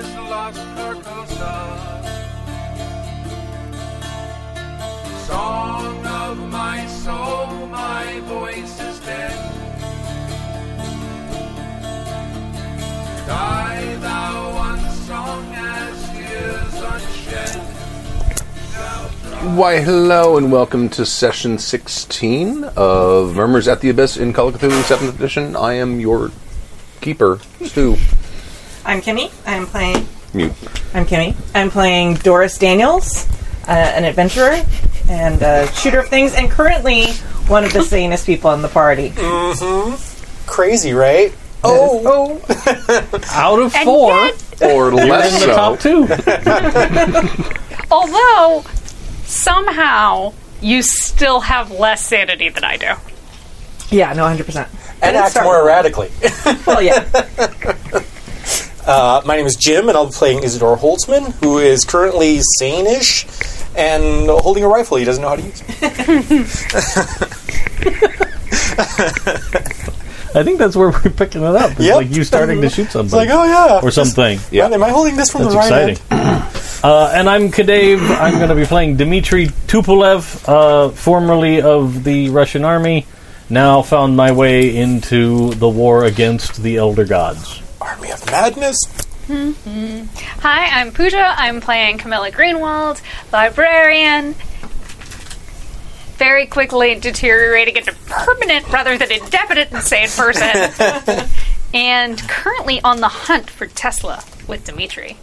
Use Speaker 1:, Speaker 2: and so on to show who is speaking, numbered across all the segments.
Speaker 1: Oscar Cosa. Song of my soul, my voice is dead. Die thou unsung as tears unshed.
Speaker 2: Why, hello, and welcome to session 16 of Murmurs at the Abyss in Call of Cthulhu 7th edition. I am your keeper, Stu.
Speaker 3: I'm Kimmy. I'm playing.
Speaker 2: Mute.
Speaker 3: I'm Kimmy. I'm playing Doris Daniels, uh, an adventurer and a shooter of things, and currently one of the sanest people in the party.
Speaker 4: Crazy, right?
Speaker 2: Oh,
Speaker 5: out of four
Speaker 2: or
Speaker 5: in
Speaker 2: less
Speaker 5: the
Speaker 2: so.
Speaker 5: top two.
Speaker 6: Although somehow you still have less sanity than I do.
Speaker 3: Yeah, no, hundred percent.
Speaker 4: And act more erratically.
Speaker 3: Well, yeah,
Speaker 4: Uh, my name is Jim, and I'll be playing Isidore Holtzman, who is currently sane-ish and holding a rifle he doesn't know how to use.
Speaker 5: I think that's where we're picking it up. It's
Speaker 4: Yep.
Speaker 5: like you starting to shoot something
Speaker 4: It's like, oh yeah,
Speaker 5: or something.
Speaker 4: Man, am I holding this from
Speaker 5: That's
Speaker 4: the right
Speaker 5: exciting.
Speaker 4: end?
Speaker 5: uh, and I'm Kadave. I'm going to be playing Dmitry Tupolev, uh, formerly of the Russian army, now found my way into the war against the Elder Gods.
Speaker 4: Army of Madness.
Speaker 6: Hi, I'm Pooja. I'm playing Camilla Greenwald, librarian. Very quickly deteriorating into permanent rather than indefinite insane person. and currently on the hunt for Tesla with Dimitri.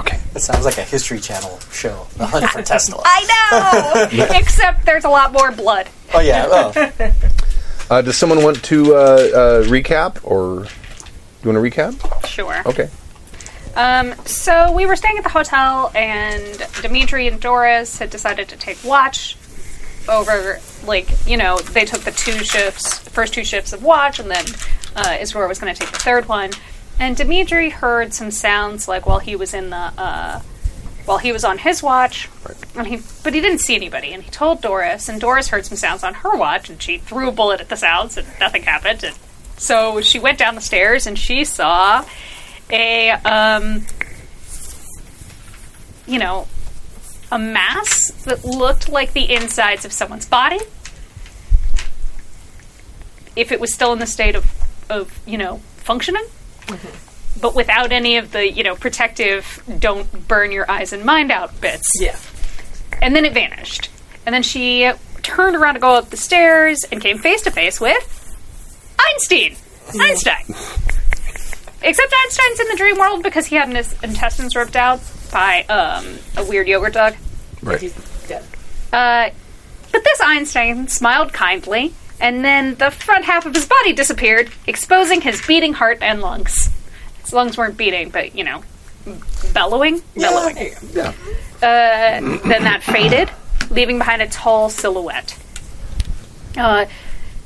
Speaker 2: Okay.
Speaker 4: That sounds like a History Channel show. The Hunt for Tesla.
Speaker 6: I know! Except there's a lot more blood.
Speaker 4: Oh yeah. Oh.
Speaker 2: Uh, does someone want to uh, uh, recap or. You want to recap?
Speaker 6: Sure.
Speaker 2: Okay.
Speaker 6: Um, so we were staying at the hotel, and Dimitri and Doris had decided to take watch over, like, you know, they took the two shifts, first two shifts of watch, and then uh, Isidore was going to take the third one. And Dimitri heard some sounds, like, while he was in the, uh, while he was on his watch, and he, but he didn't see anybody, and he told Doris, and Doris heard some sounds on her watch, and she threw a bullet at the sounds, and nothing happened, and so she went down the stairs, and she saw a um, you know a mass that looked like the insides of someone's body if it was still in the state of, of you know functioning but without any of the you know protective don't burn your eyes and mind out bits
Speaker 3: yeah.
Speaker 6: and then it vanished and then she turned around to go up the stairs and came face to face with einstein einstein Except Einstein's in the dream world because he had his intestines ripped out by um, a weird yogurt dog.
Speaker 2: Right.
Speaker 6: Uh, but this Einstein smiled kindly, and then the front half of his body disappeared, exposing his beating heart and lungs. His lungs weren't beating, but you know, bellowing, bellowing.
Speaker 2: Yeah.
Speaker 6: Uh, then that faded, leaving behind a tall silhouette. Uh,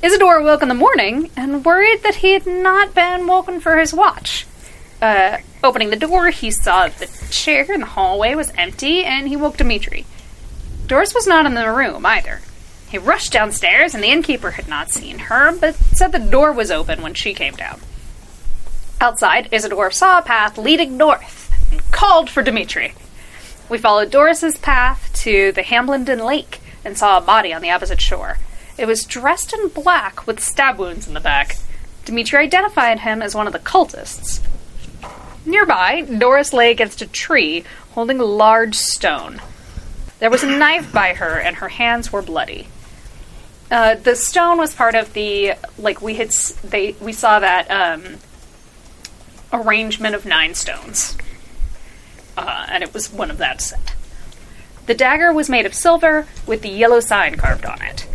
Speaker 6: Isidore woke in the morning and worried that he had not been woken for his watch. Uh, opening the door, he saw that the chair in the hallway was empty, and he woke Dimitri. Doris was not in the room either. He rushed downstairs, and the innkeeper had not seen her, but said the door was open when she came down. Outside, Isidore saw a path leading north and called for Dimitri. We followed Doris's path to the Hamblenden Lake and saw a body on the opposite shore. It was dressed in black with stab wounds in the back. Dimitri identified him as one of the cultists. Nearby, Doris lay against a tree holding a large stone. There was a knife by her, and her hands were bloody. Uh, the stone was part of the like we had s- they we saw that um, arrangement of nine stones uh, and it was one of that set. The dagger was made of silver with the yellow sign carved on it.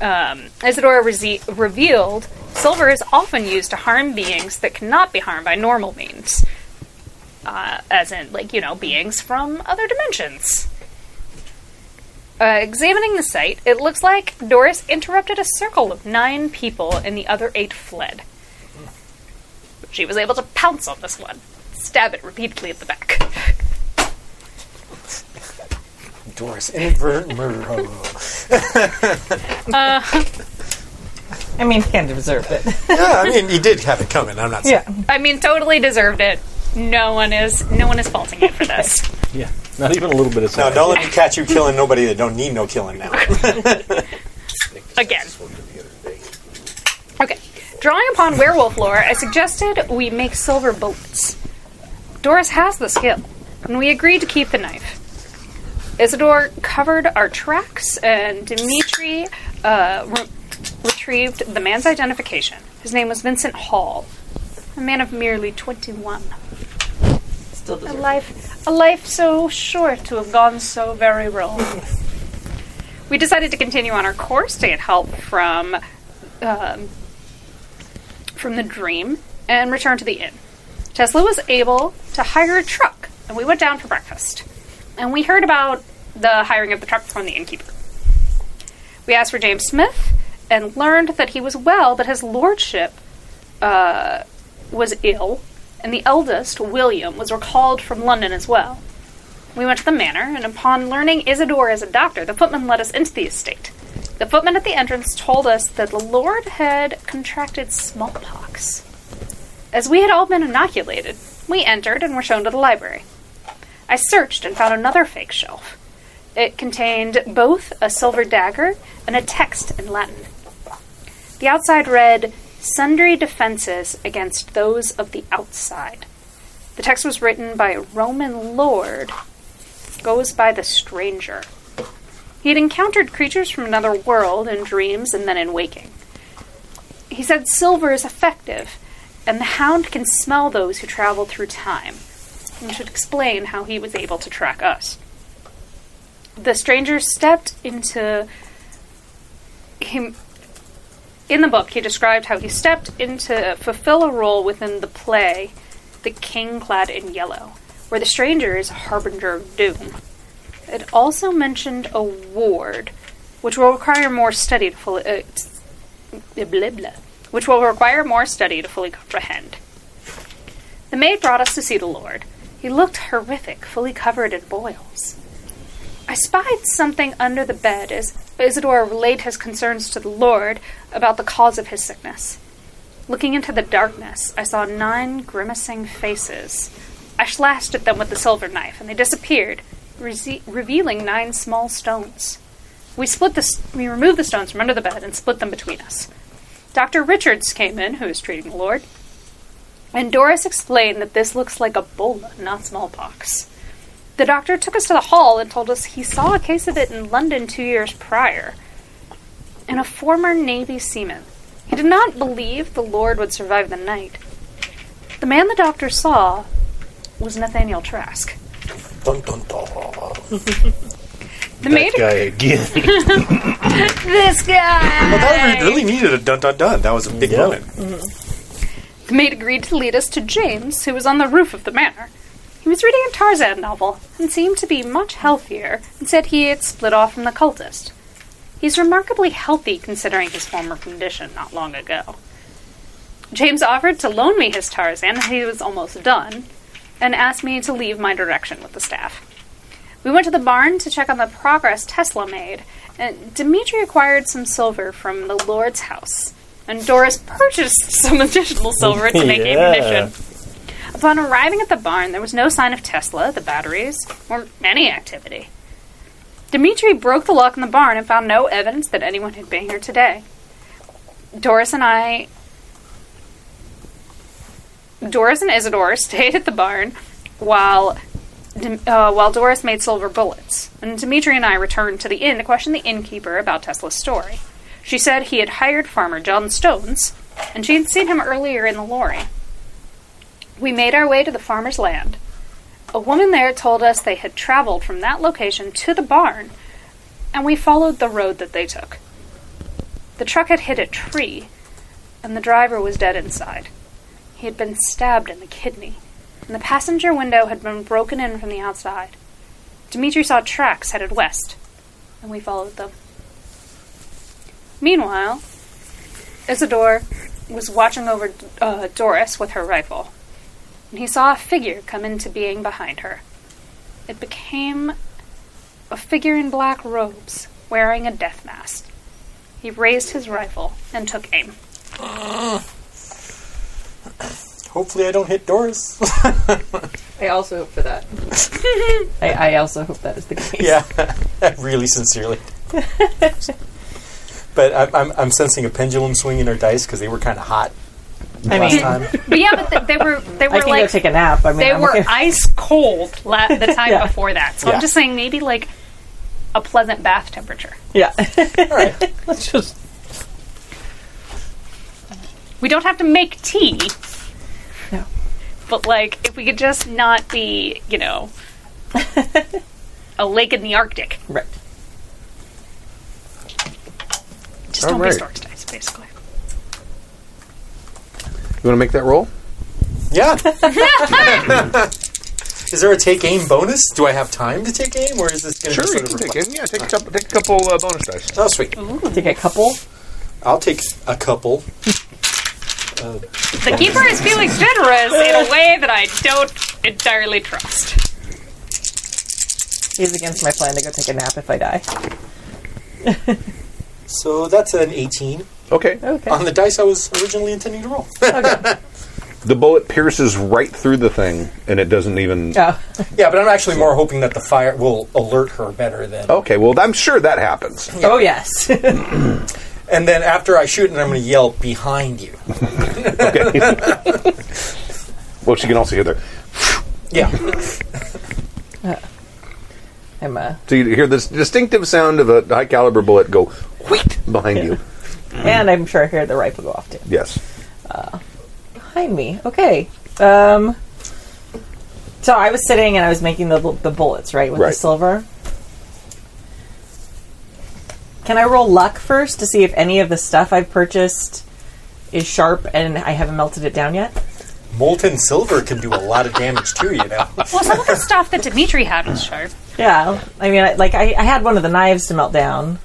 Speaker 6: Um, Isadora rese- revealed silver is often used to harm beings that cannot be harmed by normal means, uh, as in, like, you know, beings from other dimensions. Uh, examining the site, it looks like Doris interrupted a circle of nine people and the other eight fled. She was able to pounce on this one, stab it repeatedly at the back.
Speaker 4: Doris, inadvertent murder. hobo.
Speaker 3: I mean, kind of deserved it.
Speaker 4: yeah, I mean, you did have it coming. I'm not saying.
Speaker 3: yeah.
Speaker 6: I mean, totally deserved it. No one is no one is faulting you for this.
Speaker 5: Yeah, not even a little bit of
Speaker 4: No,
Speaker 5: sadness.
Speaker 4: don't let me catch you killing nobody that don't need no killing now.
Speaker 6: Again. Okay. Drawing upon werewolf lore, I suggested we make silver bullets. Doris has the skill, and we agreed to keep the knife. Isidore covered our tracks, and Dimitri uh, re- retrieved the man's identification. His name was Vincent Hall, a man of merely 21.
Speaker 3: Still
Speaker 6: A
Speaker 3: deserved
Speaker 6: life, a life so short to have gone so very wrong. we decided to continue on our course to get help from, um, from the dream and return to the inn. Tesla was able to hire a truck, and we went down for breakfast. And we heard about the hiring of the truck from the innkeeper. We asked for James Smith and learned that he was well, but his lordship uh, was ill, and the eldest, William, was recalled from London as well. We went to the manor, and upon learning Isidore is a doctor, the footman led us into the estate. The footman at the entrance told us that the lord had contracted smallpox. As we had all been inoculated, we entered and were shown to the library. I searched and found another fake shelf. It contained both a silver dagger and a text in Latin. The outside read, Sundry defenses against those of the outside. The text was written by a Roman lord, goes by the stranger. He had encountered creatures from another world in dreams and then in waking. He said silver is effective, and the hound can smell those who travel through time, and should explain how he was able to track us. The stranger stepped into him in the book, he described how he stepped in to fulfill a role within the play, The King Clad in Yellow, where the stranger is a harbinger of doom. It also mentioned a ward, which will require more study to fully. Uh, s- blah, blah, blah, which will require more study to fully comprehend. The maid brought us to see the Lord. He looked horrific, fully covered in boils. I spied something under the bed as Isidore relayed his concerns to the Lord about the cause of his sickness. Looking into the darkness, I saw nine grimacing faces. I slashed at them with the silver knife, and they disappeared, rese- revealing nine small stones. We split this. We removed the stones from under the bed and split them between us. Doctor Richards came in, who was treating the Lord, and Doris explained that this looks like Ebola, not smallpox. The doctor took us to the hall and told us he saw a case of it in London two years prior, and a former Navy seaman. He did not believe the Lord would survive the night. The man the doctor saw was Nathaniel Trask.
Speaker 4: Dun, dun, dun.
Speaker 6: The maid,
Speaker 5: Guy again.
Speaker 6: this guy.
Speaker 4: Well, that re- really needed a dun dun dun. That was a big
Speaker 5: Yeah.
Speaker 4: moment.
Speaker 6: The maid agreed to lead us to James, who was on the roof of the manor. He was reading a Tarzan novel and seemed to be much healthier and said he had split off from the cultist. He's remarkably healthy considering his former condition not long ago. James offered to loan me his Tarzan, and he was almost done, and asked me to leave my direction with the staff. We went to the barn to check on the progress Tesla made, and Dimitri acquired some silver from the Lord's house, and Doris purchased some additional silver to make
Speaker 5: Yeah.
Speaker 6: ammunition. Upon arriving at the barn, there was no sign of Tesla, the batteries, or any activity. Dimitri broke the lock in the barn and found no evidence that anyone had been here today. Doris and I Doris and Isidore stayed at the barn while Dim- uh, while Doris made silver bullets, and Dimitri and I returned to the inn to question the innkeeper about Tesla's story. She said he had hired farmer John Stones, and she had seen him earlier in the lorry. We made our way to the farmer's land. A woman there told us they had traveled from that location to the barn, and we followed the road that they took. The truck had hit a tree, and the driver was dead inside. He had been stabbed in the kidney, and the passenger window had been broken in from the outside. Dimitri saw tracks headed west, and we followed them. Meanwhile, Isidore was watching over uh, Doris with her rifle, and he saw a figure come into being behind her. It became a figure in black robes, wearing a death mask. He raised his rifle and took aim.
Speaker 4: Hopefully, I don't hit Doris.
Speaker 7: I also hope for that. I, I also hope that is the case.
Speaker 4: yeah, really sincerely. but I'm, I'm, I'm sensing a pendulum swing in our dice because they were kind of hot
Speaker 3: I
Speaker 4: last
Speaker 3: mean,
Speaker 4: time.
Speaker 6: But yeah, but th- they were they
Speaker 3: I
Speaker 6: were
Speaker 3: can go
Speaker 6: like
Speaker 3: take a nap. I mean,
Speaker 6: they
Speaker 3: I'm
Speaker 6: were
Speaker 3: okay.
Speaker 6: ice cold la- the time
Speaker 3: Yeah.
Speaker 6: before that. So
Speaker 4: Yeah.
Speaker 6: I'm just saying maybe like a pleasant bath temperature.
Speaker 3: yeah.
Speaker 5: Let's just.
Speaker 6: We don't have to make tea.
Speaker 3: No.
Speaker 6: But like if we could just not be, you know, a lake in the Arctic.
Speaker 3: right.
Speaker 6: Just don't be
Speaker 2: Alright.
Speaker 6: Stark's dice, basically.
Speaker 2: You want to make that roll?
Speaker 4: Yeah. is there a take aim bonus? Do I have time to take aim, or is this going to
Speaker 2: Sure,
Speaker 4: be sort
Speaker 2: you
Speaker 4: of
Speaker 2: can take
Speaker 4: reflect-
Speaker 2: him. Yeah, take a couple, take a couple uh, bonus dice.
Speaker 4: Oh, sweet.
Speaker 3: Take a couple.
Speaker 4: I'll take a couple.
Speaker 6: The keeper is feeling generous in a way that I don't entirely trust.
Speaker 3: He's against my plan to go take a nap if I die.
Speaker 4: So that's an 18
Speaker 2: Okay.
Speaker 3: Okay.
Speaker 4: on the dice I was originally intending to roll.
Speaker 2: The bullet pierces right through the thing, and it doesn't even.
Speaker 3: Oh,
Speaker 4: yeah, but I'm actually more hoping that the fire will alert her better than.
Speaker 2: Okay, well, I'm sure that happens.
Speaker 3: oh yes.
Speaker 4: And then after I shoot, and I'm going to yell behind you.
Speaker 2: Well, she can also hear the.
Speaker 4: Yeah.
Speaker 3: I'm uh,
Speaker 2: So you hear this distinctive sound of a high caliber bullet go wheat behind you.
Speaker 3: and I'm sure I hear the rifle go off too.
Speaker 2: Yes.
Speaker 3: Behind me. Okay. Um. So I was sitting and I was making the the bullets right with the
Speaker 2: Right.
Speaker 3: silver. Can I roll luck first to see if any of the stuff I've purchased is sharp and I haven't melted it down yet?
Speaker 4: Molten silver can do a lot of damage too, you know.
Speaker 6: Well, some of the stuff that Dimitri had was sharp.
Speaker 3: Yeah. I mean, I, like I, I had one of the knives to melt down.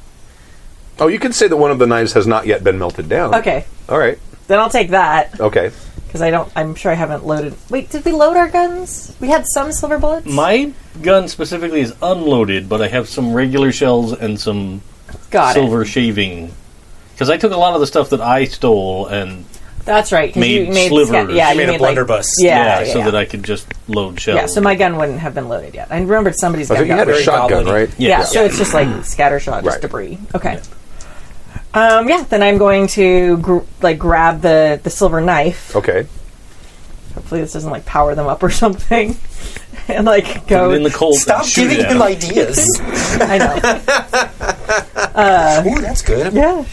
Speaker 2: Oh, you can say that one of the knives has not yet been melted down.
Speaker 3: Okay.
Speaker 2: All right.
Speaker 3: Then I'll take that.
Speaker 2: Okay.
Speaker 3: Because I don't, I'm sure I haven't loaded. Wait, did we load our guns? We had some silver bullets.
Speaker 5: My gun specifically is unloaded, but I have some regular shells and some
Speaker 3: Got
Speaker 5: silver shaving. Because I took a lot of the stuff that I stole and
Speaker 3: it. That's right. 'cause
Speaker 5: Made
Speaker 3: you made
Speaker 5: slivers.
Speaker 3: sca- yeah,
Speaker 5: You
Speaker 3: you
Speaker 4: made a
Speaker 3: like-
Speaker 4: blunderbuss.
Speaker 3: yeah,
Speaker 5: yeah, so that I could just load shells.
Speaker 3: yeah. So my gun wouldn't have been loaded yet. I remembered somebody's
Speaker 2: I
Speaker 3: gun.
Speaker 2: think you
Speaker 3: Got
Speaker 2: had a
Speaker 3: loaded.
Speaker 4: very
Speaker 2: shotgun,
Speaker 4: goblin-y.
Speaker 2: right?
Speaker 5: Yeah.
Speaker 3: yeah, So it's just like scatter shot, just
Speaker 2: Right.
Speaker 3: debris. Okay. Um. Yeah. Then I'm going to gr- like grab the the silver knife.
Speaker 2: Okay.
Speaker 3: Hopefully this doesn't like power them up or something. and like
Speaker 5: Put
Speaker 3: go.
Speaker 5: it in the cold.
Speaker 4: Stop
Speaker 5: and shoot
Speaker 4: giving
Speaker 5: it at
Speaker 4: him
Speaker 5: 'em.
Speaker 4: ideas.
Speaker 3: I know.
Speaker 4: Ooh, that's good.
Speaker 3: Yeah.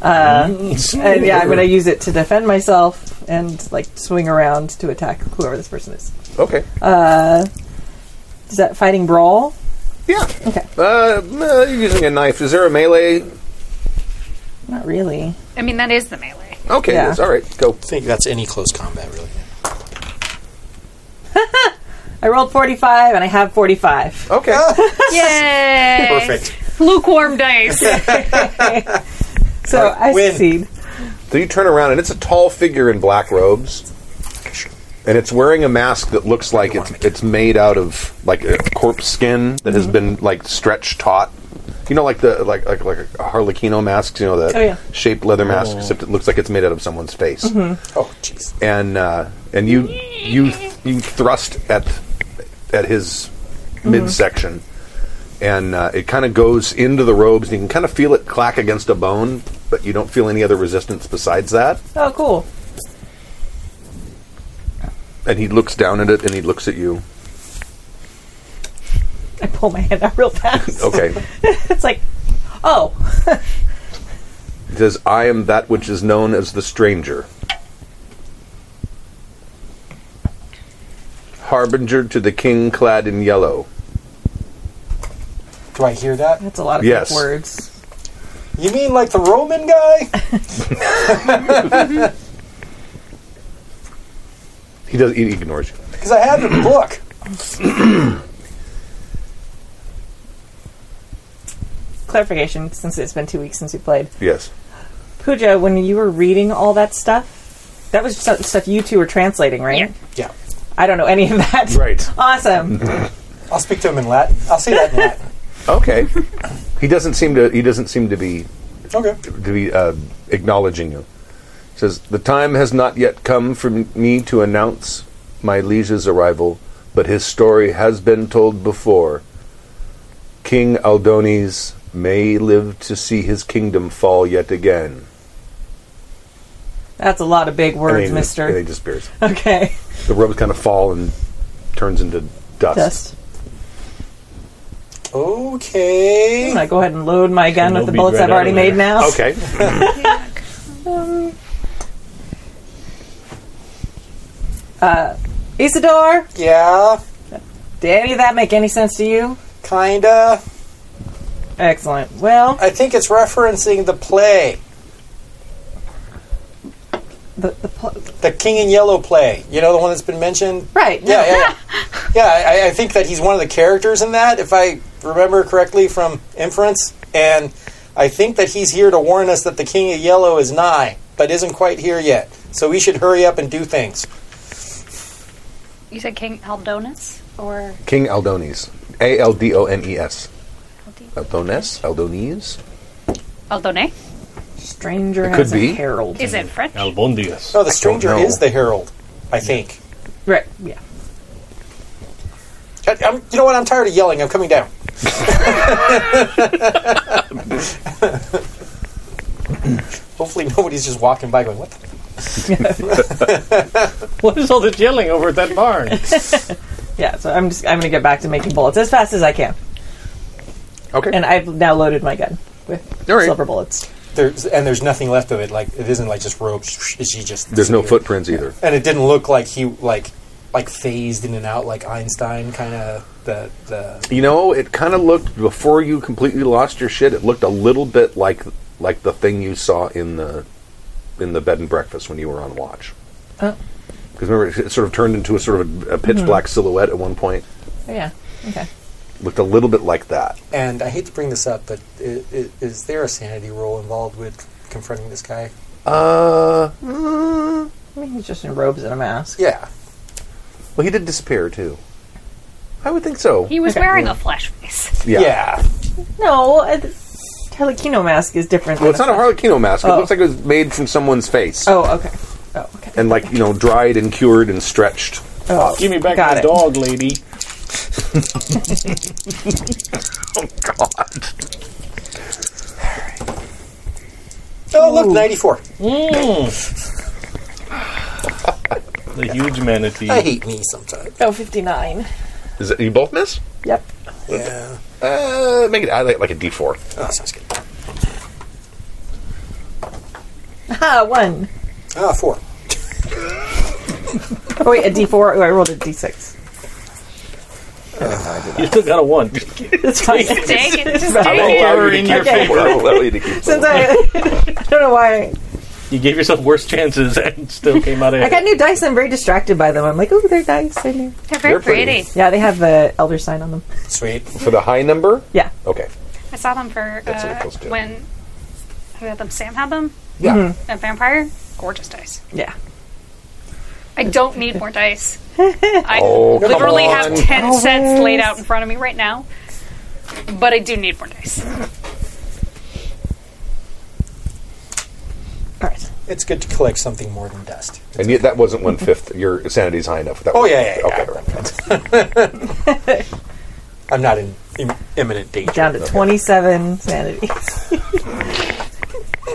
Speaker 3: uh, and yeah, I'm going to use it to defend myself and like swing around to attack whoever this person is.
Speaker 2: Okay.
Speaker 3: Is that fighting brawl?
Speaker 2: yeah.
Speaker 3: Okay.
Speaker 2: Uh, uh, you're using a knife. Is there a melee?
Speaker 3: Not really.
Speaker 6: I mean, that is the melee.
Speaker 2: Okay.
Speaker 3: Yeah.
Speaker 2: Yes. All right. Go.
Speaker 4: I think that's any close combat, really.
Speaker 3: I rolled 45 and I have 45.
Speaker 2: Okay.
Speaker 6: Yay!
Speaker 4: Perfect.
Speaker 6: Lukewarm dice.
Speaker 3: So I
Speaker 4: win.
Speaker 3: succeed.
Speaker 2: So you turn around, and it's a tall figure in black robes, and it's wearing a mask that looks like it's it's made out of like a corpse skin that
Speaker 3: Mm-hmm.
Speaker 2: has been like stretched taut. You know, like the like like like a Harlequino masks. You know, the
Speaker 3: Oh, yeah. Oh.
Speaker 2: shaped leather mask, except it looks like it's made out of someone's face.
Speaker 3: Mm-hmm.
Speaker 4: Oh, jeez.
Speaker 2: And uh, and you you you thrust at at his
Speaker 3: Mm-hmm.
Speaker 2: midsection, and uh, it kind of goes into the robes. And you can kind of feel it clack against a bone, but you don't feel any other resistance besides that.
Speaker 3: Oh, cool.
Speaker 2: And he looks down at it and he looks at you.
Speaker 3: I pull my hand out real fast.
Speaker 2: Okay.
Speaker 3: it's like, oh,
Speaker 2: he says, I am that which is known as the stranger. Harbinger to the king clad in yellow.
Speaker 4: Do I hear that?
Speaker 3: that's a lot of
Speaker 2: Yes.
Speaker 3: big words.
Speaker 4: You mean like the Roman guy?
Speaker 2: He does he ignores you.
Speaker 4: Because I have the book.
Speaker 3: Clarification since it's been two weeks since we played.
Speaker 2: Yes.
Speaker 3: Pooja, when you were reading all that stuff, that was stu- stuff you two were translating, right?
Speaker 6: Yeah.
Speaker 4: Yeah.
Speaker 3: I don't know any of that.
Speaker 2: Right.
Speaker 3: Awesome.
Speaker 4: I'll speak to him in Latin. I'll say that in Latin.
Speaker 2: Okay. he doesn't seem to he doesn't seem to be
Speaker 4: Okay.
Speaker 2: to be uh, acknowledging you. It says the time has not yet come for m- me to announce my liege's arrival, but his story has been told before. King Aldonis may live to see his kingdom fall yet again.
Speaker 3: That's a lot of big
Speaker 2: And
Speaker 3: words,
Speaker 2: he-
Speaker 3: mister.
Speaker 2: And he disappears.
Speaker 3: okay.
Speaker 2: The robes kind of fall and turns into dust.
Speaker 3: Dust. I'm
Speaker 4: Okay.
Speaker 3: going to go ahead and load my gun
Speaker 5: They'll
Speaker 3: with the
Speaker 5: be
Speaker 3: bullets
Speaker 5: right
Speaker 3: I've already
Speaker 5: out of there.
Speaker 3: made now.
Speaker 2: Okay.
Speaker 3: Isidore,
Speaker 4: Yeah.
Speaker 3: did any of that make any sense to you?
Speaker 4: Kinda.
Speaker 3: Excellent. Well,
Speaker 4: I think it's referencing the play,
Speaker 3: the, the pl-
Speaker 4: the King in Yellow play. You know the one that's been mentioned.
Speaker 3: right. no,
Speaker 4: Yeah, yeah, yeah. yeah I, I think that he's one of the characters in that, if I remember correctly from inference. And I think that he's here to warn us that the King of Yellow is nigh, but isn't quite here yet. So we should hurry up and do things.
Speaker 6: You said King Aldonis? Or.
Speaker 2: King Aldonis. A L D O N E S.
Speaker 6: Aldi-
Speaker 2: Aldones? Aldonis?
Speaker 6: Aldone?
Speaker 3: Stranger
Speaker 2: It
Speaker 3: has
Speaker 2: could be.
Speaker 3: a herald.
Speaker 6: Is it French?
Speaker 5: Albondius.
Speaker 4: No, the stranger
Speaker 2: know.
Speaker 4: is the herald, I think.
Speaker 3: Right. Yeah.
Speaker 4: I, I'm, you know what? I'm tired of yelling. I'm coming down. Hopefully, nobody's just walking by going, What the
Speaker 5: What is all this yelling over at that barn?
Speaker 3: Yeah. So I'm just I'm going to get back to making bullets as fast as I can,
Speaker 2: Okay.
Speaker 3: and I've now loaded my gun with
Speaker 2: All right.
Speaker 3: silver bullets.
Speaker 4: there's and there's nothing left of it. Like it isn't like just ropes. She just
Speaker 2: There's no
Speaker 4: disappeared.
Speaker 2: footprints either.
Speaker 4: and it didn't look like he like like phased in and out like Einstein kind of the the
Speaker 2: You know, it kind of looked before you completely lost your shit. It looked a little bit like like the thing you saw in the in the bed and breakfast when you were on watch.
Speaker 3: Oh. Mm-hmm.
Speaker 2: Because remember, it- it sort of turned into a sort of a, a pitch black silhouette at one point.
Speaker 3: Oh, yeah. Okay.
Speaker 2: Looked a little bit like that.
Speaker 4: and I hate to bring this up, but i- i- is there a sanity roll involved with confronting this guy?
Speaker 2: Uh,
Speaker 3: I mean, he's just in robes and a mask.
Speaker 4: Yeah,
Speaker 2: well, he did disappear too. I would think so.
Speaker 6: He was
Speaker 3: Okay.
Speaker 6: wearing a flash face.
Speaker 2: yeah.
Speaker 3: No, uh, the Telekino mask is different.
Speaker 2: Well, it's
Speaker 3: than
Speaker 2: not a
Speaker 3: flash-
Speaker 2: Harlequino mask. It
Speaker 3: Oh.
Speaker 2: looks like it was made from someone's face
Speaker 3: Oh, okay. Oh, okay.
Speaker 2: and like you know, dried and cured and stretched.
Speaker 3: Oh,
Speaker 5: Give me back
Speaker 3: got
Speaker 5: my
Speaker 3: it.
Speaker 5: dog, lady.
Speaker 4: Oh look, ninety four.
Speaker 5: The huge manatee.
Speaker 4: I hate me sometimes.
Speaker 3: Oh, 59.
Speaker 2: Is it you both miss?
Speaker 3: Yep.
Speaker 4: Yeah.
Speaker 2: Uh, make it I like, like a D four.
Speaker 4: Oh, sounds good.
Speaker 3: Ha, one.
Speaker 4: Ah, four.
Speaker 3: Oh, wait, a D4. Oh, I rolled a D6.
Speaker 5: You still got a one.
Speaker 3: It's fine.
Speaker 6: Dang it. Just
Speaker 2: I
Speaker 6: dang
Speaker 2: will
Speaker 6: it.
Speaker 2: allow you to
Speaker 5: in
Speaker 2: keep
Speaker 5: your
Speaker 2: that.
Speaker 5: favor.
Speaker 2: I will allow you to keep
Speaker 3: Since
Speaker 2: that.
Speaker 3: I, I don't know why.
Speaker 5: You gave yourself worse chances and still came out
Speaker 3: I
Speaker 5: ahead.
Speaker 3: got new dice. I'm very distracted by them. I'm like, ooh, they're dice. They're new.
Speaker 6: They're very
Speaker 2: They're pretty.
Speaker 6: pretty.
Speaker 3: Yeah, they have the elder sign on them.
Speaker 4: Sweet.
Speaker 2: for the high number.
Speaker 3: Yeah.
Speaker 2: Okay.
Speaker 6: I saw them for
Speaker 2: That's what it
Speaker 6: uh,
Speaker 2: feels good.
Speaker 6: when who had them? Sam had them.
Speaker 2: Yeah.
Speaker 5: Mm-hmm.
Speaker 6: A vampire. Gorgeous dice.
Speaker 3: Yeah.
Speaker 6: I don't need more dice. I
Speaker 2: Oh, come
Speaker 6: literally
Speaker 2: on.
Speaker 6: have ten sets laid out in front of me right now. But I do need more dice.
Speaker 3: All right.
Speaker 4: It's good to collect something more than dust.
Speaker 2: And yet that wasn't one fifth. Your sanity's high enough. That
Speaker 4: Oh
Speaker 2: was-
Speaker 4: yeah, yeah. yeah.
Speaker 2: Okay.
Speaker 4: I'm not in, in imminent danger.
Speaker 3: Down to 27 sanity.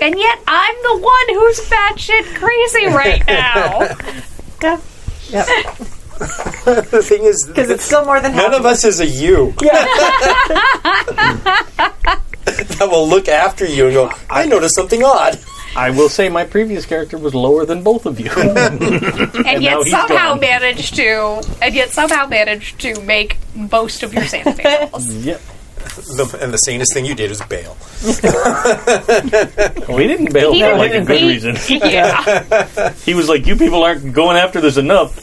Speaker 6: And yet I'm the one who's batshit crazy right now.
Speaker 3: Yeah. Yep.
Speaker 4: the thing is,
Speaker 3: Because it's still more than half.
Speaker 4: None of us is a you. that will look after you and go, I noticed something odd.
Speaker 5: I will say my previous character was lower than both of you.
Speaker 6: and
Speaker 5: now
Speaker 6: yet
Speaker 5: he's
Speaker 6: somehow
Speaker 5: gone.
Speaker 6: managed to and yet somehow managed to make most of your sanity rolls.
Speaker 5: yep.
Speaker 4: The, and the sanest thing you did was bail.
Speaker 5: We didn't bail
Speaker 6: He
Speaker 5: for
Speaker 6: didn't
Speaker 5: like a good
Speaker 6: he-
Speaker 5: reason.
Speaker 6: yeah.
Speaker 5: He was like, "You people aren't going after this enough."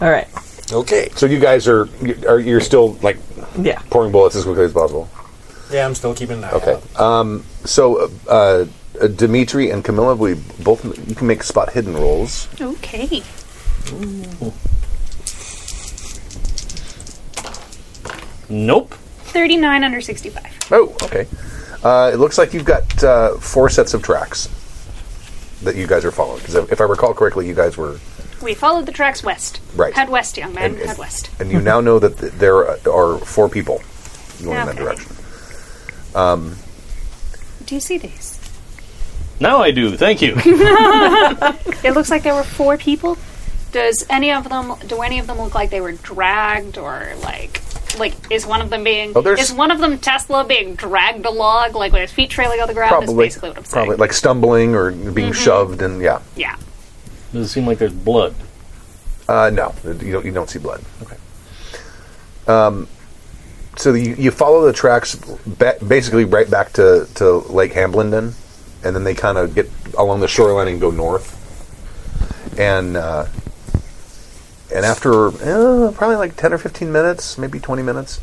Speaker 3: All right.
Speaker 4: Okay.
Speaker 2: So you guys are you- are you're still like
Speaker 3: Yeah.
Speaker 2: pouring bullets as quickly as possible.
Speaker 4: Yeah, I'm still keeping an eye
Speaker 2: Okay.
Speaker 4: out.
Speaker 2: Um. So uh, uh, Dimitri and Camilla, we both you can make spot hidden rolls.
Speaker 6: Okay.
Speaker 5: Nope.
Speaker 6: Thirty nine under sixty five.
Speaker 2: Oh, okay. Uh, it looks like you've got uh, four sets of tracks that you guys are following. Because if, if I recall correctly, you guys were
Speaker 6: We followed the tracks west.
Speaker 2: Right.
Speaker 6: Head west, young man.
Speaker 2: and,
Speaker 6: Head west.
Speaker 2: and you now know that th- there are four people going in that
Speaker 6: Okay.
Speaker 2: direction.
Speaker 6: Do you see these?
Speaker 5: Now I do. Thank you.
Speaker 6: It looks like there were four people. Does any of them? Do any of them look like they were dragged or like? Like is one of them being
Speaker 2: Oh, there's-
Speaker 6: is one of them Tesla being dragged along like with his feet trailing on the ground is
Speaker 2: Probably,
Speaker 6: basically what I'm Mm-hmm. saying.
Speaker 2: probably like stumbling or being shoved, and yeah,
Speaker 6: Yeah.
Speaker 5: Doesn't seem like there's blood.
Speaker 2: Uh, no, you don't, you don't see blood. Okay. Um, so you, you follow the tracks ba- basically right back to, to Lake Hamblin, then, and then they kind of get along the shoreline and go north. And uh, and after eh, probably like ten or fifteen minutes, maybe twenty minutes,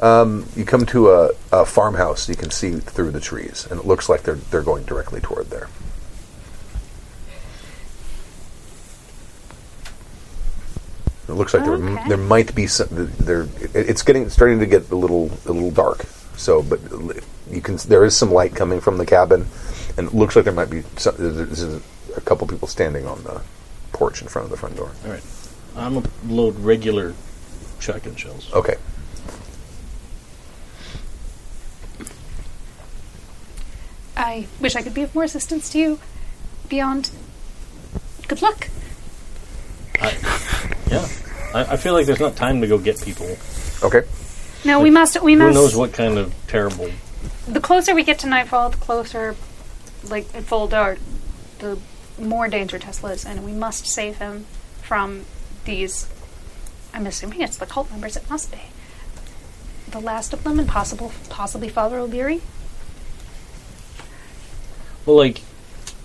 Speaker 2: um, you come to a, a farmhouse. You can see through the trees, and it looks like they're they're going directly toward there. It looks like there,
Speaker 6: Okay.
Speaker 2: there might be some. There, it- it's getting it's starting to get a little a little dark. So, but you can there is some light coming from the cabin, and it looks like there might be some, there's a couple people standing on the porch in front of the front door.
Speaker 5: All right. I'm gonna load regular shotgun shells.
Speaker 2: Okay,
Speaker 6: I wish I could be of more assistance to you. Beyond. Good luck.
Speaker 5: Yeah. I, I feel like there's not time to go get people.
Speaker 2: okay,
Speaker 6: No, we must. We
Speaker 5: Who
Speaker 6: must.
Speaker 5: knows what kind of terrible.
Speaker 6: The closer we get to nightfall, the closer, like at full dark, the more danger Tesla is, and we must save him from these. I'm assuming it's the cult members. It must be. The last of them, and possible, possibly Father O'Leary.
Speaker 5: Well, like,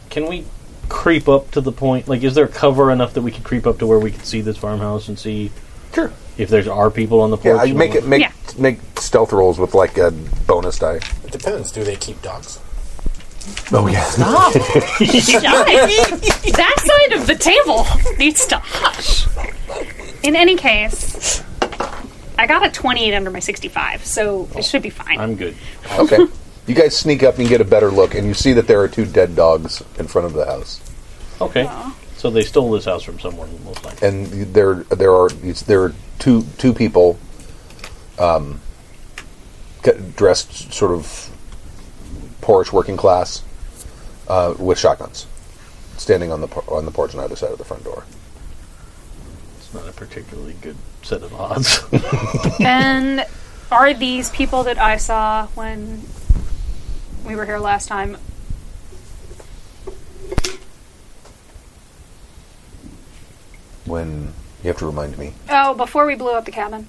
Speaker 5: can we creep up to the point? Like, is there cover enough that we could creep up to where we could see this farmhouse and see
Speaker 2: sure.
Speaker 5: if there's our people on the porch?
Speaker 2: Yeah, I
Speaker 5: and
Speaker 2: make
Speaker 5: all
Speaker 2: it make
Speaker 6: Yeah.
Speaker 2: make stealth rolls with like a bonus die.
Speaker 8: It depends. Do they keep dogs?
Speaker 2: Oh yeah,
Speaker 6: that side of the table needs to hush. In any case, I got a 28 under my 65, so it should be fine.
Speaker 5: that? I'm good.
Speaker 2: okay. You guys sneak up and get a better look, and you see that there are two dead dogs in front of the house.
Speaker 5: Okay. So they stole this house from someone, most likely.
Speaker 2: and there there are it's, there are two two people, um, c- dressed sort of poorish working class, uh, with shotguns, standing on the por- on the porch on either side of the front door.
Speaker 5: It's not a particularly good set of odds.
Speaker 6: And are these people that I saw when we were here last time?
Speaker 2: When you have to remind me,
Speaker 6: Oh, before we blew up the cabin.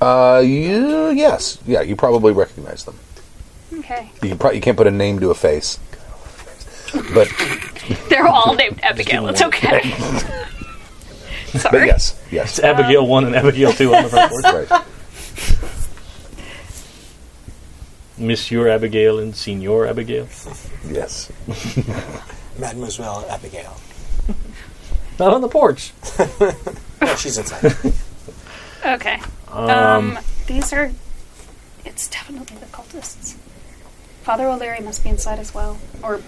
Speaker 2: uh, you, yes, yeah, you probably recognize them.
Speaker 6: Okay,
Speaker 2: You can pro- you can't put a name to a face, but
Speaker 6: they're all named Abigail. It's okay.
Speaker 2: but
Speaker 6: Sorry.
Speaker 2: yes, yes,
Speaker 5: it's Abigail 1 and Abigail 2 on the front porch.
Speaker 2: right.
Speaker 5: Monsieur Abigail and Senor Abigail.
Speaker 2: Yes.
Speaker 8: Mademoiselle Abigail.
Speaker 5: Not on the porch.
Speaker 8: Oh, she's inside.
Speaker 6: Okay. Um, these are. It's definitely the cultists. Father O'Leary must be inside as well, or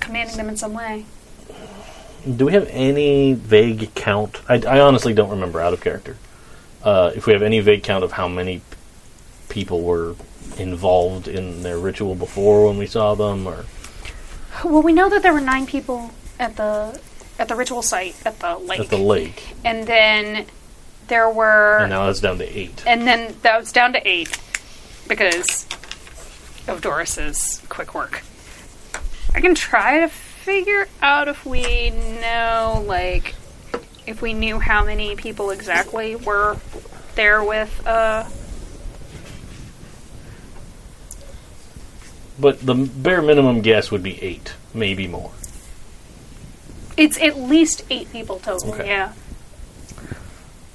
Speaker 6: commanding them in some way.
Speaker 5: Do we have any vague count? I, I honestly don't remember out of character. Uh, if we have any vague count of how many people were involved in their ritual before when we saw them, or
Speaker 6: Well, we know that there were nine people at the at the ritual site at the lake,
Speaker 5: at the lake,
Speaker 6: and then there were
Speaker 5: and now it's down to eight.
Speaker 6: And then that was down to eight because of Doris's quick work. I can try to figure out if we know, like, if we knew how many people exactly were there with, uh,
Speaker 5: But the bare minimum guess would be eight, maybe more.
Speaker 6: it's at least eight people total,
Speaker 5: Okay.
Speaker 6: yeah.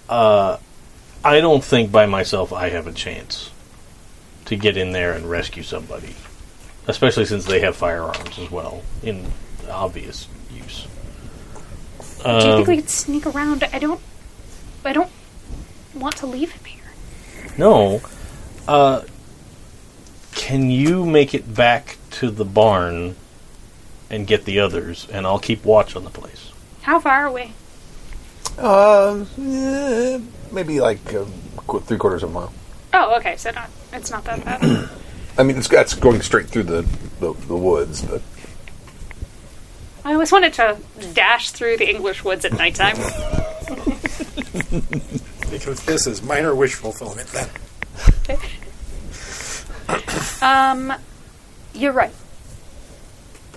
Speaker 5: I don't think by myself I have a chance to get in there and rescue somebody, especially since they have firearms as well in obvious use.
Speaker 6: Do you
Speaker 5: Um,
Speaker 6: think we could sneak around? I don't, I don't want to leave him here.
Speaker 5: No. Uh, Can you make it back to the barn and get the others, and I'll keep watch on the place?
Speaker 6: How far are we?
Speaker 2: Um, eh, maybe like um, qu- three quarters of a mile.
Speaker 6: Oh, okay. So not, it's not that bad.
Speaker 2: I mean, it's that's going straight through the, the, the woods, but
Speaker 6: I always wanted to dash through the English woods at nighttime.
Speaker 8: Because this is minor wish fulfillment then.
Speaker 6: Um, you're right.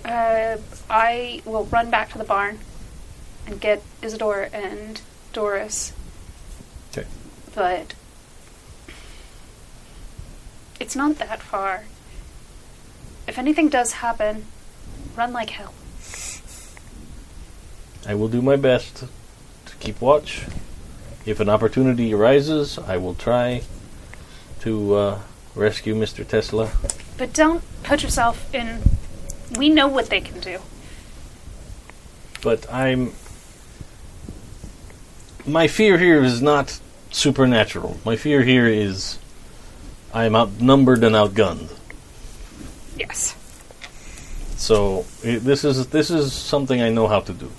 Speaker 6: Uh, I will run back to the barn and get Isidore and Doris.
Speaker 5: Okay.
Speaker 6: But it's not that far. If anything does happen, run like hell.
Speaker 5: I will do my best to keep watch. If an opportunity arises, I will try to uh, rescue Mr. Tesla.
Speaker 6: But don't put yourself in. We know what they can do.
Speaker 5: But I'm. My fear here is not supernatural. My fear here is I am outnumbered and outgunned.
Speaker 6: Yes.
Speaker 5: So i this is this is something I know how to do.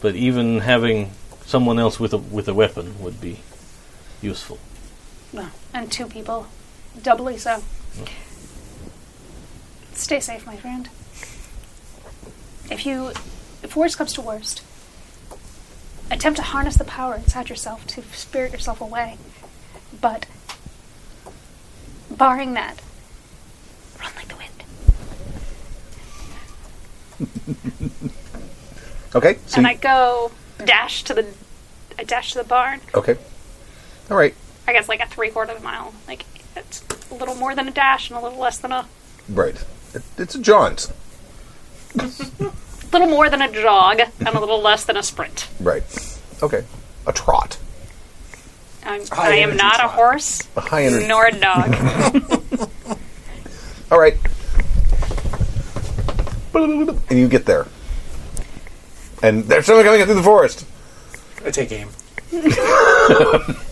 Speaker 5: But even having someone else with a with a weapon would be useful.
Speaker 6: No. And two people. Doubly so. Stay safe, my friend. If you. If worst comes to worst, attempt to harness the power inside yourself to spirit yourself away. But. Barring that, run like the wind.
Speaker 2: okay. So
Speaker 6: And
Speaker 2: you-
Speaker 6: I go dash to the. I dash to the barn.
Speaker 2: okay. All right.
Speaker 6: I guess like a three quarter of a mile. Like, it's a little more than a dash and a little less than a.
Speaker 2: Right. It, it's a jaunt.
Speaker 6: little more than a jog and a little less than a sprint.
Speaker 2: Right. Okay. A trot.
Speaker 6: I'm,
Speaker 8: High
Speaker 6: I am
Speaker 8: energy
Speaker 6: not a
Speaker 8: trot.
Speaker 6: horse
Speaker 2: A high energy.
Speaker 6: nor a dog.
Speaker 2: All right. And you get there. And there's someone coming up through the forest.
Speaker 8: I take aim.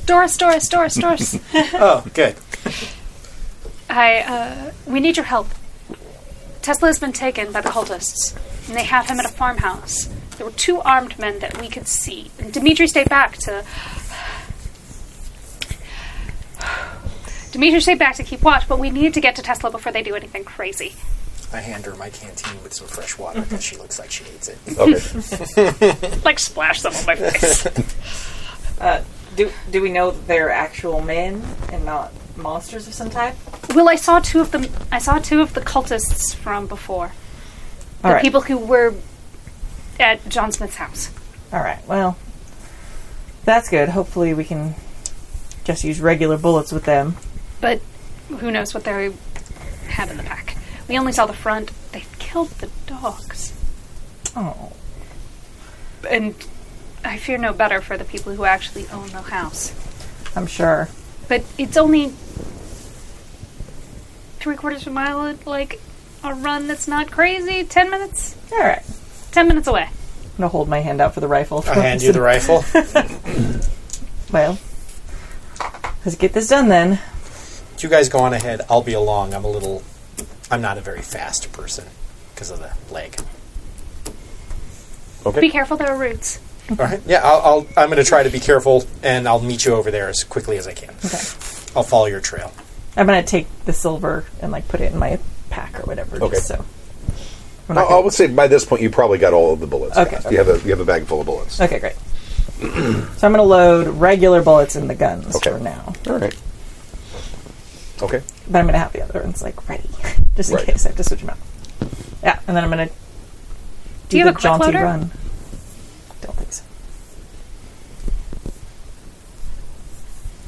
Speaker 6: Doris, Doris, Doris, Doris.
Speaker 8: Oh, good.
Speaker 6: I, uh, we need your help. Tesla has been taken by the cultists, and they have him at a farmhouse. There were two armed men that we could see, and Dimitri stayed back to. Dimitri stayed back to keep watch, but we need to get to Tesla before they do anything crazy.
Speaker 8: I hand her my canteen with some fresh water because she looks like she needs it.
Speaker 2: Okay.
Speaker 6: Like splash them on my face.
Speaker 3: Do do we know that they're actual men and not monsters of some type?
Speaker 6: Well, I saw two of them. I saw two of the cultists from before. The
Speaker 3: All right.
Speaker 6: people who were at John Smith's house.
Speaker 3: All right. Well, that's good. Hopefully, we can just use regular bullets with them.
Speaker 6: But who knows what they had in the pack? We only saw the front. They killed the dogs,
Speaker 3: Oh,
Speaker 6: and I fear no better for the people who actually own the house.
Speaker 3: I'm sure.
Speaker 6: But it's only three quarters of a mile, like a run that's not crazy. Ten minutes.
Speaker 3: All right.
Speaker 6: Ten minutes away.
Speaker 3: I'm gonna hold my hand out for the rifle.
Speaker 8: I hand you the rifle.
Speaker 3: Well, let's get this done then.
Speaker 8: You guys go on ahead. I'll be along. I'm a little. I'm not a very fast person because of the leg.
Speaker 6: Be careful. There are roots.
Speaker 8: All right. Yeah, I'll, I'll, I'm going to try to be careful, and I'll meet you over there as quickly as I can.
Speaker 3: Okay.
Speaker 8: I'll follow your trail.
Speaker 3: I'm gonna take the silver and like put it in my pack or whatever.
Speaker 2: Okay.
Speaker 3: Just so. I'm
Speaker 2: I,
Speaker 3: not
Speaker 2: I would say by this point you probably got all of the bullets.
Speaker 3: Okay.
Speaker 2: You have a you have a bag full of bullets.
Speaker 3: gonna- okay. Great. so I'm gonna load regular bullets in the guns
Speaker 2: Okay.
Speaker 3: for now,
Speaker 2: All right. Okay.
Speaker 3: but I'm gonna have the other ones like ready just in
Speaker 2: Right.
Speaker 3: case I have to switch them out. Yeah, and then I'm gonna do,
Speaker 6: Do you
Speaker 3: the
Speaker 6: have a quick
Speaker 3: jaunty
Speaker 6: loader?
Speaker 3: run. Don't think so.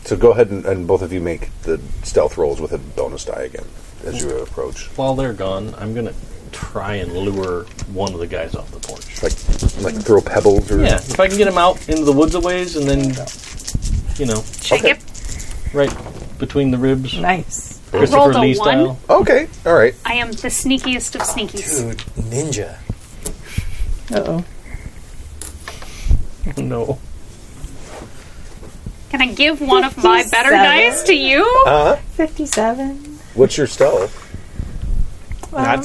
Speaker 2: So go ahead and, and both of you make the stealth rolls with a bonus die again as you approach.
Speaker 5: While they're gone, I'm gonna try and lure one of the guys off the porch.
Speaker 2: Like like throw pebbles or
Speaker 5: Yeah, if I can get him out into the woods a ways and then, you know,
Speaker 6: Shake
Speaker 2: Okay.
Speaker 6: it.
Speaker 5: right between the ribs,
Speaker 3: Nice.
Speaker 5: Christopher
Speaker 6: Rolled a
Speaker 5: Lee style.
Speaker 6: one.
Speaker 2: Okay. All right.
Speaker 6: I am the sneakiest of sneakies.
Speaker 8: Dude, ninja.
Speaker 3: Uh oh.
Speaker 5: no.
Speaker 2: Oh,
Speaker 6: Can I give one of my better dice to you?
Speaker 2: Uh
Speaker 3: 57.
Speaker 9: What's your stealth?
Speaker 4: Not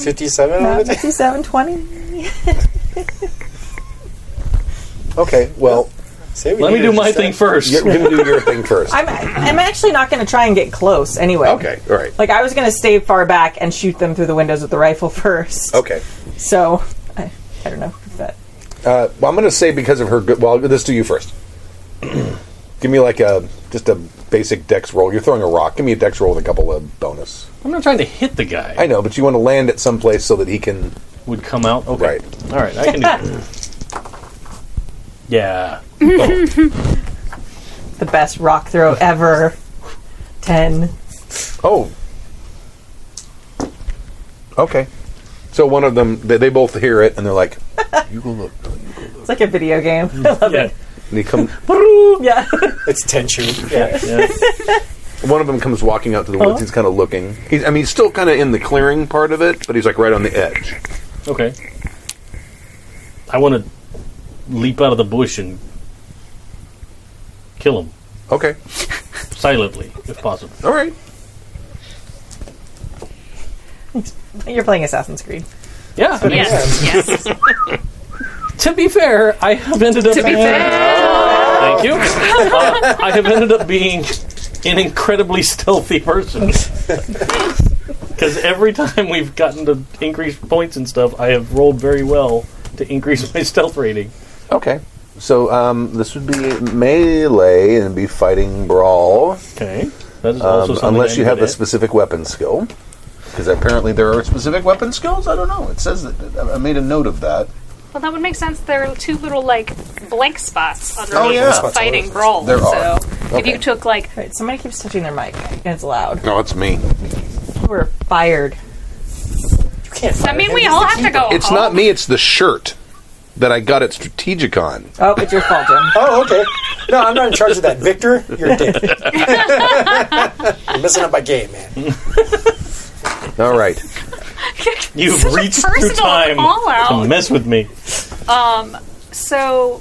Speaker 4: 57 on the day.
Speaker 3: 5720.
Speaker 9: Okay, well,
Speaker 4: Say we
Speaker 5: Let me
Speaker 4: needed
Speaker 5: do my
Speaker 4: just
Speaker 5: thing
Speaker 4: that.
Speaker 5: first.
Speaker 2: You're going to do your thing first.
Speaker 3: I'm I'm actually not going to try and get close anyway.
Speaker 2: Okay, all right.
Speaker 3: Like I was going to stay far back and shoot them through the windows with the rifle first.
Speaker 2: Okay.
Speaker 3: So I, I don't know if that.
Speaker 2: Uh, well, I'm going to say because of her good. Well, this do you first. Give me like a just a basic dex roll. You're throwing a rock. Give me a dex roll with a couple of bonus.
Speaker 5: I'm not trying to hit the guy.
Speaker 2: I know, but you want to land at some place so that he can.
Speaker 5: Would come out. Okay.
Speaker 2: Right.
Speaker 5: All right. I can do that. yeah.
Speaker 3: The best rock throw ever. Ten.
Speaker 2: Oh. Okay. So one of them, they, they both hear it and they're like, "You go look."
Speaker 3: It's like a video game.
Speaker 5: Yeah.
Speaker 2: And he come.
Speaker 3: yeah.
Speaker 4: It's Tenchu. Yeah.
Speaker 5: yeah.
Speaker 2: One of them comes walking out to the woods. He's kind of looking. He's, I mean, he's still kind of in the clearing part of it, but he's like right on the edge.
Speaker 5: Okay. I want to leap out of the bush and kill him
Speaker 2: Okay.
Speaker 5: silently, if possible.
Speaker 2: All right.
Speaker 3: You're playing Assassin's Creed.
Speaker 5: Yeah. I mean,
Speaker 6: Yes, yes.
Speaker 5: To be fair, I have ended up.
Speaker 6: to be fair.
Speaker 5: Thank you. Uh, I have ended up being an incredibly stealthy person. Because every time we've gotten to increase points and stuff, I have rolled very well to increase my stealth rating.
Speaker 2: Okay. So um, this would be melee and be fighting brawl,
Speaker 5: Okay. That is
Speaker 2: um,
Speaker 5: also something
Speaker 2: unless
Speaker 5: I
Speaker 2: you have
Speaker 5: need
Speaker 2: a
Speaker 5: to
Speaker 2: specific weapon skill. Because apparently there are specific weapon skills. I don't know. It says that I made a note of that.
Speaker 6: Well, that would make sense. There are two little like blank spots underneath
Speaker 2: Oh, yeah.
Speaker 6: fighting brawl.
Speaker 2: There
Speaker 6: so
Speaker 2: are.
Speaker 6: if you took like
Speaker 3: All right. Somebody keeps touching their mic and it's loud.
Speaker 2: No, it's me.
Speaker 3: We're fired.
Speaker 6: Does that mean we all have to go
Speaker 2: It's
Speaker 6: home?
Speaker 2: not me. It's the shirt that I got at Strategicon.
Speaker 3: Oh, it's your fault, Jim.
Speaker 4: Oh, okay. No, I'm not in charge of that. Victor, you're a dick. you're missing out my game, man.
Speaker 2: All right.
Speaker 5: You've
Speaker 6: Such a
Speaker 5: reached through
Speaker 6: personal
Speaker 5: time
Speaker 6: call out.
Speaker 5: to mess with me.
Speaker 6: So,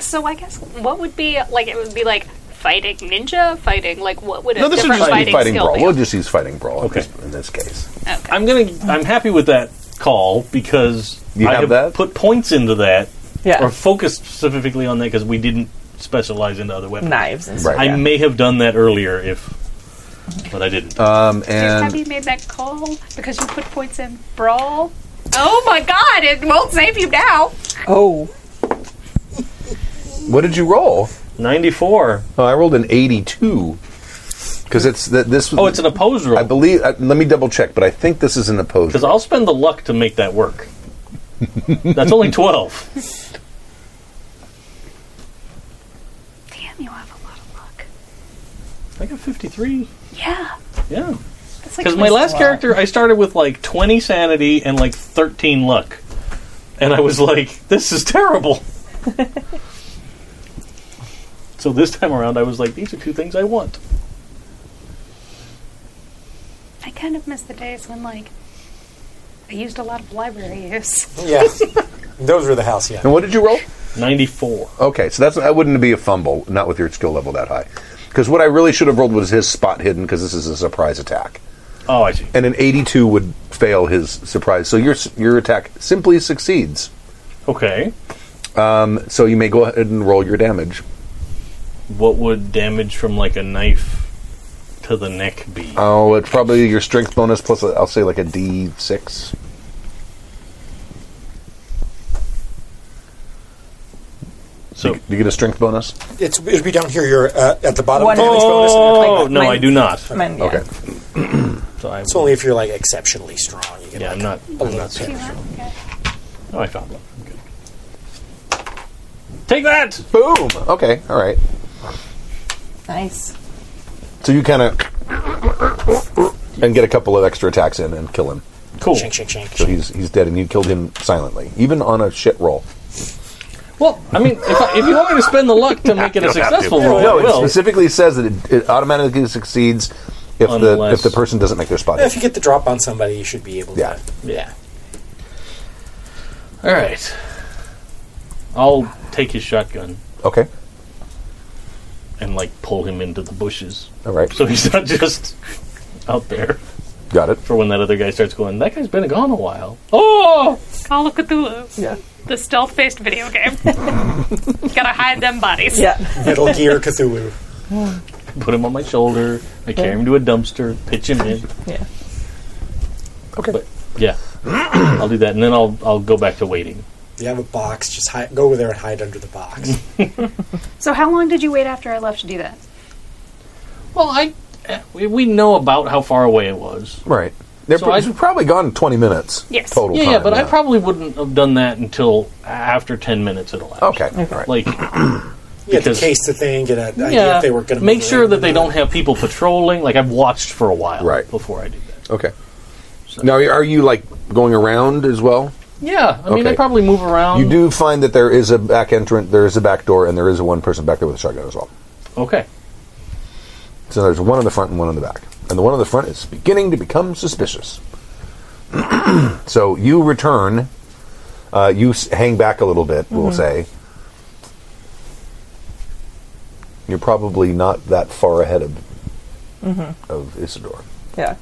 Speaker 6: so I guess what would be like? It would be like fighting ninja, fighting like what would a
Speaker 2: No, this would
Speaker 6: different
Speaker 2: just be
Speaker 6: fighting,
Speaker 2: fighting
Speaker 6: skill
Speaker 2: brawl.
Speaker 6: be?
Speaker 2: We'll just use fighting brawl in
Speaker 5: Okay.
Speaker 2: this- in this case.
Speaker 5: I'm gonna. I'm happy with that call because
Speaker 2: You
Speaker 5: I
Speaker 2: have
Speaker 5: have
Speaker 2: that?
Speaker 5: put points into that
Speaker 3: Yeah.
Speaker 5: or focused specifically on that because we didn't specialize into other weapons.
Speaker 3: Knives and stuff.
Speaker 2: Right.
Speaker 5: I
Speaker 3: yeah.
Speaker 5: may have done that earlier if, but I didn't.
Speaker 2: Um,
Speaker 6: Just
Speaker 2: and
Speaker 6: happy you made that call because you put points in brawl. Oh my god! It won't save you now.
Speaker 3: Oh.
Speaker 2: what did you roll?
Speaker 5: 94.
Speaker 2: Oh, I rolled an 82. Because it's that this.
Speaker 5: Oh, it's an opposed
Speaker 2: I
Speaker 5: roll.
Speaker 2: believe. Uh, let me double check, but I think this is an opposed.
Speaker 5: Because I'll spend the luck to make that work. That's only 12.
Speaker 6: Damn, you have a lot of luck.
Speaker 5: I got 53.
Speaker 6: Yeah,
Speaker 5: Yeah.
Speaker 6: that's like
Speaker 5: Because my
Speaker 6: twice-
Speaker 5: last character, I started with like 20 sanity and like 13 luck. And I was like, this is terrible. so this time around, I was like, these are two things I want.
Speaker 6: I kind of miss the days when like I used a lot of library use.
Speaker 4: Yeah. Those were the house, yeah.
Speaker 2: And what did you roll?
Speaker 5: 94.
Speaker 2: Okay, so that's that wouldn't be a fumble, not with your skill level that high. Because what I really should have rolled was his spot hidden, because this is a surprise attack,
Speaker 5: Oh, I see.
Speaker 2: and an 82 would fail his surprise. So your s- your attack simply succeeds.
Speaker 5: Okay.
Speaker 2: So you may go ahead and roll your damage.
Speaker 5: What would damage from like a knife to the neck be?
Speaker 2: Oh, it's probably your strength bonus plus i I'll say like a D6.
Speaker 5: so
Speaker 2: Do you get a strength bonus?
Speaker 4: It's, it'd be down here. You're uh, at the bottom.
Speaker 3: One-
Speaker 4: damage bonus.
Speaker 5: Oh
Speaker 3: Like,
Speaker 5: no,
Speaker 3: mine-
Speaker 5: I do not.
Speaker 3: Mine- yeah.
Speaker 2: Okay.
Speaker 5: So I,
Speaker 4: It's only if you're like exceptionally strong. You get
Speaker 5: yeah, I'm
Speaker 4: like,
Speaker 5: not.
Speaker 4: a
Speaker 5: I'm
Speaker 4: little
Speaker 5: not
Speaker 4: bit.
Speaker 5: saying- oh, I found one. Good. Take that.
Speaker 2: Boom. Okay. All right.
Speaker 3: Nice.
Speaker 2: So you kind of and get a couple of extra attacks in and kill him.
Speaker 5: Cool.
Speaker 4: Shink, shink, shink.
Speaker 2: So he's he's dead, and you killed him silently, even on a shit roll.
Speaker 5: Well, I mean, if, I, if you want me to spend the luck to make it a successful roll,
Speaker 2: No,
Speaker 5: I
Speaker 2: it
Speaker 5: will.
Speaker 2: specifically says that it, it automatically succeeds if the if
Speaker 5: Unless-
Speaker 2: the person doesn't make their spot.
Speaker 4: If you get the drop on somebody, you should be able to.
Speaker 2: Yeah.
Speaker 5: yeah. All right. I'll take his shotgun
Speaker 2: Okay.
Speaker 5: and like pull him into the bushes,
Speaker 2: All right.
Speaker 5: so he's not just out there
Speaker 2: Got it.
Speaker 5: for when that other guy starts going. That guy's been gone a while. Oh,
Speaker 6: Call of Cthulhu.
Speaker 7: Yeah.
Speaker 6: The stealth based video game. Gotta hide them bodies.
Speaker 3: Yeah.
Speaker 8: Metal Gear Cthulhu.
Speaker 5: put him on my shoulder. I carry him to a dumpster, pitch him in.
Speaker 3: Yeah.
Speaker 5: Okay. But, yeah, I'll do that, and then I'll I'll go back to waiting.
Speaker 8: You have a box. Just hide, go over there and hide under the box.
Speaker 6: So, how long did you wait after I left to do that?
Speaker 5: Well, I eh, we, we know about how far away it was.
Speaker 2: Right. They're
Speaker 5: So
Speaker 2: pro-
Speaker 5: I-
Speaker 2: we've probably gone 20 minutes.
Speaker 6: Yes.
Speaker 2: Total
Speaker 5: Yeah,
Speaker 2: time.
Speaker 5: yeah, but I probably wouldn't have done that until after ten minutes had elapsed.
Speaker 2: Okay. All right.
Speaker 5: Like,
Speaker 8: You had to
Speaker 5: Because-
Speaker 8: case the thing, get an idea
Speaker 5: yeah,
Speaker 8: if they were going to
Speaker 5: make sure that they don't have people patrolling. Like, I've watched for a while
Speaker 2: Right.
Speaker 5: before I do that.
Speaker 2: Okay. Now, are you like going around as well?
Speaker 5: Yeah, I mean,
Speaker 2: Okay.
Speaker 5: I probably move around.
Speaker 2: you do find that there is a back entrance, there is a back door, and there is a one person back there with a shotgun as well.
Speaker 5: Okay.
Speaker 2: So there's one in the front and one in the back. And the one in the front is beginning to become suspicious. so you return. Uh, you s- hang back a little bit, we'll say. You're probably not that far ahead of, of Isidore.
Speaker 3: Yeah.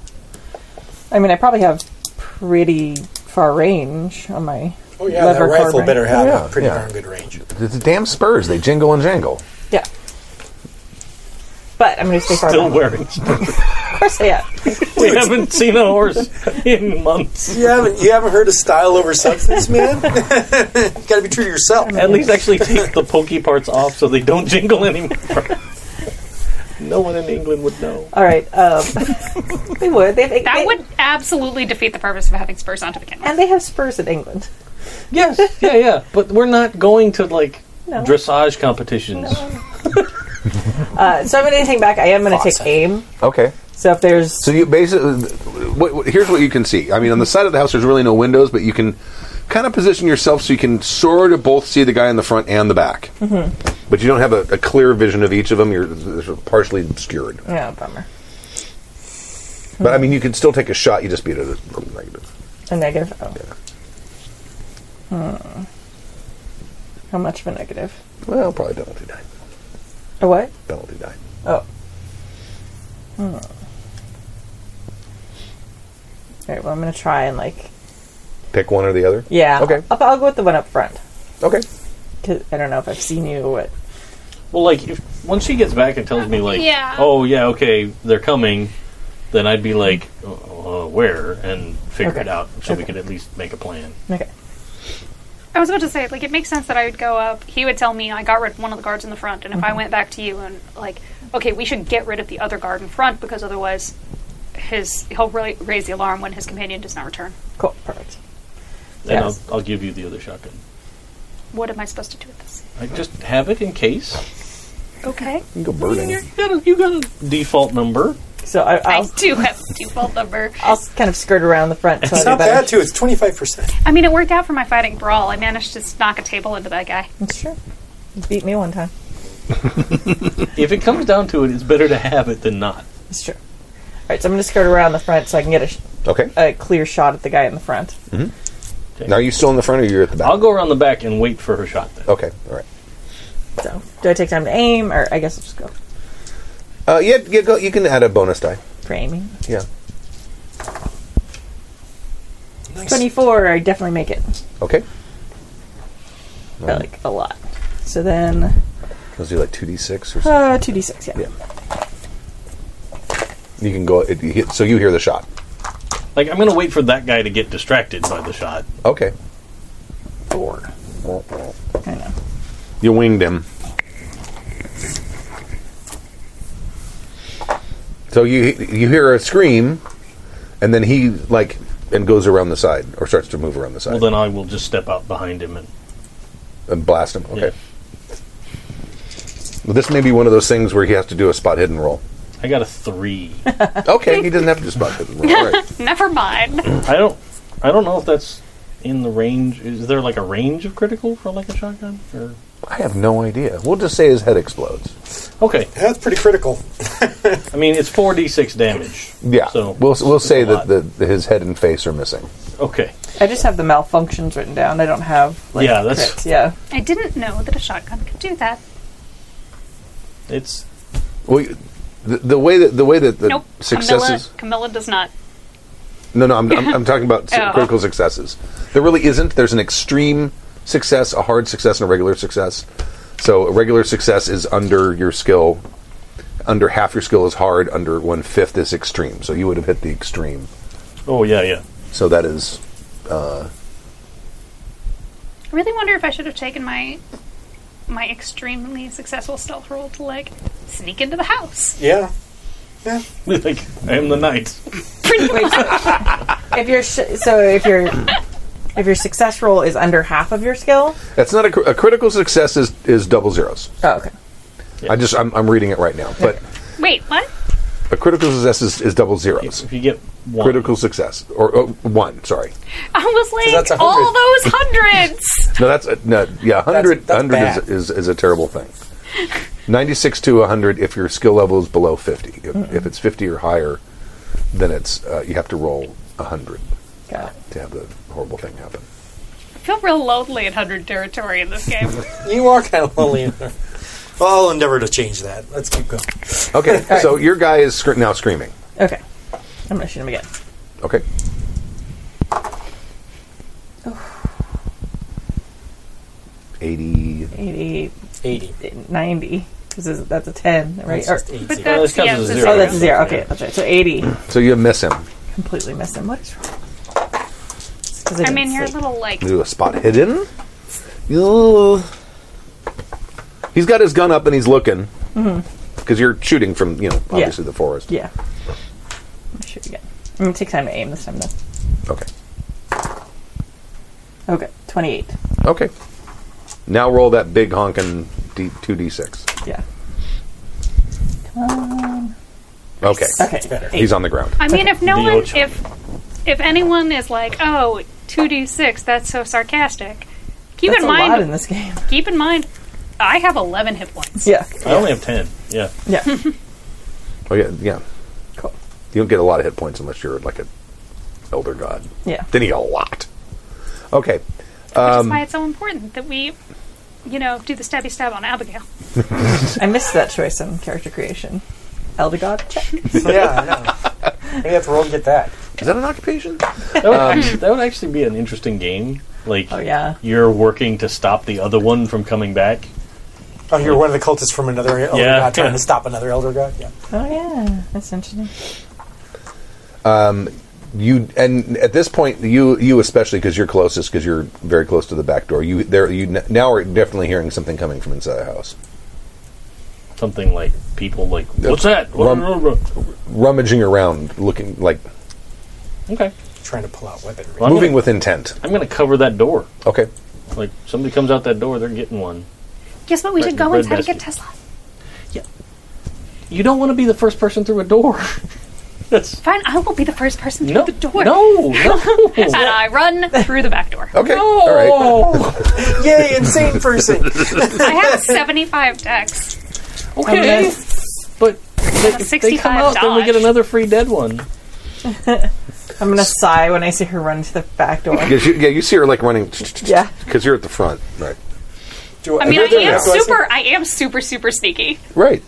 Speaker 3: I mean, I probably have pretty far range on my
Speaker 8: Oh yeah,
Speaker 3: lever
Speaker 8: that rifle
Speaker 3: carbine.
Speaker 8: better have
Speaker 2: Yeah,
Speaker 8: a pretty
Speaker 2: yeah.
Speaker 8: darn good range.
Speaker 2: The, the damn spurs, they jingle and jangle.
Speaker 3: Yeah. But I'm going to stay far
Speaker 5: Still
Speaker 3: back.
Speaker 5: wearing.
Speaker 3: Of course, yeah.
Speaker 5: we haven't seen a horse in months.
Speaker 8: You haven't you haven't heard of style over substance, man. you got to be true to yourself.
Speaker 5: At least actually take the pokey parts off so they don't jingle anymore. no one in England would know.
Speaker 3: All right. Um, they would. They have,
Speaker 6: That
Speaker 3: they-
Speaker 6: would absolutely defeat the purpose of having spurs onto the camera.
Speaker 3: And they have spurs in England.
Speaker 5: Yes, yeah, yeah. But we're not going to like
Speaker 3: No.
Speaker 5: dressage competitions.
Speaker 3: Uh, so I'm going to hang back. I am going to take aim.
Speaker 2: Okay.
Speaker 3: So if there's
Speaker 2: So you basically, what, what, here's what you can see. I mean, on the side of the house, there's really no windows, but you can kind of position yourself so you can sort of both see the guy in the front and the back.
Speaker 5: Mm-hmm.
Speaker 2: But you don't have a, a clear vision of each of them. You're they're partially obscured.
Speaker 3: yeah, bummer.
Speaker 5: Mm-hmm.
Speaker 2: But I mean, you can still take a shot. You just beat it at negative.
Speaker 3: A negative. Oh. Hmm. How much of a negative?
Speaker 2: Well, probably penalty die.
Speaker 3: A what?
Speaker 2: Penalty die.
Speaker 3: Oh. Hmm. All right. Well, I'm going to try and like.
Speaker 2: Pick one or the other.
Speaker 3: Yeah.
Speaker 2: Okay.
Speaker 3: I'll, I'll go with the one up front.
Speaker 2: Okay.
Speaker 3: 'Cause I don't know if I've seen you. or What?
Speaker 5: Well, like if once she gets back and tells me like,
Speaker 6: Yeah.
Speaker 5: oh yeah, okay, they're coming, then I'd be like, uh, where and figure
Speaker 3: Okay.
Speaker 5: it out so we could at least make a plan.
Speaker 3: Okay.
Speaker 6: I was about to say, like, it makes sense that I would go up. He would tell me I got rid of one of the guards in the front, and if I went back to you and like, okay, we should get rid of the other guard in front because otherwise, his he'll really raise the alarm when his companion does not return.
Speaker 3: Cool. Perfect.
Speaker 5: And
Speaker 3: Yes.
Speaker 5: I'll, I'll give you the other shotgun.
Speaker 6: What am I supposed to do with this?
Speaker 5: I just have it in case.
Speaker 6: Okay,
Speaker 2: You can go birding.
Speaker 5: You got a, you got a default number.
Speaker 3: So I,
Speaker 6: I
Speaker 3: I'll,
Speaker 6: do have a default number.
Speaker 3: I'll kind of skirt around the front. So
Speaker 8: It's
Speaker 3: I'll
Speaker 8: not
Speaker 3: be better.
Speaker 8: bad too. It's twenty five percent.
Speaker 6: I mean, it worked out for my fighting brawl. I managed to s- knock a table into that guy.
Speaker 3: Sure. You beat me one time.
Speaker 5: If it comes down to it, it's better to have it than not.
Speaker 3: It's true. All right, so I'm going to skirt around the front so I can get a, sh-
Speaker 2: Okay.
Speaker 3: a clear shot at the guy in the front.
Speaker 2: Now, are you still in the front or you're at the back?
Speaker 5: I'll go around the back and wait for her shot. Then.
Speaker 2: Okay. All right.
Speaker 3: So, do I take time to aim, or I guess I'll just go
Speaker 2: Uh, yeah, yeah go, you can add a bonus die.
Speaker 3: for aiming?
Speaker 2: Yeah.
Speaker 3: 24, I definitely make it.
Speaker 2: Okay.
Speaker 5: Uh,
Speaker 3: By, like, a lot. So then,
Speaker 2: Let's do like 2d6 or something.
Speaker 3: uh, 2d6, yeah.
Speaker 2: Yeah. You can go, it, you hit, so you hear the shot.
Speaker 5: Like I'm gonna wait for that guy to get distracted by the shot.
Speaker 2: Okay.
Speaker 3: Four. I know.
Speaker 2: You winged him. So you you hear a scream, and then he like and goes around the side or starts to move around the
Speaker 5: Well,
Speaker 2: side
Speaker 5: then I will just step out behind him and
Speaker 2: and blast him.
Speaker 5: yeah.
Speaker 2: Okay. Well, this may be one of those things where he has to do a spot hidden roll.
Speaker 5: I got a three.
Speaker 2: Okay, he doesn't have to do a spot hidden roll. All right.
Speaker 6: Never mind.
Speaker 5: I don't. I don't know if that's in the range. Is there like a range of critical for like a shotgun? Or
Speaker 2: I have no idea. We'll just say his head explodes.
Speaker 5: okay,
Speaker 8: That's pretty critical.
Speaker 5: I mean it's four d six damage.
Speaker 2: Yeah.
Speaker 5: So
Speaker 2: we'll we'll
Speaker 5: it's
Speaker 2: say
Speaker 5: a
Speaker 2: that
Speaker 5: lot.
Speaker 2: the, the, his head and face are missing.
Speaker 5: okay.
Speaker 3: I just have the malfunctions written down. I don't have, like,
Speaker 5: Yeah, that's-
Speaker 3: crits. Yeah.
Speaker 6: I didn't know that a shotgun could do that.
Speaker 5: It's
Speaker 2: Well, you- the, the way that the way that the
Speaker 6: nope.
Speaker 2: successes.
Speaker 6: Camilla, Camilla does not.
Speaker 2: No, no, I'm, I'm, I'm talking about
Speaker 6: Oh.
Speaker 2: critical successes. There really isn't. There's an extreme success, a hard success, and a regular success. So a regular success is under your skill. Under half your skill is hard. Under one fifth is extreme. So you would have hit the extreme.
Speaker 5: Oh yeah, yeah.
Speaker 2: So that is
Speaker 6: I really wonder if I should have taken my my extremely successful stealth roll to like sneak into the house.
Speaker 4: Yeah.
Speaker 5: like I am the knight.
Speaker 3: Wait, so if you're sh- so if your if your success roll is under half of your skill.
Speaker 2: that's not a, cr- a critical success is is double zeros.
Speaker 3: Oh, okay.
Speaker 2: I just I'm, I'm reading it right now, but
Speaker 6: Wait, what?
Speaker 2: a critical success is, is double zeros.
Speaker 5: If you get one,
Speaker 2: Critical success or oh, one? Sorry,
Speaker 6: I was like
Speaker 4: that's a
Speaker 6: all those hundreds.
Speaker 2: no, that's uh, no, yeah, hundred
Speaker 4: that's
Speaker 2: hundred
Speaker 4: bad.
Speaker 2: is, is is a terrible thing. Ninety six to hundred if your skill level is below fifty. If,
Speaker 4: Hmm.
Speaker 2: if it's fifty or higher, then it's uh, you have to roll hundred
Speaker 3: Got it.
Speaker 2: to have the horrible thing happen.
Speaker 6: I feel real lonely in hundred territory in this game.
Speaker 4: You are kind of lonely. in there. well, I'll endeavor to change that. Let's keep going.
Speaker 2: Okay, so your guy is scr- now screaming.
Speaker 3: Okay. I'm gonna shoot him again.
Speaker 2: Okay,
Speaker 4: Oh.
Speaker 2: eighty.
Speaker 3: 80,
Speaker 4: 80.
Speaker 3: 90. Because that's a 10, right?
Speaker 4: It's
Speaker 3: Or-
Speaker 4: just eight
Speaker 6: But
Speaker 4: zero.
Speaker 5: Well,
Speaker 6: that's,
Speaker 5: this counts
Speaker 6: yeah,
Speaker 5: as a
Speaker 6: this-
Speaker 5: zero.
Speaker 3: oh, that's a zero. Okay, that's right. So 80.
Speaker 2: So you miss him.
Speaker 3: Completely missed him. What is wrong? 'Cause
Speaker 6: I
Speaker 3: didn't
Speaker 6: mean, you're a
Speaker 3: sleep.
Speaker 6: little like
Speaker 2: Do a spot hidden. Ooh. He's got his gun up and he's looking because you're shooting from you know obviously the forest.
Speaker 3: Yeah. I'm gonna shoot again. I'm going to take time to aim this time, though.
Speaker 2: Okay.
Speaker 3: Okay, 28.
Speaker 2: Okay. Now roll that big honking D- two d six.
Speaker 3: Yeah.
Speaker 2: Okay.
Speaker 3: Okay. eight.
Speaker 2: He's on the ground.
Speaker 6: I mean, if no
Speaker 5: The
Speaker 6: one,
Speaker 5: ocho.
Speaker 6: if if anyone is like, oh, 2d6, that's so sarcastic. Keep
Speaker 3: That's
Speaker 6: in
Speaker 3: a lot
Speaker 6: mind,
Speaker 3: in this game.
Speaker 6: keep in mind, I have 11 hit points.
Speaker 3: Yeah.
Speaker 5: I only have ten. Yeah.
Speaker 3: Yeah.
Speaker 2: Oh yeah, yeah.
Speaker 3: cool.
Speaker 2: You don't get a lot of hit points unless you're like a elder god.
Speaker 3: Yeah.
Speaker 2: Then you get a lot. Okay.
Speaker 6: Which
Speaker 2: Um,
Speaker 6: is why it's so important that we, you know, do the stabby stab on Abigail.
Speaker 3: I missed that choice in character creation. Elder God, check.
Speaker 4: yeah, I know. We have to roll to get that.
Speaker 2: Is that an occupation?
Speaker 5: That would,
Speaker 2: Um,
Speaker 5: actually, that would actually be an interesting game. Like,
Speaker 3: Oh, yeah.
Speaker 5: you're working to stop the other one from coming back.
Speaker 4: Oh, you're one of the cultists from another elder
Speaker 5: Yeah.
Speaker 4: god trying to stop another elder god. Yeah.
Speaker 3: Oh, yeah. That's interesting.
Speaker 2: you and at this point you you especially because you're closest because you're very close to the back door you there you n- now are definitely hearing something coming from inside the house
Speaker 5: Something like people like, what's that?
Speaker 2: Rum- rummaging around looking like
Speaker 5: Okay.
Speaker 4: Trying to pull out weaponry.
Speaker 5: Well, I'm
Speaker 2: moving
Speaker 5: gonna-
Speaker 2: with intent
Speaker 5: I'm going to cover that door.
Speaker 2: okay
Speaker 5: Like, somebody comes out that door, they're getting one.
Speaker 6: Guess what? We
Speaker 5: Right,
Speaker 6: should go
Speaker 5: red
Speaker 6: inside and get
Speaker 5: basket.
Speaker 6: Tesla.
Speaker 5: You don't want to be the first person through a door. That's.
Speaker 6: Fine, I will be the first person through
Speaker 5: No,
Speaker 6: the door.
Speaker 5: no, no.
Speaker 6: And I run through the back door.
Speaker 2: okay all right
Speaker 4: Yay, insane person!
Speaker 6: I have 75 decks.
Speaker 5: Okay. But they, if they come
Speaker 6: $65
Speaker 5: out, then we get
Speaker 6: dodge.
Speaker 5: another free dead one.
Speaker 3: I'm going to sigh when I see her run to the back door.
Speaker 2: 'Cause you, yeah you see her like running
Speaker 3: Yeah.
Speaker 2: because you're at the front right
Speaker 4: Do
Speaker 6: I mean, I
Speaker 4: do
Speaker 6: am
Speaker 4: do I see-
Speaker 6: super, I am super, super sneaky.
Speaker 2: right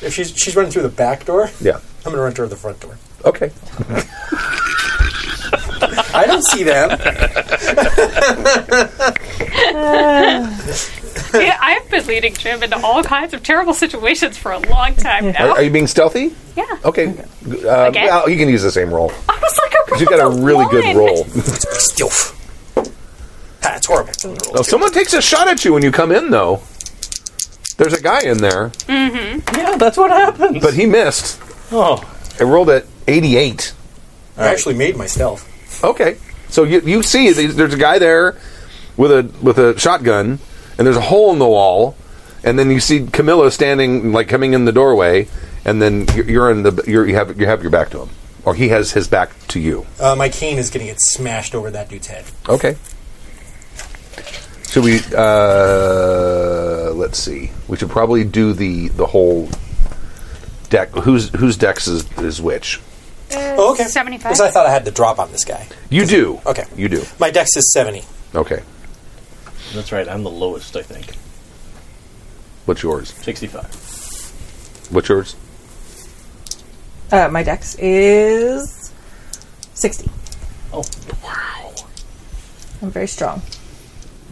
Speaker 4: If she's she's running through the back door,
Speaker 2: yeah
Speaker 4: I'm gonna run through the front door.
Speaker 2: okay
Speaker 4: I don't see them.
Speaker 6: Yeah, I've been leading Jim into all kinds of terrible situations for a long time
Speaker 2: are,
Speaker 6: now.
Speaker 2: are you being stealthy
Speaker 6: yeah.
Speaker 2: okay uh,
Speaker 6: Again?
Speaker 2: well, you can use the same roll
Speaker 6: I was like, I
Speaker 2: 'Cause you've got a
Speaker 6: rolled
Speaker 2: really good
Speaker 6: one.
Speaker 2: roll
Speaker 4: Stoof. That's Ah, horrible.
Speaker 2: if someone takes a shot at you when you come in though there's a guy in there
Speaker 5: Yeah, that's what happens.
Speaker 2: but he missed
Speaker 5: oh,
Speaker 2: I rolled at 88.
Speaker 4: I actually made myself.
Speaker 2: Okay. So you, you see th- there's a guy there with a with a shotgun and there's a hole in the wall and then you see Camilla standing like coming in the doorway and then you're- you're in the you're, you have you have your back to him or he has his back to you.
Speaker 4: Uh, my cane is gonna get smashed over that dude's head.
Speaker 2: Okay. Should we uh let's see. We should probably do the the whole deck whose whose decks is, is which.
Speaker 6: Uh,
Speaker 4: Oh, okay.
Speaker 6: 75?
Speaker 4: Because I thought I had to drop on this guy.
Speaker 2: You do.
Speaker 4: Okay.
Speaker 2: You do.
Speaker 4: My dex is 70.
Speaker 2: Okay.
Speaker 5: that's right. I'm the lowest, I think.
Speaker 2: What's yours?
Speaker 5: 65.
Speaker 2: What's yours?
Speaker 3: Uh, my dex is 60.
Speaker 5: Oh,
Speaker 3: I'm very strong.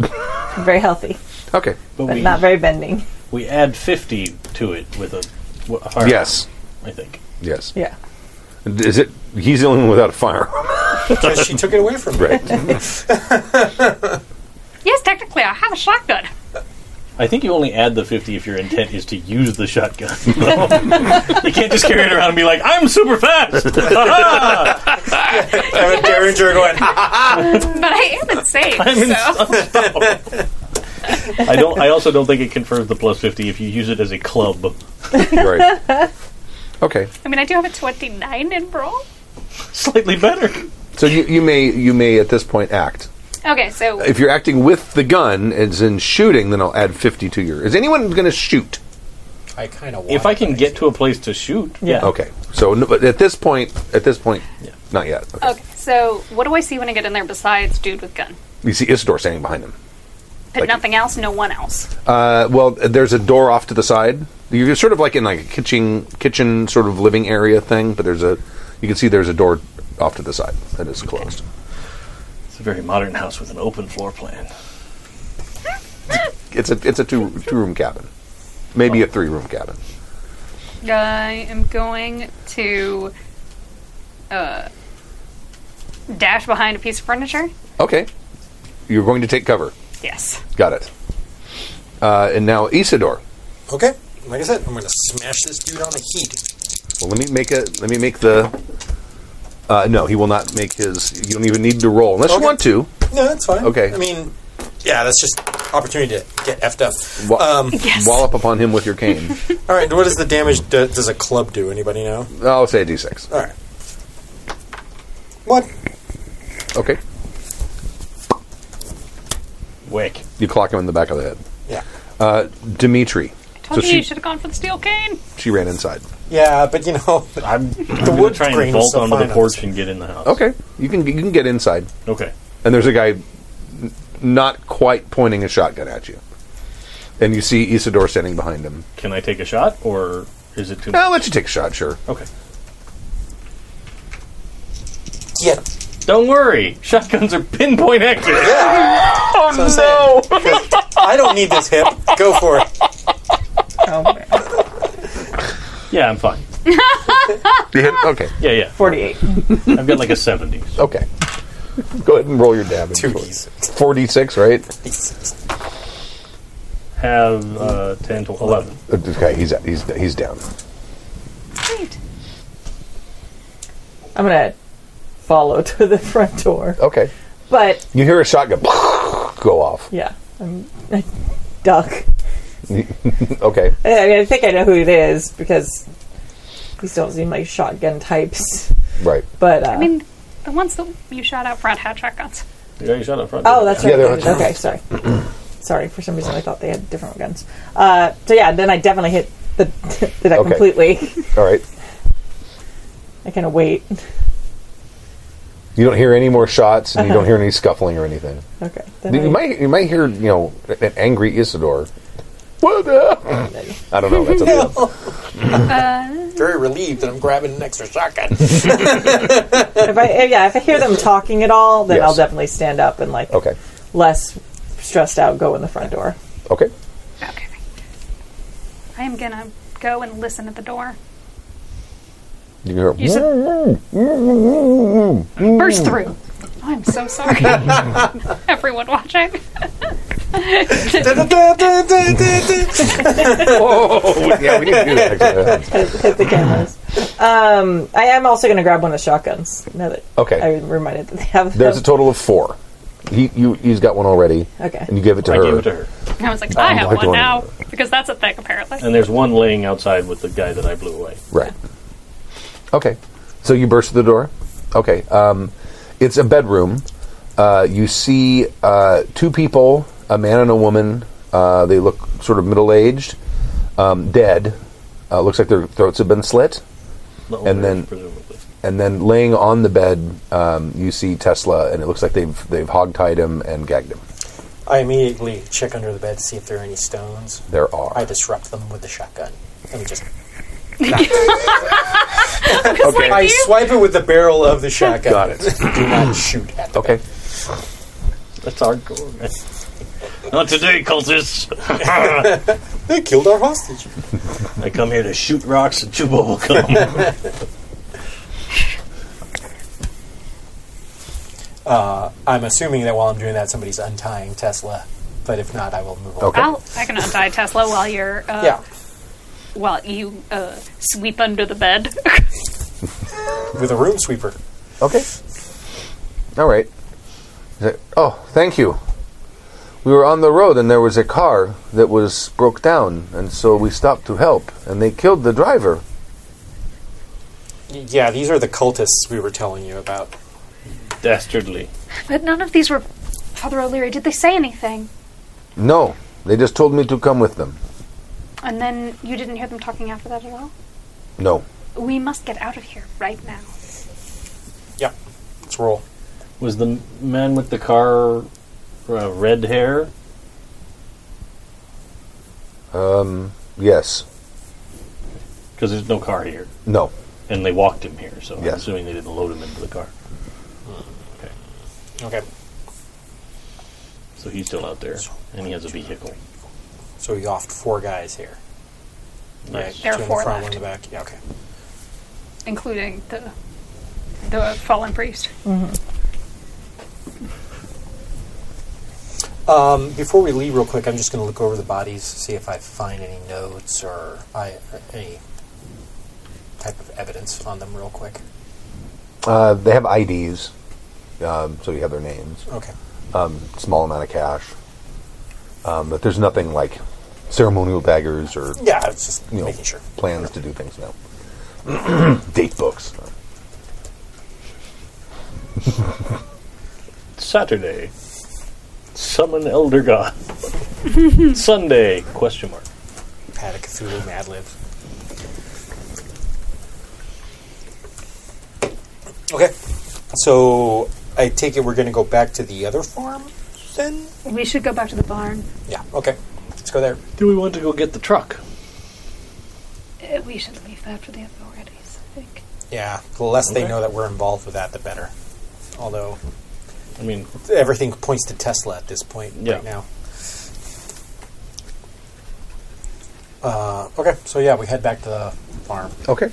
Speaker 3: I'm very healthy,
Speaker 2: Okay.
Speaker 5: But,
Speaker 3: but
Speaker 5: we,
Speaker 3: not very bending.
Speaker 5: we add 50 to it with a, w- a firearm,
Speaker 2: Yes.
Speaker 5: I think.
Speaker 2: Yes.
Speaker 3: Yeah.
Speaker 2: Is it? He's the only one without a firearm,
Speaker 8: Because she took it away from me.
Speaker 2: right?
Speaker 6: Yes, technically, I have a shotgun.
Speaker 5: I think you only add the 50 if your intent is to use the shotgun. though. you can't just carry it around and be like, I'm super fast! Ha-ha!
Speaker 8: And Derringer going,
Speaker 6: But I am insane,
Speaker 5: I'm in-
Speaker 6: so
Speaker 5: I, don't, I also don't think it confers the plus 50 if you use it as a club.
Speaker 2: right. Okay.
Speaker 6: I mean, I do have a twenty-nine in brawl.
Speaker 5: Slightly better.
Speaker 2: So you, you may you may at this point act.
Speaker 6: Okay, so
Speaker 2: If you're acting with the gun, as in shooting, then I'll add fifty to your. Is anyone going to shoot?
Speaker 8: I kind of
Speaker 5: If I can get to a place to shoot, yeah.
Speaker 2: Okay. So no, but at this point, at this point, not yet. Okay.
Speaker 6: okay, so what do I see when I get in there besides dude with gun?
Speaker 2: You see Isidore standing behind him.
Speaker 6: But
Speaker 2: Like-
Speaker 6: nothing else, no one else.
Speaker 2: Uh, well, there's a door off to the side. You're sort of like in like a kitchen, kitchen sort of living area thing, but there's a, you can see there's a door off to the side that is closed.
Speaker 5: It's a very modern house with an open floor plan.
Speaker 2: It's a it's a two two room cabin, maybe a three room cabin.
Speaker 6: I am going to uh, dash behind a piece of furniture.
Speaker 2: Okay, you're going to take cover.
Speaker 6: Yes.
Speaker 2: Got it. Uh, and now Isidore.
Speaker 8: Okay. Like I said, I'm going to smash this dude on the heat.
Speaker 2: Well, let me make a let me make the. Uh, no, he will not make his. You don't even need to roll unless you
Speaker 8: Okay.
Speaker 2: want to.
Speaker 8: No, that's fine.
Speaker 2: Okay.
Speaker 8: I mean, yeah, that's just opportunity to get effed up.
Speaker 2: Wa-
Speaker 8: Um,
Speaker 2: Wallop upon him with your cane.
Speaker 8: All right, what is the damage? Do, does a club do? Anybody know?
Speaker 2: I'll say a d6.
Speaker 8: All right. What?
Speaker 2: Okay,
Speaker 5: Wick.
Speaker 2: you clock him in the back of the head.
Speaker 8: Yeah.
Speaker 2: Uh, Dimitri.
Speaker 6: I told
Speaker 2: So
Speaker 6: you
Speaker 2: she-
Speaker 6: you should have gone for the steel cane.
Speaker 2: She ran inside.
Speaker 8: Yeah, but you know,
Speaker 5: I'm, I'm going to
Speaker 8: wood
Speaker 5: try and
Speaker 8: grain
Speaker 5: vault
Speaker 8: is so
Speaker 5: onto
Speaker 8: fine
Speaker 5: the
Speaker 8: on
Speaker 5: porch
Speaker 8: this.
Speaker 5: and get in the house.
Speaker 2: Okay, you can you can get inside,
Speaker 5: Okay.
Speaker 2: and there's a guy n- not quite pointing a shotgun at you, and you see Isidore standing behind him.
Speaker 5: Can I take a shot, or is it too much?
Speaker 2: I'll let you take a shot, sure.
Speaker 5: Okay.
Speaker 8: yeah.
Speaker 5: Don't worry. Shotguns are pinpoint accurate. Oh,
Speaker 8: that's what I'm saying. I don't need this hip. Go for it.
Speaker 3: Oh, man.
Speaker 5: Yeah, I'm fine.
Speaker 2: You hit- Okay,
Speaker 5: Yeah, yeah.
Speaker 3: 48.
Speaker 5: I've got like a 70.
Speaker 2: okay. Go ahead and roll your damage.
Speaker 8: Two Ds.
Speaker 2: Forty-six, right?
Speaker 5: Have uh, 10 to 11.
Speaker 2: Okay, he's he's he's down.
Speaker 6: Wait.
Speaker 3: I'm going to follow to the front door.
Speaker 2: Okay,
Speaker 3: But,
Speaker 2: you hear a shotgun go off.
Speaker 3: yeah, I'm, I duck.
Speaker 2: Okay,
Speaker 3: I, mean, I think I know who it is because these don't seem like shotgun types.
Speaker 2: right.
Speaker 3: But, uh,
Speaker 6: I mean, the ones that you shot out front had shotguns.
Speaker 5: The guy you shot up front.
Speaker 3: Oh, that's
Speaker 2: Yeah,
Speaker 3: right.
Speaker 2: they're
Speaker 3: they did. okay, sorry. sorry, for some reason I thought they had different guns. Uh, so yeah, then I definitely hit the the deck
Speaker 2: Okay.
Speaker 3: completely.
Speaker 2: All right.
Speaker 3: I kind of wait.
Speaker 2: You don't hear any more shots, and you don't hear any scuffling or anything.
Speaker 3: Okay. Then
Speaker 2: You
Speaker 3: I-
Speaker 2: might you might hear you know an angry Isidore. What? the- I don't know. That's a
Speaker 8: Very relieved that I'm grabbing an extra shotgun.
Speaker 3: if I if- yeah, if I hear them talking at all, then
Speaker 2: Yes.
Speaker 3: I'll definitely stand up and like
Speaker 2: Okay.
Speaker 3: less stressed out, go in the front door.
Speaker 2: Okay.
Speaker 6: Okay. I am gonna go and listen at the door.
Speaker 2: You can hear.
Speaker 6: You said
Speaker 2: Mm.
Speaker 6: burst through. Oh, I'm so sorry, everyone watching.
Speaker 2: Oh, yeah, we need to do that. actually.
Speaker 3: Hit, hit the cameras. Um, I am also going to grab one of the shotguns. Now that
Speaker 2: Okay.
Speaker 3: I was reminded that they have
Speaker 2: There's a
Speaker 3: them.
Speaker 2: total of four. He you he's got one already.
Speaker 3: Okay.
Speaker 2: And you give it to
Speaker 5: I
Speaker 2: her.
Speaker 5: gave it to her.
Speaker 6: I was like, I have
Speaker 2: I
Speaker 6: one
Speaker 2: don't-
Speaker 6: now because that's a thing apparently.
Speaker 5: And there's one laying outside with the guy that I blew away.
Speaker 2: Right. Okay. So you burst through the door. Okay. Um, it's a bedroom. Uh, you see uh, two people, a man and a woman. Uh, they look sort of middle aged, um, dead. Uh, looks like their throats have been slit.
Speaker 5: The
Speaker 2: And
Speaker 5: owner,
Speaker 2: then-
Speaker 5: presumably.
Speaker 2: And then laying on the bed, um, you see Tesla, and it looks like they've they've hogtied him and gagged him.
Speaker 8: I immediately check under the bed to see if there are any stones.
Speaker 2: There are.
Speaker 8: I disrupt them with the shotgun. Let me just
Speaker 2: Okay.
Speaker 4: I swipe it with the barrel of the shotgun.
Speaker 2: Got it.
Speaker 4: Do not shoot at the
Speaker 2: Okay.
Speaker 5: That's hardcore. Not today, cultists.
Speaker 4: They killed our hostage.
Speaker 5: I come here to shoot rocks and chew bubblegum.
Speaker 4: I'm assuming that while I'm doing that, somebody's untying Tesla. But if not, I will move on.
Speaker 2: Okay.
Speaker 6: I'll, I can untie Tesla while you're uh,
Speaker 4: Yeah,
Speaker 6: while you uh, sweep under the bed.
Speaker 4: with a room sweeper.
Speaker 2: Okay. All right. Is it- Oh, thank you. We were on the road and there was a car that was broke down, and so we stopped to help, and they killed the driver.
Speaker 4: Y- Yeah, these are the cultists we were telling you about.
Speaker 5: Dastardly.
Speaker 6: but none of these were Father O'Leary. Did they say anything?
Speaker 2: No, they just told me to come with them.
Speaker 6: And then you didn't hear them talking after that at all.
Speaker 2: No.
Speaker 6: We must get out of here right now.
Speaker 4: Yep. Let's roll.
Speaker 5: Was the man with the car uh, red hair?
Speaker 2: Um, yes.
Speaker 5: Because there's no car here,
Speaker 2: No.
Speaker 5: and they walked him here, so
Speaker 2: Yes.
Speaker 5: I'm assuming they didn't load him into the car.
Speaker 4: Okay.
Speaker 5: So he's still out there, and he has a vehicle.
Speaker 4: So we offed four guys here. Right.
Speaker 6: There are
Speaker 4: Two in
Speaker 6: four
Speaker 4: the front,
Speaker 6: left.
Speaker 4: one in the back. Yeah. Okay.
Speaker 6: including the the fallen priest.
Speaker 4: Um, before we leave, real quick, I'm just going to look over the bodies, see if I find any notes or I, any type of evidence on them, real quick.
Speaker 2: Uh, they have IDs, um, so you have their names.
Speaker 4: Okay.
Speaker 2: Um, small amount of cash. Um, but there's nothing like ceremonial daggers or
Speaker 4: Yeah, it's just
Speaker 2: you know,
Speaker 4: making sure.
Speaker 2: plans to do things now. Date books.
Speaker 5: Saturday, summon elder god. Sunday? Question mark.
Speaker 4: Had a Cthulhu Mad Lib. Okay. So I take it we're going to go back to the other farm then?
Speaker 6: We should go back to the barn.
Speaker 4: Yeah. Okay. Let's go there.
Speaker 5: Do we want to go get the truck?
Speaker 6: Uh, We should leave that for the authorities. I think.
Speaker 4: Yeah. The less they
Speaker 5: Okay.
Speaker 4: know that we're involved with that, the better. Although
Speaker 5: I mean,
Speaker 4: everything points to Tesla at this point
Speaker 5: Yeah.
Speaker 4: right now. Uh, okay, so yeah, we head back to the farm.
Speaker 2: Okay.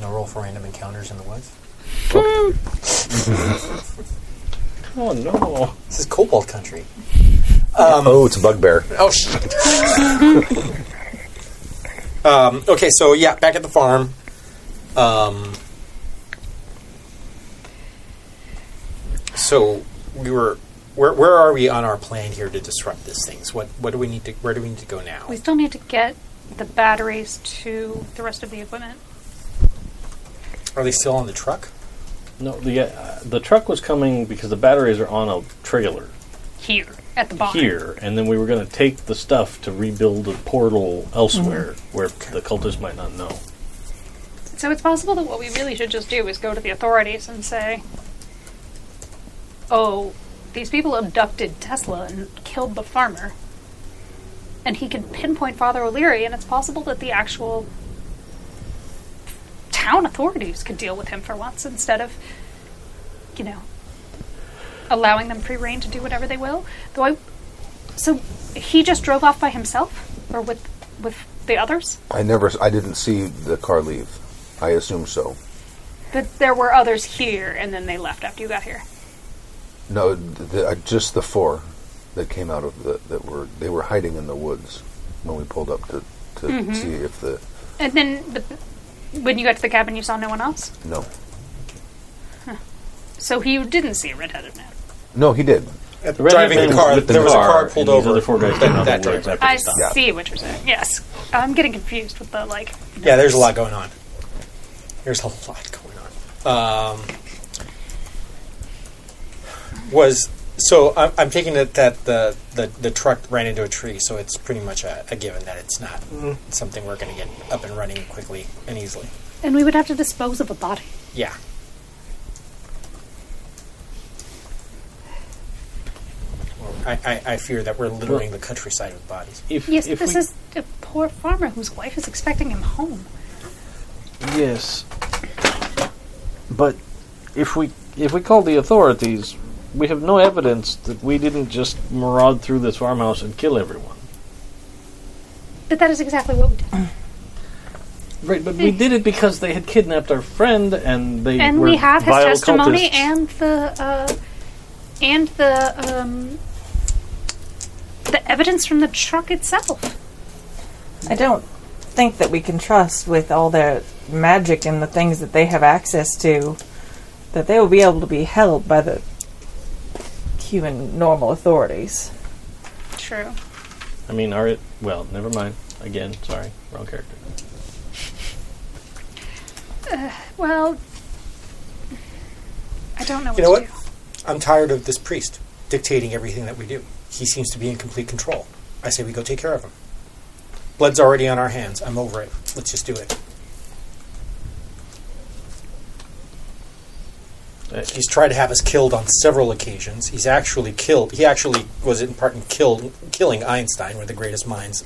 Speaker 4: No roll for random encounters in the woods.
Speaker 5: oh no.
Speaker 4: This is Cobalt Country.
Speaker 2: oh, it's a bugbear.
Speaker 4: Oh shit. um, okay, so yeah, back at the farm. Um, so we were. Where, where are we on our plan here to disrupt these things? What what do we need to? Where do we need to go now?
Speaker 6: We still need to get the batteries to the rest of the equipment.
Speaker 4: Are they still on the truck?
Speaker 5: No, the uh, the truck was coming because the batteries are on a trailer
Speaker 6: Here at the barn.
Speaker 5: here, and then we were going to take the stuff to rebuild a portal elsewhere
Speaker 6: Mm-hmm.
Speaker 5: where the cultists might not know.
Speaker 6: So it's possible that what we really should just do is go to the authorities and say, "Oh, these people abducted Tesla and killed the farmer." And he can pinpoint Father O'Leary, and it's possible that the actual town authorities could deal with him for once instead of, you know, allowing them free reign to do whatever they will. Though I, so he just drove off by himself, or with with the others.
Speaker 2: I never. I didn't see the car leave. I assume so.
Speaker 6: But there were others here, and then they left after you got here.
Speaker 2: No, th the, uh, just the four that came out of the that were they were hiding in the woods when we pulled up to to see if the
Speaker 6: And then, but when you got to the cabin, you saw no one else.
Speaker 2: no
Speaker 6: So he didn't see a red-headed man.
Speaker 2: no he did.
Speaker 5: The red
Speaker 4: Driving
Speaker 5: van
Speaker 4: the
Speaker 5: was
Speaker 4: car,
Speaker 5: with the
Speaker 4: there was a
Speaker 5: car,
Speaker 4: car
Speaker 5: and
Speaker 4: pulled
Speaker 5: these
Speaker 4: over.
Speaker 5: other four guys came out
Speaker 4: That
Speaker 5: of the woods
Speaker 4: driver.
Speaker 5: after
Speaker 6: I
Speaker 5: they stopped.
Speaker 6: see what you're saying. Yes, I'm getting confused with the like.
Speaker 4: Yeah, there's a lot going on. There's a lot going on. Um, was so I'm, I'm taking it that the, the the truck ran into a tree, so it's pretty much a, a given that it's not something we're going to get up and running quickly and easily.
Speaker 6: And we would have to dispose of a body.
Speaker 4: Yeah. Well, I, I, I fear that we're littering the countryside with bodies.
Speaker 5: If,
Speaker 6: Yes,
Speaker 5: if
Speaker 6: this
Speaker 5: we,
Speaker 6: is protect a poor farmer whose wife is expecting him home.
Speaker 5: Yes. But if we if we call the authorities, we have no evidence that we didn't just maraud through this farmhouse and kill everyone.
Speaker 6: But that is exactly what we did.
Speaker 5: Right, but we did it because they had kidnapped our friend and they
Speaker 6: and
Speaker 5: were
Speaker 6: we have his
Speaker 5: vile
Speaker 6: testimony
Speaker 5: cultists.
Speaker 6: and the uh, and the um, the evidence from the truck itself.
Speaker 3: I don't think that we can trust with all their magic and the things that they have access to that they will be able to be held by the human normal authorities.
Speaker 6: True.
Speaker 5: I mean, are it well, never mind. Again, sorry, wrong character.
Speaker 6: Well, I don't know what
Speaker 4: You know
Speaker 6: to
Speaker 4: what?
Speaker 6: do.
Speaker 4: I'm tired of this priest dictating everything that we do. He seems to be in complete control. I say we go take care of him. Blood's already on our hands. I'm over it. Let's just do it.
Speaker 5: Uh,
Speaker 4: He's tried to have us killed on several occasions. He's actually killed. He actually was in part in killed, killing Einstein, one of the greatest minds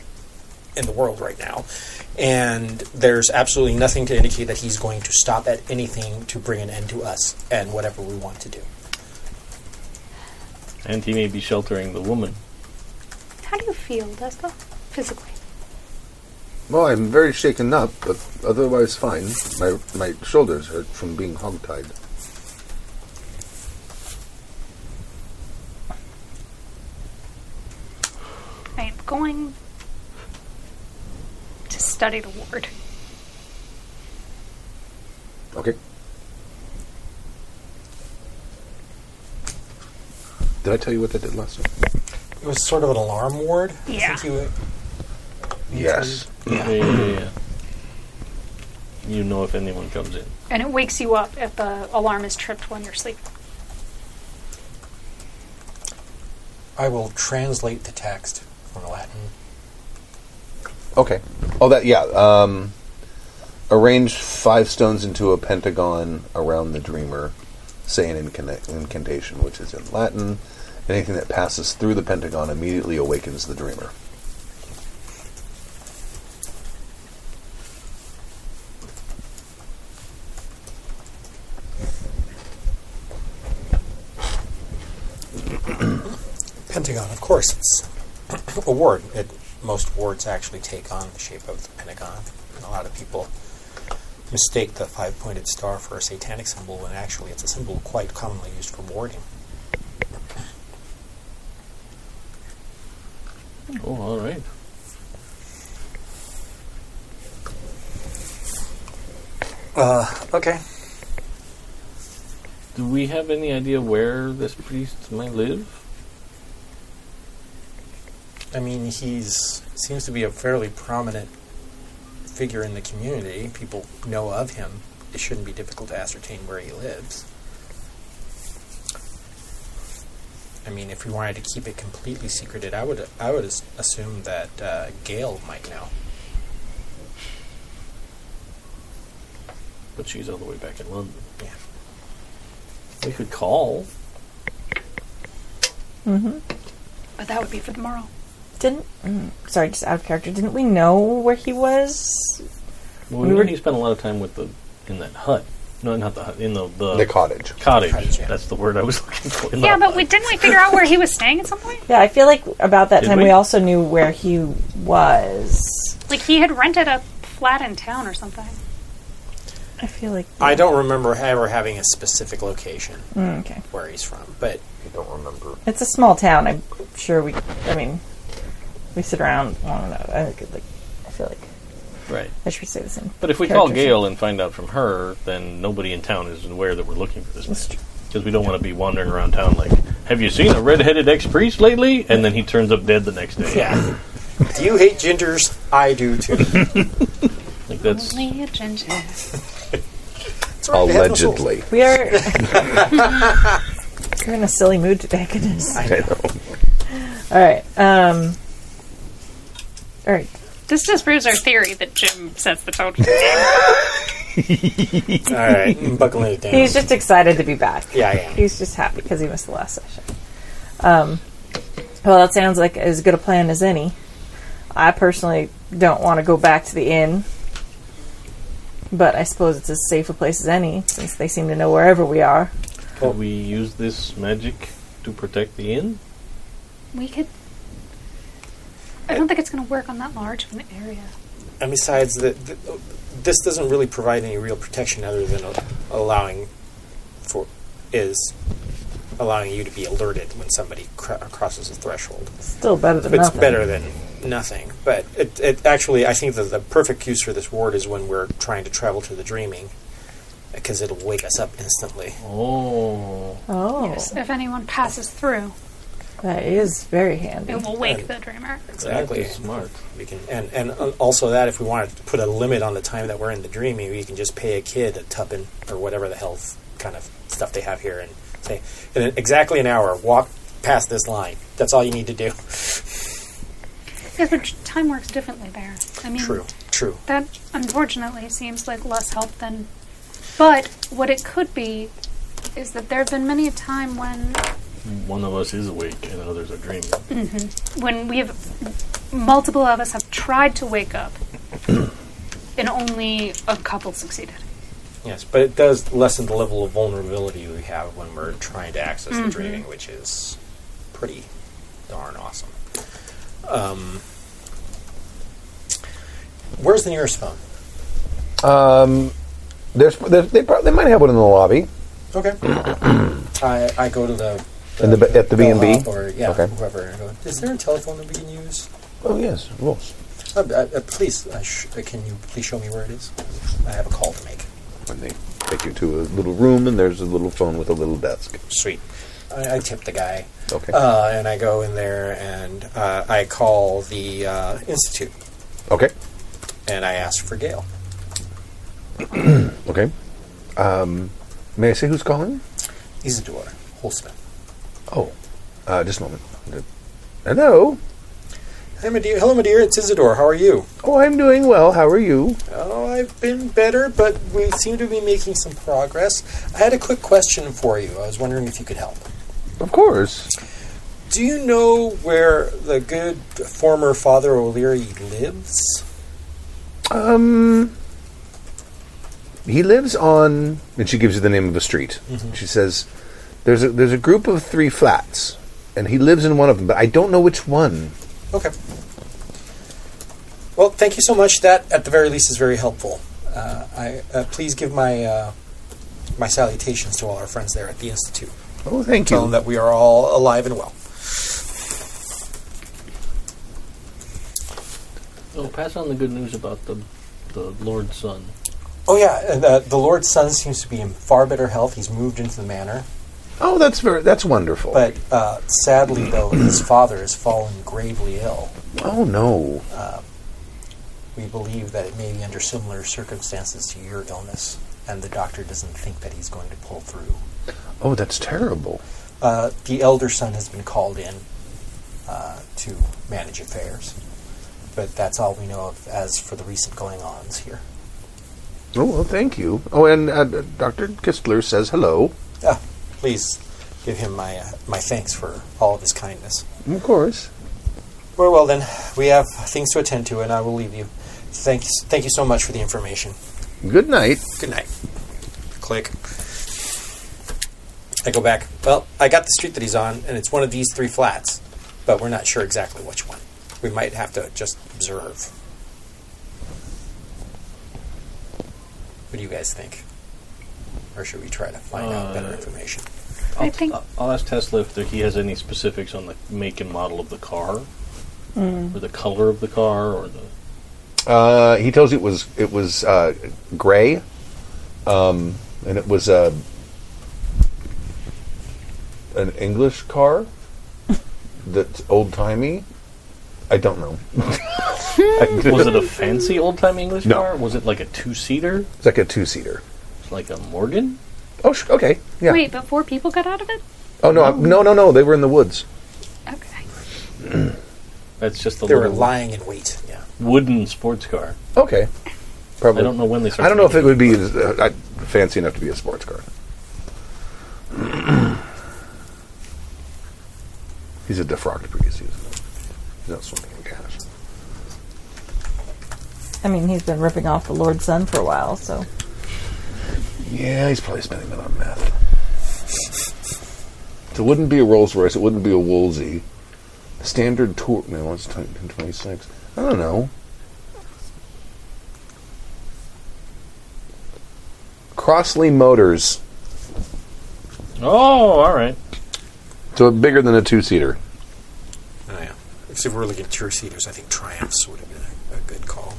Speaker 4: in the world right now. And there's absolutely nothing to indicate that he's going to stop at anything to bring an end to us and whatever we want to do.
Speaker 5: And he may be sheltering the woman.
Speaker 6: How do you feel, Desla? Physically.
Speaker 10: Well, I'm very shaken up, but otherwise fine. My my shoulders hurt from being hogtied.
Speaker 6: I am going to study the ward.
Speaker 10: Okay. Did I tell you what I did last night?
Speaker 4: It was sort of an alarm ward. I
Speaker 6: Yeah.
Speaker 4: think you,
Speaker 2: Yes.
Speaker 5: Yeah, yeah, yeah, yeah. You know if anyone comes in.
Speaker 6: And it wakes you up if the alarm is tripped when you're asleep.
Speaker 4: I will translate the text from Latin.
Speaker 2: Okay. Oh, that yeah. Um, arrange five stones into a pentagon around the dreamer. Say an incant- incantation, which is in Latin. Anything that passes through the pentagon immediately awakens the dreamer.
Speaker 4: Pentagon, of course, it's a ward. It, most wards actually take on the shape of the pentagon. And a lot of people mistake the five-pointed star for a satanic symbol when actually it's a symbol quite commonly used for warding.
Speaker 5: Oh, all right.
Speaker 4: Okay.
Speaker 5: Do we have any idea where this priest might live?
Speaker 4: I mean, he's seems to be a fairly prominent figure in the community. People know of him. It shouldn't be difficult to ascertain where he lives. I mean, if we wanted to keep it completely secreted, I would I would as- assume that uh, Gail might know.
Speaker 5: But she's all the way back in London.
Speaker 4: Yeah.
Speaker 5: We could call.
Speaker 10: Uh,
Speaker 6: But that would be for tomorrow.
Speaker 3: Didn't mm, sorry, just out of character. Didn't we know where he was?
Speaker 5: Well, we
Speaker 3: We were-
Speaker 5: already spent a lot of time with the in that hut. No, not the hut. In the the,
Speaker 2: The cottage.
Speaker 5: cottage.
Speaker 4: Cottage, yeah.
Speaker 5: That's the word I was looking for. in the
Speaker 6: Yeah, but
Speaker 5: hut.
Speaker 6: we didn't we figure out where he was staying at some point?
Speaker 3: Yeah, I feel like about that
Speaker 5: Did
Speaker 3: time we?
Speaker 5: we?
Speaker 3: also knew where he was.
Speaker 6: Like he had rented a flat in town or something.
Speaker 3: I feel like
Speaker 4: I don't remember ever having a specific location
Speaker 3: Mm, okay.
Speaker 4: where he's from, but
Speaker 2: I don't remember.
Speaker 3: It's a small town. I'm sure we. I mean, we sit around. I don't know. I could like. I feel like
Speaker 5: right.
Speaker 3: I should say the same.
Speaker 5: But if we call
Speaker 3: character.
Speaker 5: Gail and find out from her, then nobody in town is aware that we're looking for this man. Because we don't want to be wandering around town like, have you seen a red-headed ex-priest lately? And then he turns up dead the next day.
Speaker 4: yeah. do you hate gingers? I do too.
Speaker 5: Like that's
Speaker 6: Only a ginger.
Speaker 4: It's all right, they have no soul.
Speaker 2: Allegedly.
Speaker 3: we are. we're in a silly mood today, goodness.
Speaker 4: I know.
Speaker 3: All right. Um. All right.
Speaker 6: This disproves our theory that Jim sets the tone. for the
Speaker 4: All right, I'm buckling it down.
Speaker 3: He's just excited to be back.
Speaker 4: yeah, I am.
Speaker 3: He's just happy because he missed the last session. Um, well, that sounds like as good a plan as any. I personally don't want to go back to the inn. But I suppose it's as safe a place as any, since they seem to know wherever we are.
Speaker 5: Could we use this magic to protect the inn?
Speaker 10: We could. I don't think it's going to work on that large of an area.
Speaker 4: And besides, the, the, this doesn't really provide any real protection other than a, allowing for is allowing you to be alerted when somebody cr- crosses a threshold.
Speaker 3: Still better than
Speaker 4: it's
Speaker 3: nothing.
Speaker 4: better than nothing. But it, it actually, I think that the perfect use for this ward is when we're trying to travel to the dreaming, because it'll wake us up instantly.
Speaker 5: Oh.
Speaker 3: Oh,
Speaker 10: Yes, if anyone passes through,
Speaker 3: that is very handy.
Speaker 10: it will wake the dreamer.
Speaker 4: Exactly.
Speaker 5: That's smart.
Speaker 4: We can, and and uh, also that if we wanted to put a limit on the time that we're in the dreaming, we can just pay a kid a tuppin or whatever the hell kind of stuff they have here, and say, in exactly an hour, walk past this line. That's all you need to do.
Speaker 10: Yes, but time works differently there. I mean,
Speaker 4: True. True.
Speaker 10: that unfortunately seems like less help than. But what it could be is that there have been many a time when
Speaker 5: One of us is awake and others are dreaming.
Speaker 10: when we have multiple of us have tried to wake up, and only a couple succeeded.
Speaker 4: Yes, but it does lessen the level of vulnerability we have when we're trying to access the dreaming, which is pretty darn awesome. Um, where's the nearest phone?
Speaker 2: Um, there's, there's they, prob- they might have one in the lobby.
Speaker 4: Okay. I, I go to the.
Speaker 2: In the b- at the B&B?
Speaker 4: bellhop Or, yeah,
Speaker 2: Okay.
Speaker 4: whoever. I go, Is there a telephone that we can use?
Speaker 2: Oh yes, of course.
Speaker 4: Uh, uh, please, uh, sh- uh, can you please show me where it is? I have a call to make.
Speaker 2: And they take you to a little room, and there's a little phone with a little desk.
Speaker 4: Sweet. I, I tip the guy.
Speaker 2: Okay.
Speaker 4: Uh, and I go in there and uh, I call the uh, institute
Speaker 2: okay.
Speaker 4: and I ask for Gail.
Speaker 2: Okay. Um, may I say who's calling?
Speaker 4: Isidore Holzman.
Speaker 2: Oh, uh, just a moment. Hello.
Speaker 4: Hey, my dear. Hello, my dear. It's Isidore. How are you?
Speaker 2: Oh, I'm doing well. How are you?
Speaker 4: Oh, I've been better, but we seem to be making some progress. I had a quick question for you. I was wondering if you could help.
Speaker 2: Of course.
Speaker 4: Do you know where the good former Father O'Leary lives?
Speaker 2: Um, he lives on, and she gives you the name of a street. She says, "There's a there's a group of three flats, and he lives in one of them, but I don't know which one."
Speaker 4: Okay. Well, thank you so much. That, at the very least, is very helpful. Uh, I uh, please give my uh, my salutations to all our friends there at the institute.
Speaker 2: Oh, thank
Speaker 4: Tell them that we are all alive and well.
Speaker 5: Oh, pass on the good news about the the Lord's son.
Speaker 4: Oh yeah, and, uh, the Lord's son seems to be in far better health. He's moved into the manor,
Speaker 2: Oh, that's very that's wonderful.
Speaker 4: but uh, sadly, though, his father has fallen gravely ill.
Speaker 2: oh no.
Speaker 4: We believe that it may be under similar circumstances to your illness, and the doctor doesn't think that he's going to pull through.
Speaker 2: Oh, that's terrible.
Speaker 4: Uh, the elder son has been called in uh, to manage affairs, but that's all we know of as for the recent going-ons here.
Speaker 2: Oh, well, thank you. Oh, and uh, Doctor Kistler says hello.
Speaker 4: Ah, please give him my uh, my thanks for all of his kindness.
Speaker 2: Of course.
Speaker 4: Well, well then, we have things to attend to, and I will leave you. Thanks, thank you so much for the information.
Speaker 2: Good night.
Speaker 4: Good night. Click. I go back. Well, I got the street that he's on, and it's one of these three flats, but we're not sure exactly which one. We might have to just observe. What do you guys think? Or should we try to find out better
Speaker 5: Uh,
Speaker 4: information?
Speaker 10: I think
Speaker 5: I'll- I'll ask Tesla if there, he has any specifics on the make and model of the car, or the color of the car, or the
Speaker 2: Uh, he tells you it was it was uh, gray, um, and it was a an English car that's old timey. I don't know.
Speaker 5: was it a fancy old time English
Speaker 2: No.
Speaker 5: car? Was it like a two seater,
Speaker 2: It's like a two seater.
Speaker 5: like a Morgan?
Speaker 2: Oh, sh- okay. Yeah.
Speaker 10: Wait, but four people got out of it.
Speaker 2: Oh no, I- no, no, no. They were in the woods.
Speaker 10: Okay.
Speaker 5: That's just the
Speaker 4: They were
Speaker 5: little
Speaker 4: lying in wait. Yeah.
Speaker 5: wooden sports car.
Speaker 2: Okay. Probably.
Speaker 5: I don't know when they.
Speaker 2: I don't know if it
Speaker 5: started
Speaker 2: would be as, uh, uh, fancy enough to be a sports car. He's a defrocked Prius. He's he's not swimming in gas.
Speaker 3: I mean, he's been ripping off the Lord's Son for a while, so.
Speaker 2: Yeah, he's probably spending it on meth. So it wouldn't be a Rolls Royce. It wouldn't be a Woolsey. Standard tour. No, it's 26. I don't know. Crossley Motors.
Speaker 5: Oh, all right.
Speaker 2: So bigger than a two seater.
Speaker 8: Oh, yeah. Except we're looking at two seaters. I think Triumphs would have been a, a good call.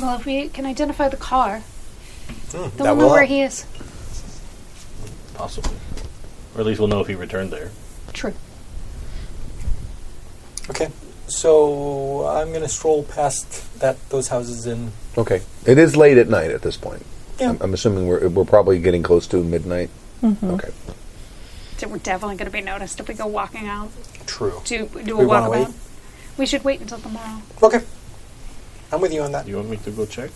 Speaker 6: Well, if we can identify the car,
Speaker 8: Hmm,
Speaker 6: then we'll know where he is.
Speaker 5: Possibly. Or at least we'll know if he returned there.
Speaker 6: True.
Speaker 8: Okay. So I'm going to stroll past that those houses in.
Speaker 2: Okay. It is late at night at this point.
Speaker 8: Yeah.
Speaker 2: I'm, I'm assuming we're, we're probably getting close to midnight. Okay.
Speaker 6: So we're definitely going to be noticed if we go walking out.
Speaker 8: True.
Speaker 6: Do do a
Speaker 8: We wanna
Speaker 6: walkabout.
Speaker 8: wait?
Speaker 6: We should wait until tomorrow.
Speaker 8: Okay. I'm with you on that.
Speaker 5: Do you want me to go check?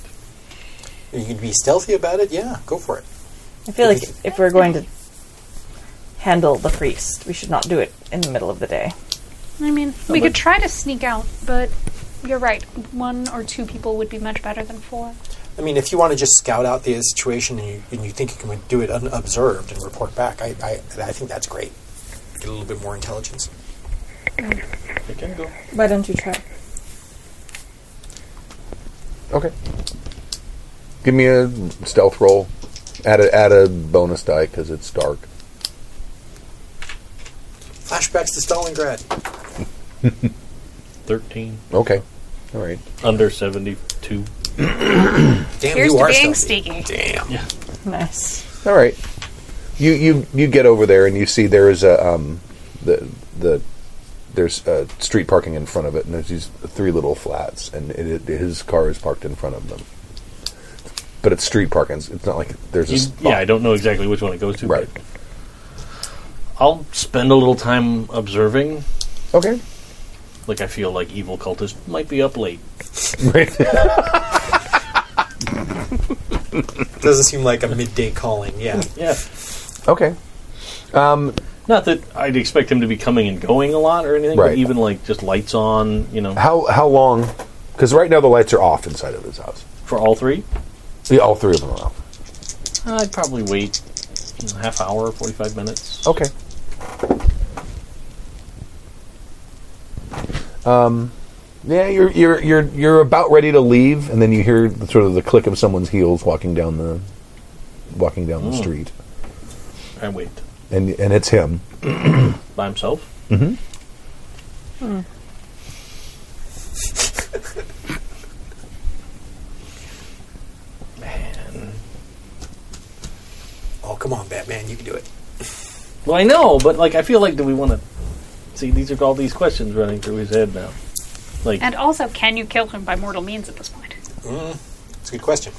Speaker 8: You could be stealthy about it. Yeah, go for it.
Speaker 3: I feel like if we're going to handle the priest, we should not do it in the middle of the day.
Speaker 6: I mean, we
Speaker 5: but-
Speaker 6: could try to sneak out, but you're right. One or two people would be much better than four.
Speaker 8: I mean, if you want to just scout out the situation and you, and you think you can do it unobserved and report back, I, I, I think that's great. Get a little bit more intelligence.
Speaker 5: I can go.
Speaker 3: Why don't you try?
Speaker 2: Okay. Give me a stealth roll. Add a, add a bonus die because it's dark.
Speaker 8: Flashbacks to Stalingrad.
Speaker 5: 13.
Speaker 2: Okay. All right.
Speaker 5: Under 72.
Speaker 8: Damn,
Speaker 6: Here's to
Speaker 8: you are
Speaker 6: being
Speaker 8: stealthy.
Speaker 6: sneaky.
Speaker 8: Damn.
Speaker 3: Nice.
Speaker 2: All right. You you you get over there and you see there is a um the the there's uh, street parking in front of it and there's these three little flats and it, it, his car is parked in front of them. But it's street parking. It's not like there's a
Speaker 5: You-
Speaker 2: spot.
Speaker 5: yeah, I don't know exactly which one it goes to. but
Speaker 2: Right.
Speaker 5: I'll spend a little time observing.
Speaker 2: Okay.
Speaker 5: Like, I feel like evil cultists might be up late.
Speaker 2: Right.
Speaker 8: Doesn't seem like a midday calling. Yeah.
Speaker 5: Yeah.
Speaker 2: okay.
Speaker 5: Not that I'd expect him to be coming and going a lot or anything,
Speaker 2: Right.
Speaker 5: but even, like, just lights on, you know,
Speaker 2: How how long? Because right now the lights are off inside of his house.
Speaker 5: for all three.
Speaker 2: Yeah, all three of them are off.
Speaker 5: I'd probably wait you know, half hour, 45 minutes.
Speaker 2: Okay. Um, yeah, you're you're you're you're about ready to leave, and then you hear the, sort of the click of someone's heels walking down the walking down the
Speaker 5: Mm.
Speaker 2: street,
Speaker 5: I wait.
Speaker 2: and and it's him.
Speaker 5: By himself?
Speaker 8: Oh, come on, Batman. You can do it.
Speaker 5: Well, I know, but, like, I feel like, do we want to. See, these are all these questions running through his head now. Like,
Speaker 6: And also, can you kill him by mortal means at this point?
Speaker 8: It's a good question.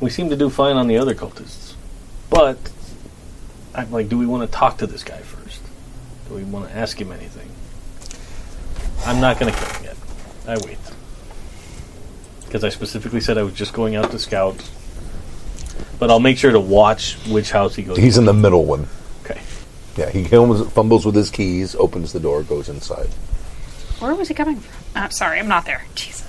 Speaker 5: we seem to do fine on the other cultists. But I'm like, do we want to talk to this guy first? Do we want to ask him anything? I'm not going to kill him yet. I wait. Because I specifically said I was just going out to scout. But I'll make sure to watch which house he goes
Speaker 2: He's
Speaker 5: to.
Speaker 2: in the middle one.
Speaker 5: Okay.
Speaker 2: Yeah, he fumbles, fumbles with his keys, opens the door, goes inside.
Speaker 6: Where was he coming from? Uh, sorry, I'm not there. Jesus.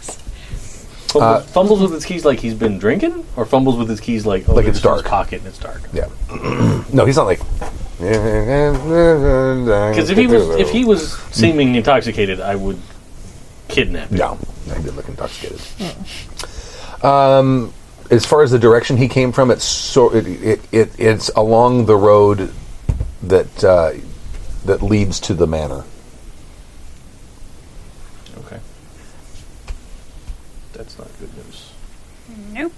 Speaker 2: Uh,
Speaker 5: Fumbles, fumbles with his keys like he's been drinking? Or fumbles with his keys like, oh,
Speaker 2: Like
Speaker 5: they're
Speaker 2: it's
Speaker 5: just in his
Speaker 2: dark.
Speaker 5: pocket and it's dark.
Speaker 2: Yeah. no, he's not like. Because
Speaker 5: Because if he was if he was seeming intoxicated, I would kidnap him.
Speaker 2: No, no, he did look intoxicated. Um, as far as the direction he came from, it's so it, it, it it's along the road that uh, that leads to the manor.
Speaker 5: Okay. That's not good news.
Speaker 6: Nope.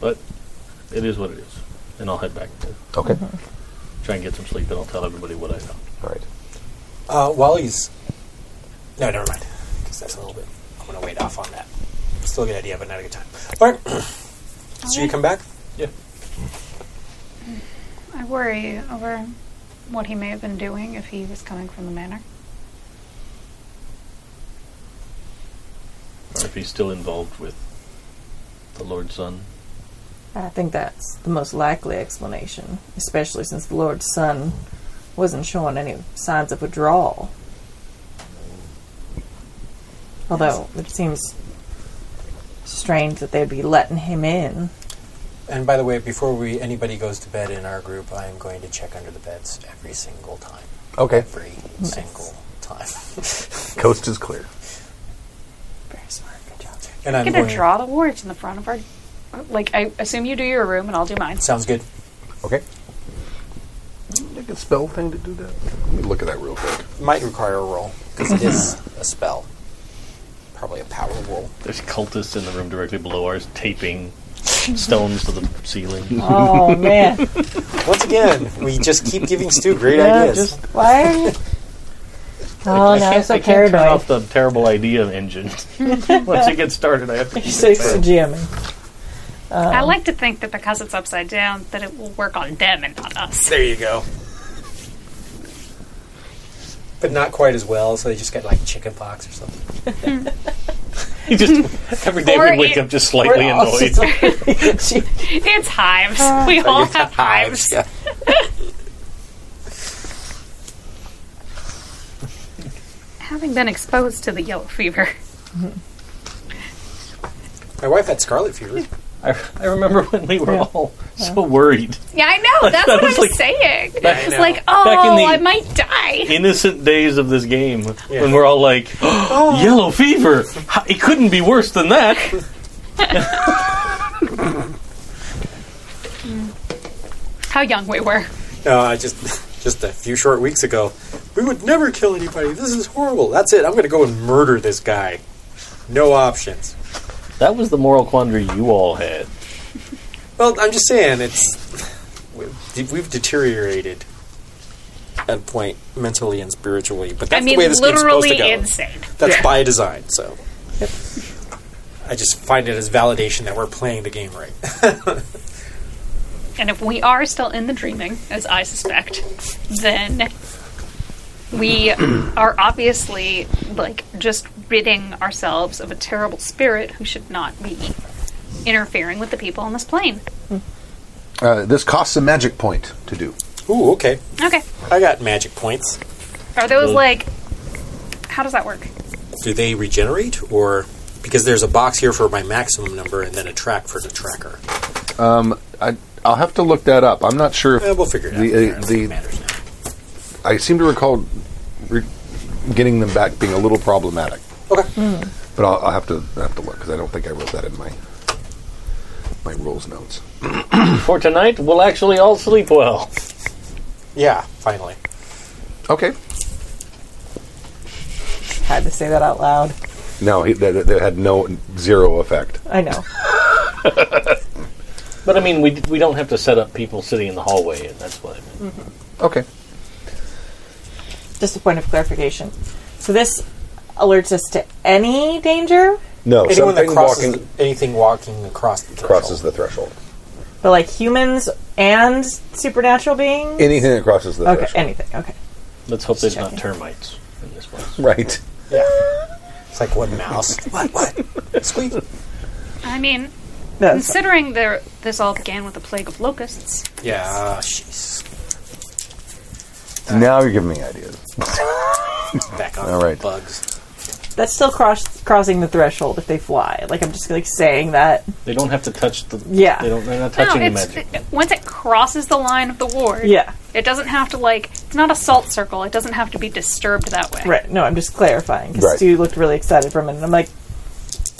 Speaker 5: But it is what it is. And I'll head back to
Speaker 2: Okay,
Speaker 5: try and get some sleep and I'll tell everybody what I found.
Speaker 2: All right.
Speaker 8: Uh, while he's. No, never mind. Because that's a little bit. I'm going to wait off on that. Still a good idea, but not a good time. All right. so you come back?
Speaker 5: Yeah.
Speaker 6: I worry over what he may have been doing if he was coming from the manor.
Speaker 5: Or if he's still involved with the Lord's Son.
Speaker 3: I think that's the most likely explanation, especially since the Lord's Son wasn't showing any signs of withdrawal. Although it seems strange that they'd be letting him in.
Speaker 8: And by the way, before we anybody goes to bed in our group, I am going to check under the beds every single time.
Speaker 4: Okay.
Speaker 8: Every single time.
Speaker 4: Coast is clear.
Speaker 10: Very smart. Good job.
Speaker 8: And I'm
Speaker 10: I'm going
Speaker 8: going.
Speaker 10: to draw the wards in the front of our. Like, I assume you do your room and I'll do mine.
Speaker 8: Sounds good.
Speaker 4: Okay.
Speaker 11: Like a spell thing to do that? Let me look at that real quick.
Speaker 8: Might require a roll because it is a spell. Probably a power roll.
Speaker 5: There's cultists in the room directly below ours taping stones to the ceiling.
Speaker 3: Oh man!
Speaker 8: Once again, we just keep giving Stu great
Speaker 5: Yeah,
Speaker 8: ideas.
Speaker 5: just-
Speaker 3: Why are you? Oh
Speaker 5: I
Speaker 3: no, I'm
Speaker 5: can't,
Speaker 3: so
Speaker 5: I can't turn
Speaker 3: paranoid.
Speaker 5: off the terrible idea engine. Once it gets started, I have to.
Speaker 3: You're
Speaker 5: keep
Speaker 3: so
Speaker 5: it going.
Speaker 3: GMing.
Speaker 10: I
Speaker 8: Oh.
Speaker 10: like to think that because it's upside down, that it will work on them and not us.
Speaker 8: There you go. But not quite as well, so they just get like chicken pox or something.
Speaker 5: You just every day
Speaker 10: Or
Speaker 5: we wake
Speaker 10: it-
Speaker 5: up just slightly
Speaker 3: We're all
Speaker 5: annoyed.
Speaker 3: just like-
Speaker 10: It's hives.
Speaker 8: Uh,
Speaker 10: we all have hives.
Speaker 8: Yeah.
Speaker 10: Having been exposed to the yellow fever.
Speaker 8: My wife had scarlet fever.
Speaker 5: I, I remember when we were all so worried,
Speaker 10: Yeah, I know. That's
Speaker 5: That
Speaker 10: what
Speaker 5: was
Speaker 10: I'm
Speaker 5: like-
Speaker 10: saying.
Speaker 5: Back-
Speaker 10: it's like,
Speaker 5: Back in
Speaker 10: oh,
Speaker 5: the-
Speaker 10: I might die.
Speaker 5: innocent days of this game when we're all like,
Speaker 3: Oh.
Speaker 5: "Yellow fever! How- It couldn't be worse than that."
Speaker 10: How young we were.
Speaker 8: No, I just just a few short weeks ago. We would never kill anybody. This is horrible. That's it. I'm going to go and murder this guy. No options.
Speaker 5: That was the moral quandary you all had.
Speaker 8: Well, I'm just saying it's we've we've deteriorated at a point mentally and spiritually, but that's
Speaker 10: I mean,
Speaker 8: the way this game's supposed to
Speaker 10: literally
Speaker 8: go.
Speaker 10: insane.
Speaker 8: That's by design. So I just find it as validation that we're playing the game right.
Speaker 10: And if we are still in the dreaming, as I suspect, then we are obviously like just ridding ourselves of a terrible spirit who should not be interfering with the people on this plane.
Speaker 2: Uh, this costs a magic point to do.
Speaker 8: Ooh, okay.
Speaker 10: Okay.
Speaker 8: I got magic points.
Speaker 10: Are those like how does that work?
Speaker 8: Do they regenerate or because there's a box here for my maximum number and then a track for the tracker.
Speaker 2: I, I'll have to look that up. I'm not sure if
Speaker 8: Eh, we'll figure it out.
Speaker 2: The- uh,
Speaker 8: Apparently
Speaker 2: the-
Speaker 8: it matters now.
Speaker 2: I seem to recall re- getting them back being a little problematic.
Speaker 8: Okay.
Speaker 2: But I'll, I'll have to I'll have to look because I don't think I wrote that in my my rules notes.
Speaker 5: For tonight, we'll actually all sleep well.
Speaker 8: Yeah, finally.
Speaker 2: Okay.
Speaker 3: Had to say that out loud.
Speaker 2: No, he, that, that had no zero effect.
Speaker 3: I know.
Speaker 5: But I mean, we we don't have to set up people sitting in the hallway, and that's what I mean.
Speaker 2: Okay.
Speaker 3: Just a point of clarification. So this alerts us to any danger,
Speaker 2: No,
Speaker 8: Anyone that
Speaker 2: something
Speaker 8: crosses
Speaker 2: walking
Speaker 8: anything walking across the threshold.
Speaker 2: crosses the threshold.
Speaker 3: but like humans and supernatural beings.
Speaker 2: Anything that crosses the
Speaker 3: okay,
Speaker 2: threshold.
Speaker 3: anything. Okay.
Speaker 5: Let's hope there's
Speaker 3: checking.
Speaker 5: not termites in this place.
Speaker 2: Right.
Speaker 8: It's like one mouse. what? What? Squeak.
Speaker 10: I mean,
Speaker 3: No, that's fine.
Speaker 10: considering there this all began with a plague of locusts.
Speaker 8: Yeah, jeez.
Speaker 2: Now you're giving me ideas.
Speaker 8: Back on
Speaker 2: All right.
Speaker 8: bugs.
Speaker 3: that's still cross- crossing the threshold if they fly. Like I'm just like saying that.
Speaker 5: They don't have to touch the.
Speaker 3: Yeah.
Speaker 5: They don't. They're not touching
Speaker 10: no,
Speaker 5: the
Speaker 10: it's
Speaker 5: magic.
Speaker 10: it- once it crosses the line of the ward.
Speaker 3: Yeah.
Speaker 10: It doesn't have to like it's not a salt circle. It doesn't have to be disturbed that way.
Speaker 3: Right. No, I'm just clarifying because
Speaker 2: Right.
Speaker 3: Stu looked really excited for a minute. I'm like,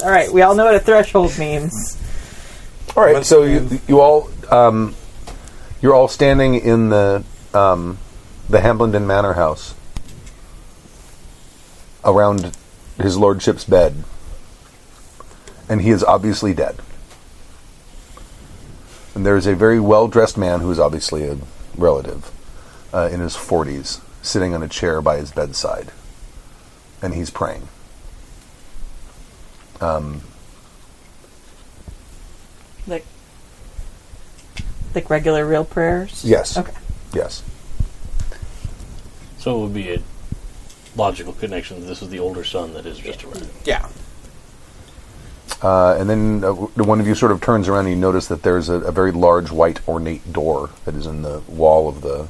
Speaker 3: all right, we all know what a threshold means.
Speaker 2: All right. So you you all um, you're all standing in the um, the Hambledon Manor House around his lordship's bed, and he is obviously dead. And there is a very well dressed man who is obviously a relative uh, in his forties, sitting on a chair by his bedside, and he's praying.
Speaker 3: Like, like regular real prayers.
Speaker 2: Yes.
Speaker 3: Okay.
Speaker 2: Yes.
Speaker 5: So it would be a logical connection. that This is the older son that is just around.
Speaker 8: Yeah.
Speaker 2: Uh, and then uh, w- one of you sort of turns around and you notice that there's a, a very large white ornate door that is in the wall of the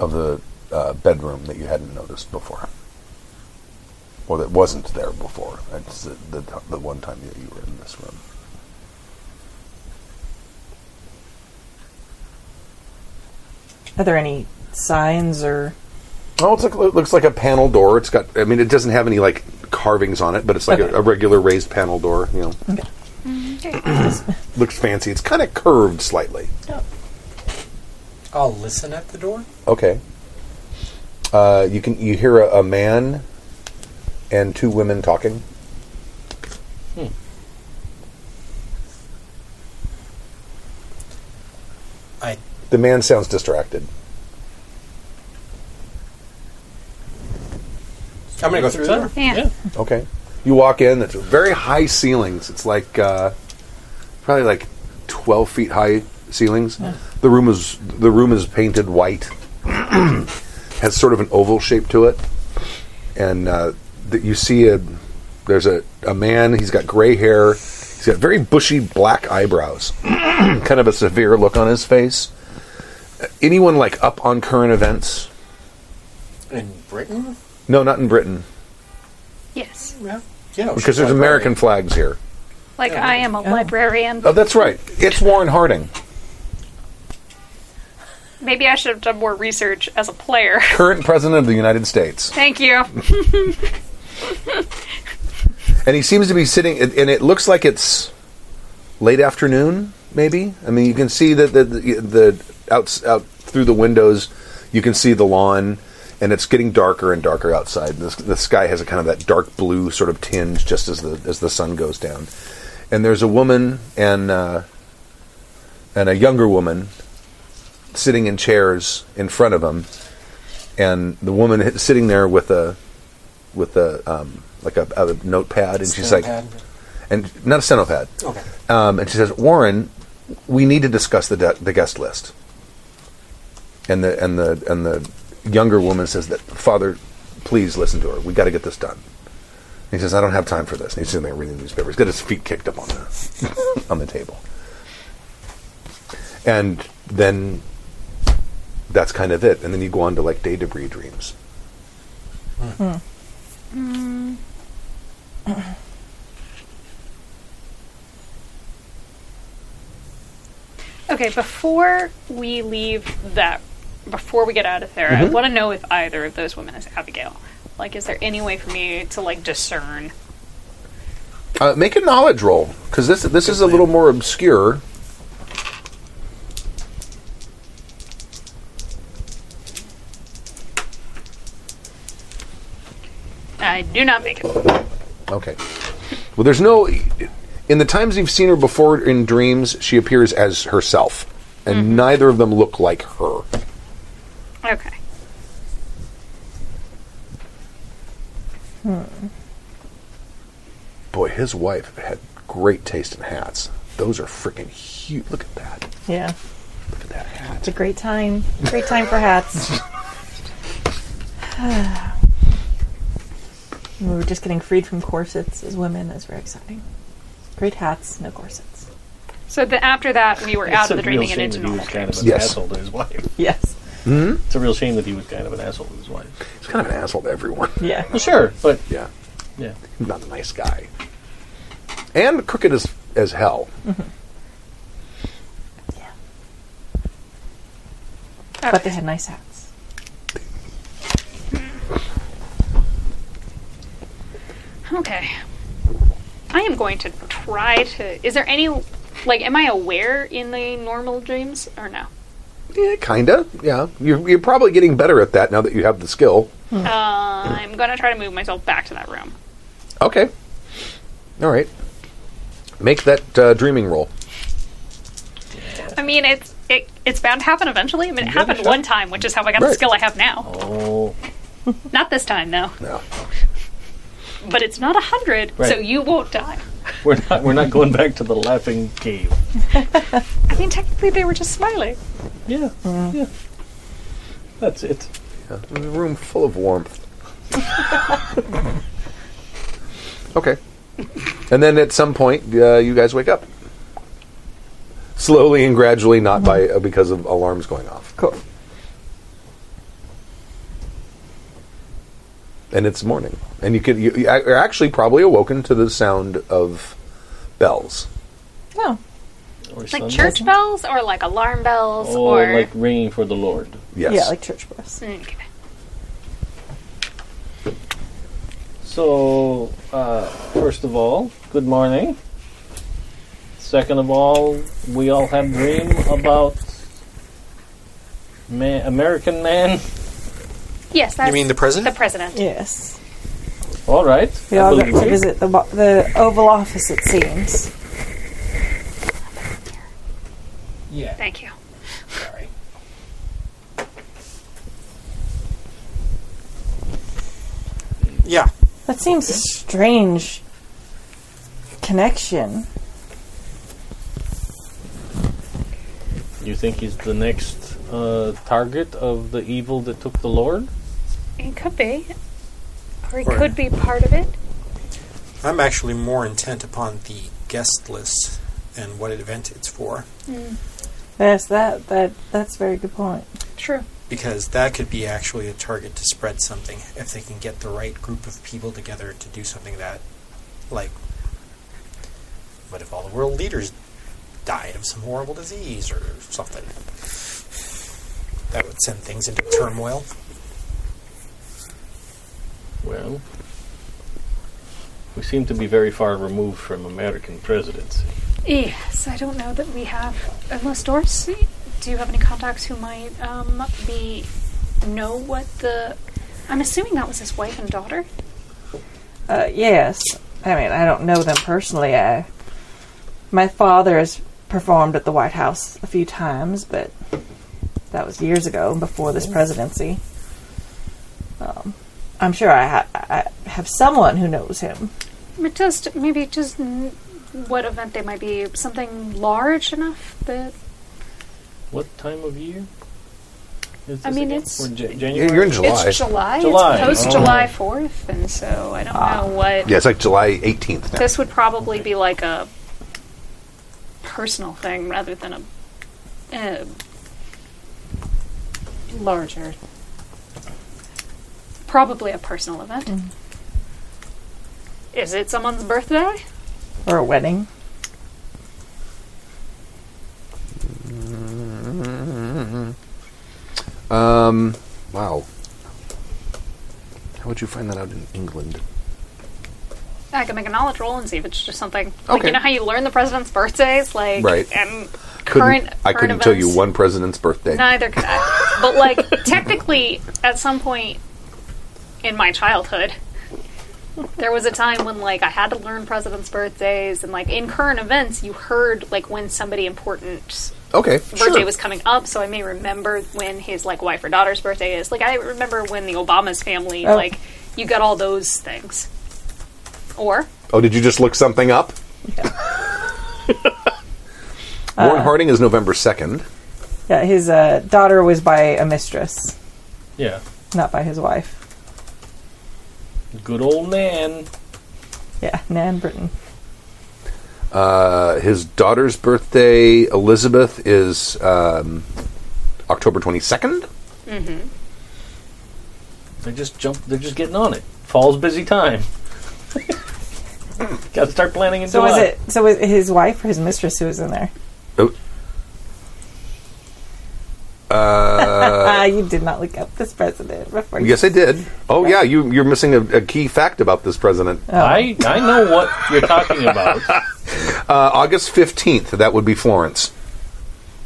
Speaker 12: of the uh, bedroom that you hadn't noticed before, or that wasn't there before. That's the, the the one time that you were in this room.
Speaker 3: Are there any signs or
Speaker 2: Oh, it's like, it looks like a panel door. It's got. I mean, it doesn't have any like carvings on it, but it's like a, a regular raised panel door. You know, looks fancy. It's kind of curved slightly.
Speaker 8: I'll listen at the door.
Speaker 2: Okay. Uh, you can you hear a, a man and two women talking.
Speaker 8: I
Speaker 2: The man sounds distracted.
Speaker 8: I'm gonna go through the door.
Speaker 10: Yeah.
Speaker 2: Okay. You walk in. It's very high ceilings. It's like uh, probably like twelve feet high ceilings. The room is the room is painted white. Has sort of an oval shape to it, and uh, that you see a there's a, a man. He's got gray hair. He's got very bushy black eyebrows. kind of a severe look on his face. Anyone like up on current events?
Speaker 8: In Britain?
Speaker 2: No, not in Britain
Speaker 10: Yes.
Speaker 8: Yeah. Yeah.
Speaker 2: because there's American flags here.
Speaker 10: Like I am a librarian.
Speaker 2: Oh, that's right. It's Warren Harding.
Speaker 10: Maybe I should have done more research as a player.
Speaker 2: current president of the United States,
Speaker 10: Thank you.
Speaker 2: and he seems to be sitting. And and it looks like it's late afternoon, maybe. I mean, you can see that the, the, the out out through the windows, you can see the lawn, and it's getting darker and darker outside. The, the sky has a kind of that dark blue sort of tinge just as the as the sun goes down. And there's a woman and uh, and a younger woman sitting in chairs in front of him, and the woman is sitting there with a with a um, like a, a notepad, and she's like,
Speaker 8: Stenopad.
Speaker 2: and not a stenopad.
Speaker 8: Okay.
Speaker 2: Um, and she says, Warren, we need to discuss the de- the guest list. And the and the and the younger woman says that Father, please listen to her. We got to get this done. And he says, I don't have time for this. And he's sitting there reading the newspaper. He's got his feet kicked up on the on the table. And then that's kind of it. And then you go on to like day debris dreams.
Speaker 10: Okay, before we leave that, before we get out of there, I want to know if either of those women is Abigail. Like, is there any way for me to like discern?
Speaker 2: Uh, make a knowledge roll because this this is a little more obscure.
Speaker 10: I do not make it.
Speaker 2: Okay. Well, there's no. In the times you've seen her before in dreams, she appears as herself, and neither of them look like her.
Speaker 10: Okay.
Speaker 2: Boy, his wife had great taste in hats. Those are freaking huge. Look at that.
Speaker 3: yeah?
Speaker 2: Look at that hat.
Speaker 3: It's a great time. Great time for hats. we were just getting freed from corsets as women. That's very exciting. Great hats, no corsets.
Speaker 10: So the, after that, we were out
Speaker 5: it's
Speaker 10: of
Speaker 5: a
Speaker 10: the
Speaker 5: real
Speaker 10: dreaming and
Speaker 5: shame
Speaker 10: into
Speaker 5: that he was
Speaker 10: normal.
Speaker 5: kind of an
Speaker 2: Yes.
Speaker 5: asshole to his wife.
Speaker 3: Yes.
Speaker 5: It's a real shame that he was kind of an asshole to his wife.
Speaker 2: He's kind of an asshole to everyone.
Speaker 3: Yeah.
Speaker 5: Well, sure, but
Speaker 2: Yeah,
Speaker 5: yeah.
Speaker 2: he's not a nice guy, and crooked as as hell.
Speaker 3: But they had nice hats.
Speaker 10: Okay. I am going to try to. Is there any like? Am I aware in the normal dreams or no?
Speaker 2: Yeah, kinda. Yeah, you're you're probably getting better at that now that you have the skill.
Speaker 10: Uh, I'm gonna try to move myself back to that room.
Speaker 2: Okay. All right. Make that uh, dreaming roll.
Speaker 10: I mean, it's it, it's bound to happen eventually. I mean, it happened one time, which is how I got the
Speaker 2: Right.
Speaker 10: skill I have now.
Speaker 5: Oh,
Speaker 10: Not this time, though.
Speaker 2: No.
Speaker 10: But it's not a hundred, so
Speaker 5: Right.
Speaker 10: you won't die.
Speaker 5: we're not we're not going back to the laughing cave.
Speaker 10: I mean, technically, they were just smiling.
Speaker 5: Yeah, yeah. That's it.
Speaker 2: A room full of warmth. okay. And then at some point, uh, you guys wake up. Slowly and gradually, not by uh, because of alarms going off.
Speaker 3: Cool.
Speaker 2: and it's morning, and you could you, you- you're actually probably awoken to the sound of bells.
Speaker 3: No.
Speaker 10: Like church bells or like alarm bells
Speaker 5: or
Speaker 10: or.
Speaker 5: Oh,
Speaker 10: Mm,
Speaker 5: like ringing for the Lord.
Speaker 2: Yes.
Speaker 3: Yeah, like church bells.
Speaker 10: Okay.
Speaker 5: So, uh, first of all, good morning. Second of all, we all have dream about man, American man.
Speaker 10: Yes, that's.
Speaker 8: You mean the
Speaker 10: The
Speaker 8: president?
Speaker 10: president.
Speaker 3: Yes.
Speaker 5: All right,
Speaker 3: We
Speaker 5: I
Speaker 3: all got
Speaker 5: believe
Speaker 3: to
Speaker 5: you.
Speaker 3: visit the, bo- the Oval Office, it seems.
Speaker 13: Yeah.
Speaker 10: Thank you.
Speaker 13: Sorry.
Speaker 8: Yeah.
Speaker 3: That seems a strange connection.
Speaker 5: You think he's the next uh, target of the evil that took the Lord?
Speaker 10: It could be. Or it
Speaker 8: Or-
Speaker 10: could be part of it.
Speaker 8: I'm actually more intent upon the guest list and what event it's for
Speaker 3: Yes, that that that's a very good point.
Speaker 10: True.
Speaker 8: because that could be actually a target to spread something if they can get the right group of people together to do something that like what if all the world leaders died of some horrible disease or something that would send things into turmoil
Speaker 5: Well, we seem to be very far removed from American presidency.
Speaker 10: Yes, I don't know that we have. Unless Doris, do you have any contacts who might um, be know what the? I'm assuming that was his wife and daughter.
Speaker 3: Uh, yes, I mean I don't know them personally. I my father has performed at the White House a few times, but that was years ago before this presidency. Um, I'm sure I, ha- I have someone who knows him.
Speaker 10: But just maybe just n- what event they might be something large enough that
Speaker 5: What time of year? Is
Speaker 10: I
Speaker 5: this
Speaker 10: mean,
Speaker 5: again?
Speaker 10: it's-
Speaker 5: We're in Ja-
Speaker 2: Yeah,
Speaker 5: January.
Speaker 2: You're in July.
Speaker 10: it's July.
Speaker 5: July.
Speaker 10: It's post
Speaker 5: Oh.
Speaker 10: July Fourth, and so I don't know what.
Speaker 2: Ah. yeah, it's like July 18th now.
Speaker 10: This would probably be like a personal thing rather than a uh, larger. Probably a personal event. Is it someone's birthday?
Speaker 3: Or a wedding.
Speaker 2: Um, wow. How would you find that out in England?
Speaker 10: I can make a knowledge roll and see if it's just something like
Speaker 2: Okay.
Speaker 10: you know how you learn the president's birthdays, like
Speaker 2: Right.
Speaker 10: and
Speaker 2: Couldn't,
Speaker 10: current.
Speaker 2: I
Speaker 10: current
Speaker 2: couldn't tell you
Speaker 10: events?
Speaker 2: one president's birthday.
Speaker 10: Neither could I. but like technically, at some point in my childhood, there was a time when like I had to learn presidents' birthdays, and like in current events, you heard like when somebody important
Speaker 2: Okay,
Speaker 10: birthday
Speaker 2: sure.
Speaker 10: was coming up, so I may remember when his like wife or daughter's birthday is. Like I remember when the Obama's family
Speaker 3: Oh.
Speaker 10: like you got all those things. Or
Speaker 2: oh, did you just look something up? Warren Harding is November 2nd.
Speaker 3: Yeah, his uh, daughter was by a mistress,
Speaker 5: Yeah.
Speaker 3: not by his wife.
Speaker 5: Good old man.
Speaker 3: Yeah, Nan Britton.
Speaker 2: Uh, his daughter's birthday, Elizabeth, is um, October 22nd.
Speaker 5: They just jump. They're just getting on it. Fall's busy time. Got to start planning in
Speaker 3: So
Speaker 5: July.
Speaker 3: was it? So was it his wife or his mistress who was in there?
Speaker 2: Oh.
Speaker 3: Ah, you did not look up this president before. you-
Speaker 2: Uh, Yes, I did. Oh, yeah, you, you're missing a, a key fact about this president.
Speaker 5: I I know what you're talking about.
Speaker 2: Uh, August 15th, that would be Florence.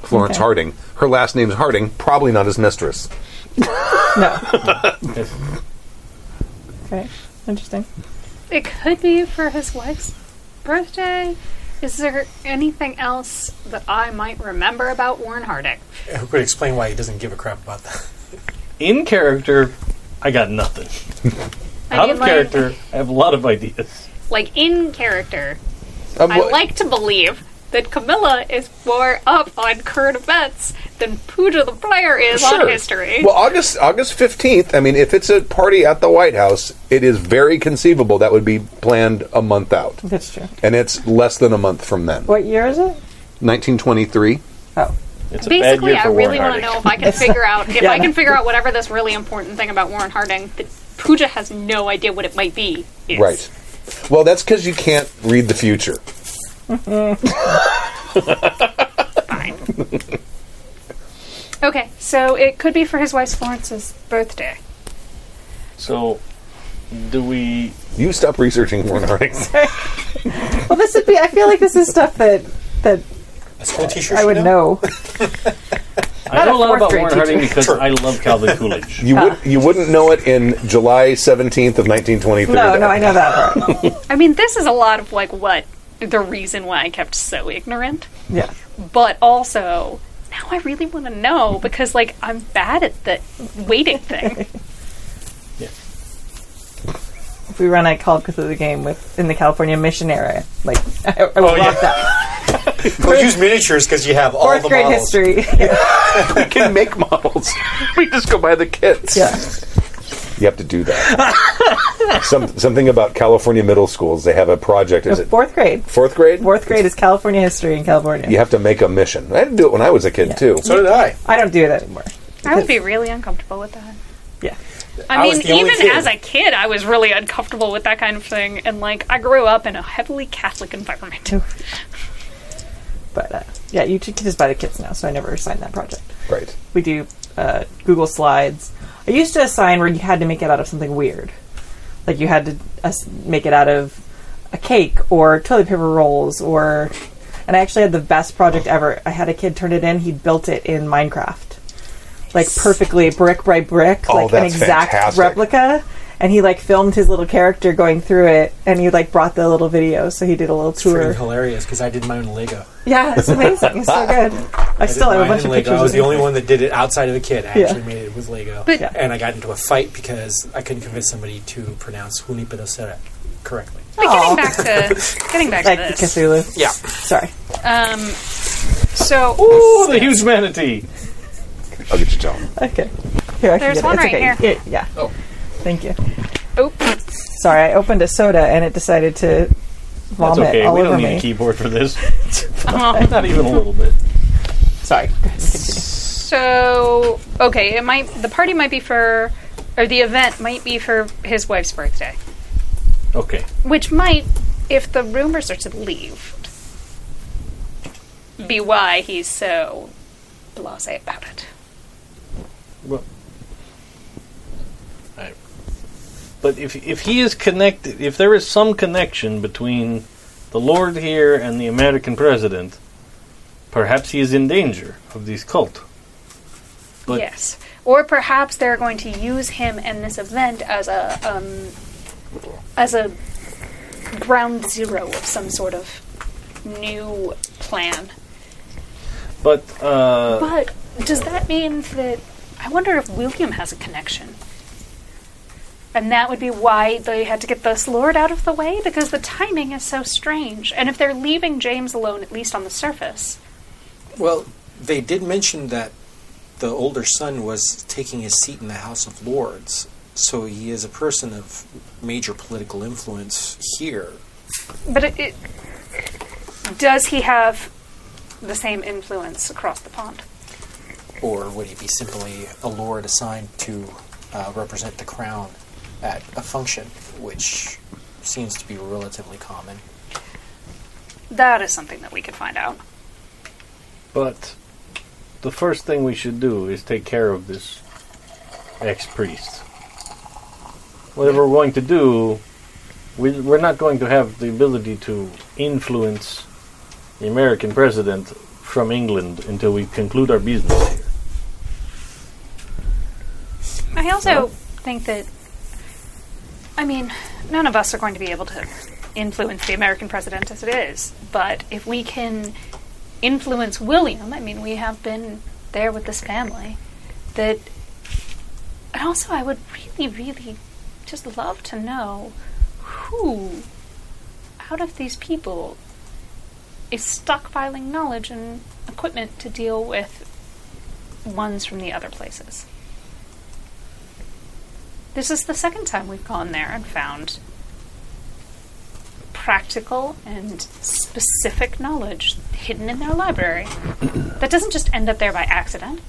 Speaker 2: Florence
Speaker 3: Okay.
Speaker 2: Harding. Her last name's Harding, probably not his mistress.
Speaker 3: No.
Speaker 5: Yes.
Speaker 3: Okay. Interesting.
Speaker 10: It could be for his wife's birthday. Is there anything else that I might remember about Warren Harding?
Speaker 8: who could explain why he doesn't give a crap about that
Speaker 5: In character, I got nothing.
Speaker 10: I
Speaker 5: Out
Speaker 10: mean,
Speaker 5: of
Speaker 10: like-
Speaker 5: character, I have a lot of ideas.
Speaker 10: Like in character,
Speaker 2: Uh,
Speaker 10: I
Speaker 2: wha-
Speaker 10: like to believe that Camilla is more up on current events than Pooja the Prior is on history.
Speaker 2: Well, August August fifteenth. I mean, if it's a party at the White House, it is very conceivable that would be planned a month out,
Speaker 3: That's true.
Speaker 2: and it's less than a month from then.
Speaker 3: What year is it?
Speaker 2: Nineteen twenty three.
Speaker 3: Oh,
Speaker 5: It's a bad
Speaker 10: Basically,
Speaker 5: year
Speaker 10: I
Speaker 5: for
Speaker 10: really
Speaker 5: Warren Harding.
Speaker 10: want to know if I can figure out if
Speaker 3: Yeah.
Speaker 10: I can figure out whatever this really important thing about Warren Harding that
Speaker 6: Pooja has no idea what it might be. is.
Speaker 2: Right. Well, that's because you can't read the future.
Speaker 6: Okay, so it could be for his wife Florence's birthday.
Speaker 5: So, do we?
Speaker 2: You stop researching Warren Harding.
Speaker 3: Well, this would be. I feel like this is stuff that that
Speaker 8: A school teacher
Speaker 3: I
Speaker 8: should
Speaker 3: would know.
Speaker 5: I know a lot
Speaker 3: fourth
Speaker 5: about
Speaker 3: grade
Speaker 5: Warren Harding because I love Calvin Coolidge.
Speaker 2: You would you wouldn't know it in July seventeenth of nineteen twenty three.
Speaker 3: No, no, I know that. Part.
Speaker 6: I mean, this is a lot of like what the reason why I kept so ignorant,
Speaker 3: Yeah.
Speaker 6: but also now I really want to know because like I'm bad at the waiting thing.
Speaker 3: If we run, I called Cthulhu game with in the California Mission area. Like I, I would
Speaker 8: Oh,
Speaker 3: rock
Speaker 8: yeah.
Speaker 3: that
Speaker 8: Well, use miniatures because you have all
Speaker 3: fourth
Speaker 8: the
Speaker 3: grade
Speaker 8: models.
Speaker 3: history.
Speaker 2: We can make models. we just go buy the kits.
Speaker 3: yeah.
Speaker 2: You have to do that. Some, something about California middle schools. They have a project. Is it
Speaker 3: Fourth grade.
Speaker 2: fourth grade?
Speaker 3: Fourth grade is California history in California.
Speaker 2: You have to make a mission. I had to do it when I was a kid too.
Speaker 8: So did I.
Speaker 3: I don't do that anymore.
Speaker 6: I would be really uncomfortable with that.
Speaker 3: Yeah.
Speaker 6: I,
Speaker 8: I was
Speaker 6: mean,
Speaker 8: the only
Speaker 6: even
Speaker 8: kid.
Speaker 6: as a kid, I was really uncomfortable with that kind of thing, and like I grew up in a heavily Catholic environment.
Speaker 3: But uh, yeah, you can just buy the kits now, so I never signed that project.
Speaker 2: Right.
Speaker 3: We do uh, Google Slides. I used to assign where you had to make it out of something weird, like you had to uh, make it out of a cake or toilet paper rolls, or. And I actually had the best project ever. I had a kid turn it in. He built it in Minecraft, like perfectly brick by brick,
Speaker 2: Oh,
Speaker 3: like an
Speaker 2: that's
Speaker 3: exact
Speaker 2: fantastic.
Speaker 3: replica. And he like filmed his little character going through it, and he like brought the little video. So he did a little tour.
Speaker 8: Freaking hilarious because I did my own Lego.
Speaker 3: Yeah, it's amazing. It's so good. I,
Speaker 8: I did
Speaker 3: still have a
Speaker 8: mine
Speaker 3: bunch
Speaker 8: in
Speaker 3: of
Speaker 8: Lego.
Speaker 3: pictures.
Speaker 8: I was
Speaker 3: of
Speaker 8: the
Speaker 3: it.
Speaker 8: only one that did it outside of the kid. I
Speaker 3: Yeah.
Speaker 8: actually made it with Lego,
Speaker 6: But- Yeah.
Speaker 8: and I got into a fight because I couldn't convince somebody to pronounce Hunipedocera correctly.
Speaker 6: But getting back to getting back
Speaker 3: like
Speaker 6: to this,
Speaker 3: Cthulhu.
Speaker 8: Yeah.
Speaker 3: Sorry.
Speaker 6: um, so
Speaker 5: Oh, the humanity!
Speaker 2: I'll get you down.
Speaker 3: Okay. Here, I can get
Speaker 6: There's
Speaker 3: it.
Speaker 6: one
Speaker 3: It's
Speaker 6: right
Speaker 3: okay.
Speaker 6: here.
Speaker 3: Yeah. Oh. Thank you.
Speaker 6: Oop.
Speaker 3: Sorry, I opened a soda and it decided to
Speaker 5: That's
Speaker 3: vomit
Speaker 5: okay.
Speaker 3: all
Speaker 5: We
Speaker 3: over
Speaker 5: don't need
Speaker 3: me.
Speaker 5: a keyboard for this. Not even a little bit.
Speaker 3: Sorry.
Speaker 6: So okay, it might the party might be for or the event might be for his wife's birthday,
Speaker 5: Okay.
Speaker 6: which might, if the rumors are to leave, be why he's so blasé about it.
Speaker 5: Well, I, but if if he is connected, if there is some connection between the Lord here and the American president, perhaps he is in danger of this cult. But
Speaker 6: yes, or perhaps they're going to use him and this event as a um, as a ground zero of some sort of new plan.
Speaker 5: but uh,
Speaker 6: But does that mean that I wonder if William has a connection? And that would be why they had to get this lord out of the way because the timing is so strange. And if they're leaving James alone, at least on the surface,
Speaker 8: Well, they did mention that the older son was taking his seat in the House of Lords, so he is a person of major political influence here.
Speaker 6: but it, it does he have the same influence across the pond?
Speaker 8: Or would he be simply a lord assigned to uh, represent the crown at a function, which seems to be relatively common?
Speaker 6: That is something that we could find out.
Speaker 5: but the first thing we should do is take care of this ex priest. Whatever we're going to do, we, we're not going to have the ability to influence the American president from England until we conclude our business here.
Speaker 6: I also think that, I mean, none of us are going to be able to influence the American president as it is, but if we can influence William, I mean, we have been there with this family, that. And also, I would really, really just love to know who out of these people is stockpiling knowledge and equipment to deal with ones from the other places. This is the second time we've gone there and found practical and specific knowledge hidden in their library that doesn't just end up there by accident.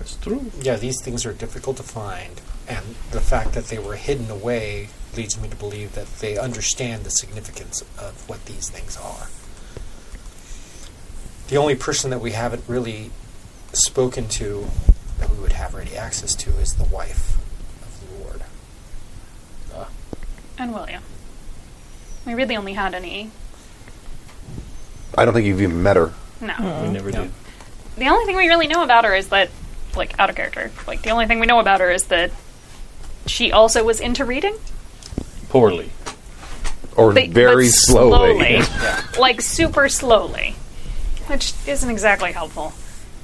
Speaker 5: It's true.
Speaker 8: Yeah, these things are difficult to find, and the fact that they were hidden away leads me to believe that they understand the significance of what these things are. The only person that we haven't really spoken to that we would have ready access to is the wife of the Lord.
Speaker 6: And William. We really only had any.
Speaker 2: I don't think you've even met her.
Speaker 6: No.
Speaker 5: We never
Speaker 8: No.
Speaker 5: did.
Speaker 6: The only thing we really know about her is that, like, out of character. Like, the only thing we know about her is that she also was into reading.
Speaker 5: Poorly.
Speaker 2: Or
Speaker 6: But-
Speaker 2: very
Speaker 6: but
Speaker 2: slowly.
Speaker 6: slowly. like, super slowly. Which isn't exactly helpful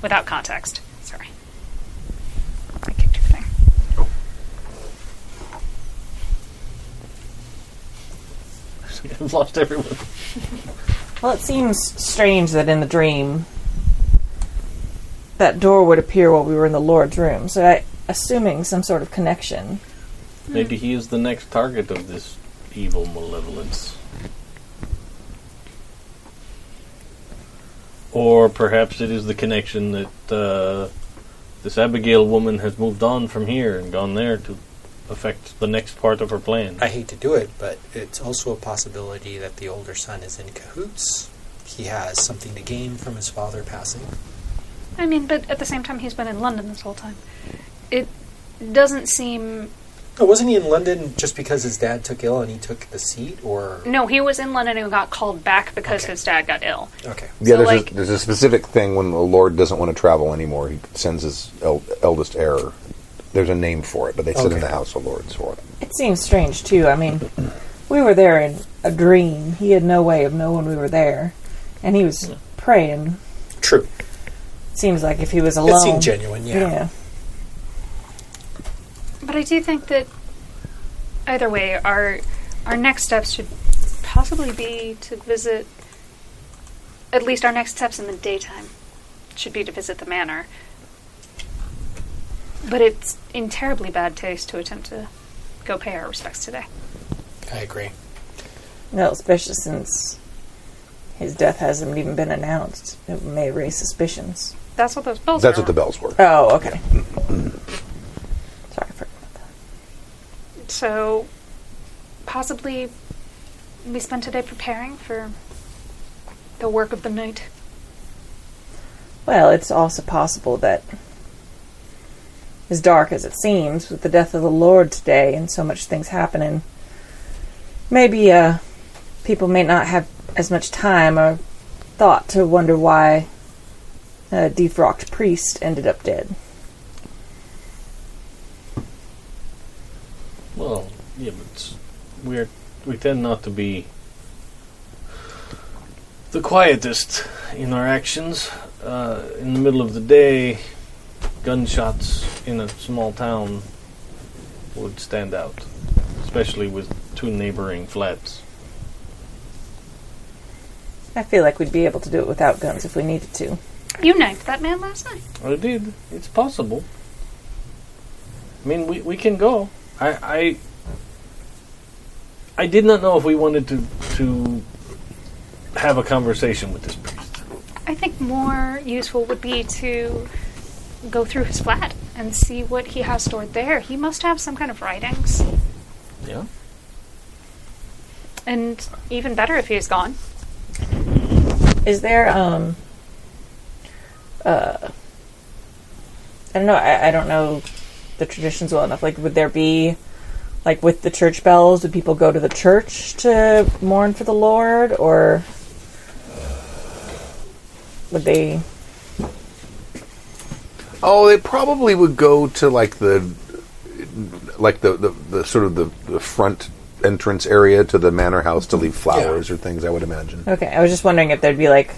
Speaker 6: without context. Sorry. I kicked your thing.
Speaker 5: I've lost everyone.
Speaker 3: Well, it seems strange that in the dream that door would appear while we were in the Lord's room. So, I, assuming some sort of connection.
Speaker 5: Maybe he is the next target of this evil malevolence. Or perhaps it is the connection that uh, this Abigail woman has moved on from here and gone there to affect the next part of her plan.
Speaker 8: I hate to do it, but it's also a possibility that the older son is in cahoots. He has something to gain from his father passing.
Speaker 6: I mean, but at the same time, he's been in London this whole time. It doesn't seem.
Speaker 8: Oh, wasn't he in London just because his dad took ill and he took the seat? Or
Speaker 6: No, he was in London and got called back because
Speaker 8: Okay.
Speaker 6: his dad got ill.
Speaker 8: okay,
Speaker 2: Yeah,
Speaker 6: So,
Speaker 2: there's,
Speaker 6: like-
Speaker 2: a, there's a specific thing when the Lord doesn't want to travel anymore, he sends his el- eldest heir. There's a name for it, but they sit
Speaker 8: Okay.
Speaker 2: in the House of Lords for it.
Speaker 3: It seems strange, too. I mean, we were there in a dream. He had no way of knowing we were there. And he was praying.
Speaker 8: true.
Speaker 3: Seems like if he was alone.
Speaker 8: It seemed genuine. Yeah.
Speaker 3: Yeah.
Speaker 6: But I do think that either way, our our next steps should possibly be to visit. At least our next steps in the daytime should be to visit the manor. But it's in terribly bad taste to attempt to go pay our respects today.
Speaker 8: I agree.
Speaker 3: No, especially since his death hasn't even been announced. It may raise suspicions.
Speaker 6: That's what those bells.
Speaker 2: That's
Speaker 6: are.
Speaker 2: what the bells
Speaker 6: Uh,
Speaker 2: were.
Speaker 3: Oh, okay. Sorry, I forgot about that.
Speaker 6: So, possibly, we spend today preparing for the work of the night.
Speaker 3: Well, it's also possible that, as dark as it seems, with the death of the Lord today and so much things happening, maybe uh, people may not have as much time or thought to wonder why a defrocked priest ended up dead.
Speaker 5: Well, yeah, but it's- we're we tend not to be the quietest in our actions. Uh, in the middle of the day, gunshots in a small town would stand out, especially with two neighboring flats.
Speaker 3: I feel like we'd be able to do it without guns if we needed to.
Speaker 6: You knifed that man last night.
Speaker 5: I did. It's possible. I mean, we, we can go. I, I I did not know if we wanted to to have a conversation with this priest.
Speaker 6: I think more useful would be to go through his flat and see what he has stored there. He must have some kind of writings.
Speaker 5: Yeah.
Speaker 6: And even better if he is gone.
Speaker 3: Is there um uh I don't know, I, I don't know the traditions well enough. Like would there be like with the church bells, would people go to the church to mourn for the Lord or would they
Speaker 2: Oh, they probably would go to like the like the, the, the sort of the, the front entrance area to the manor house to leave flowers or things. I would imagine.
Speaker 3: Okay, I was just wondering if there'd be like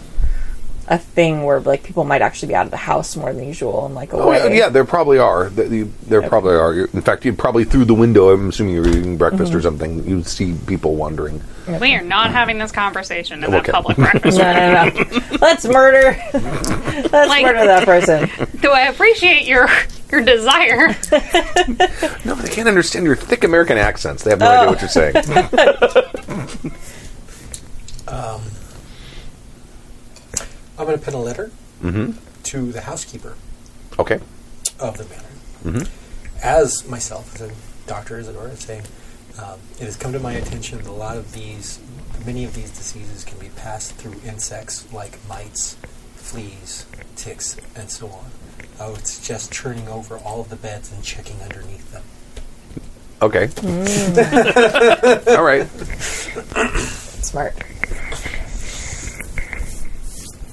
Speaker 3: a thing where like people might actually be out of the house more than usual and like
Speaker 2: Oh
Speaker 3: away.
Speaker 2: yeah, yeah, there probably are. Th- you- There probably are. You- In fact, you probably through the window. I'm assuming you're eating breakfast
Speaker 10: Mm-hmm.
Speaker 2: or something. You'd see people wandering.
Speaker 6: We are not having this conversation in that
Speaker 2: Okay.
Speaker 6: public breakfast.
Speaker 3: No, no, no. Let's murder. Let's
Speaker 6: Like-
Speaker 3: murder that person.
Speaker 6: Though I appreciate your your desire.
Speaker 2: No, they can't understand your thick American accents. They have no idea what you're saying.
Speaker 10: Oh.
Speaker 8: I'm going to pen a letter to the housekeeper
Speaker 2: Mm-hmm. okay.
Speaker 8: of the manor. As myself, as a doctor, Isadora, is saying, um, it has come to my attention that a lot of these, many of these diseases can be passed through insects like mites, fleas, ticks, and so on. Oh, I would suggest turning over all of the beds and checking underneath them.
Speaker 2: Okay.
Speaker 10: Mm.
Speaker 2: All right.
Speaker 3: Smart.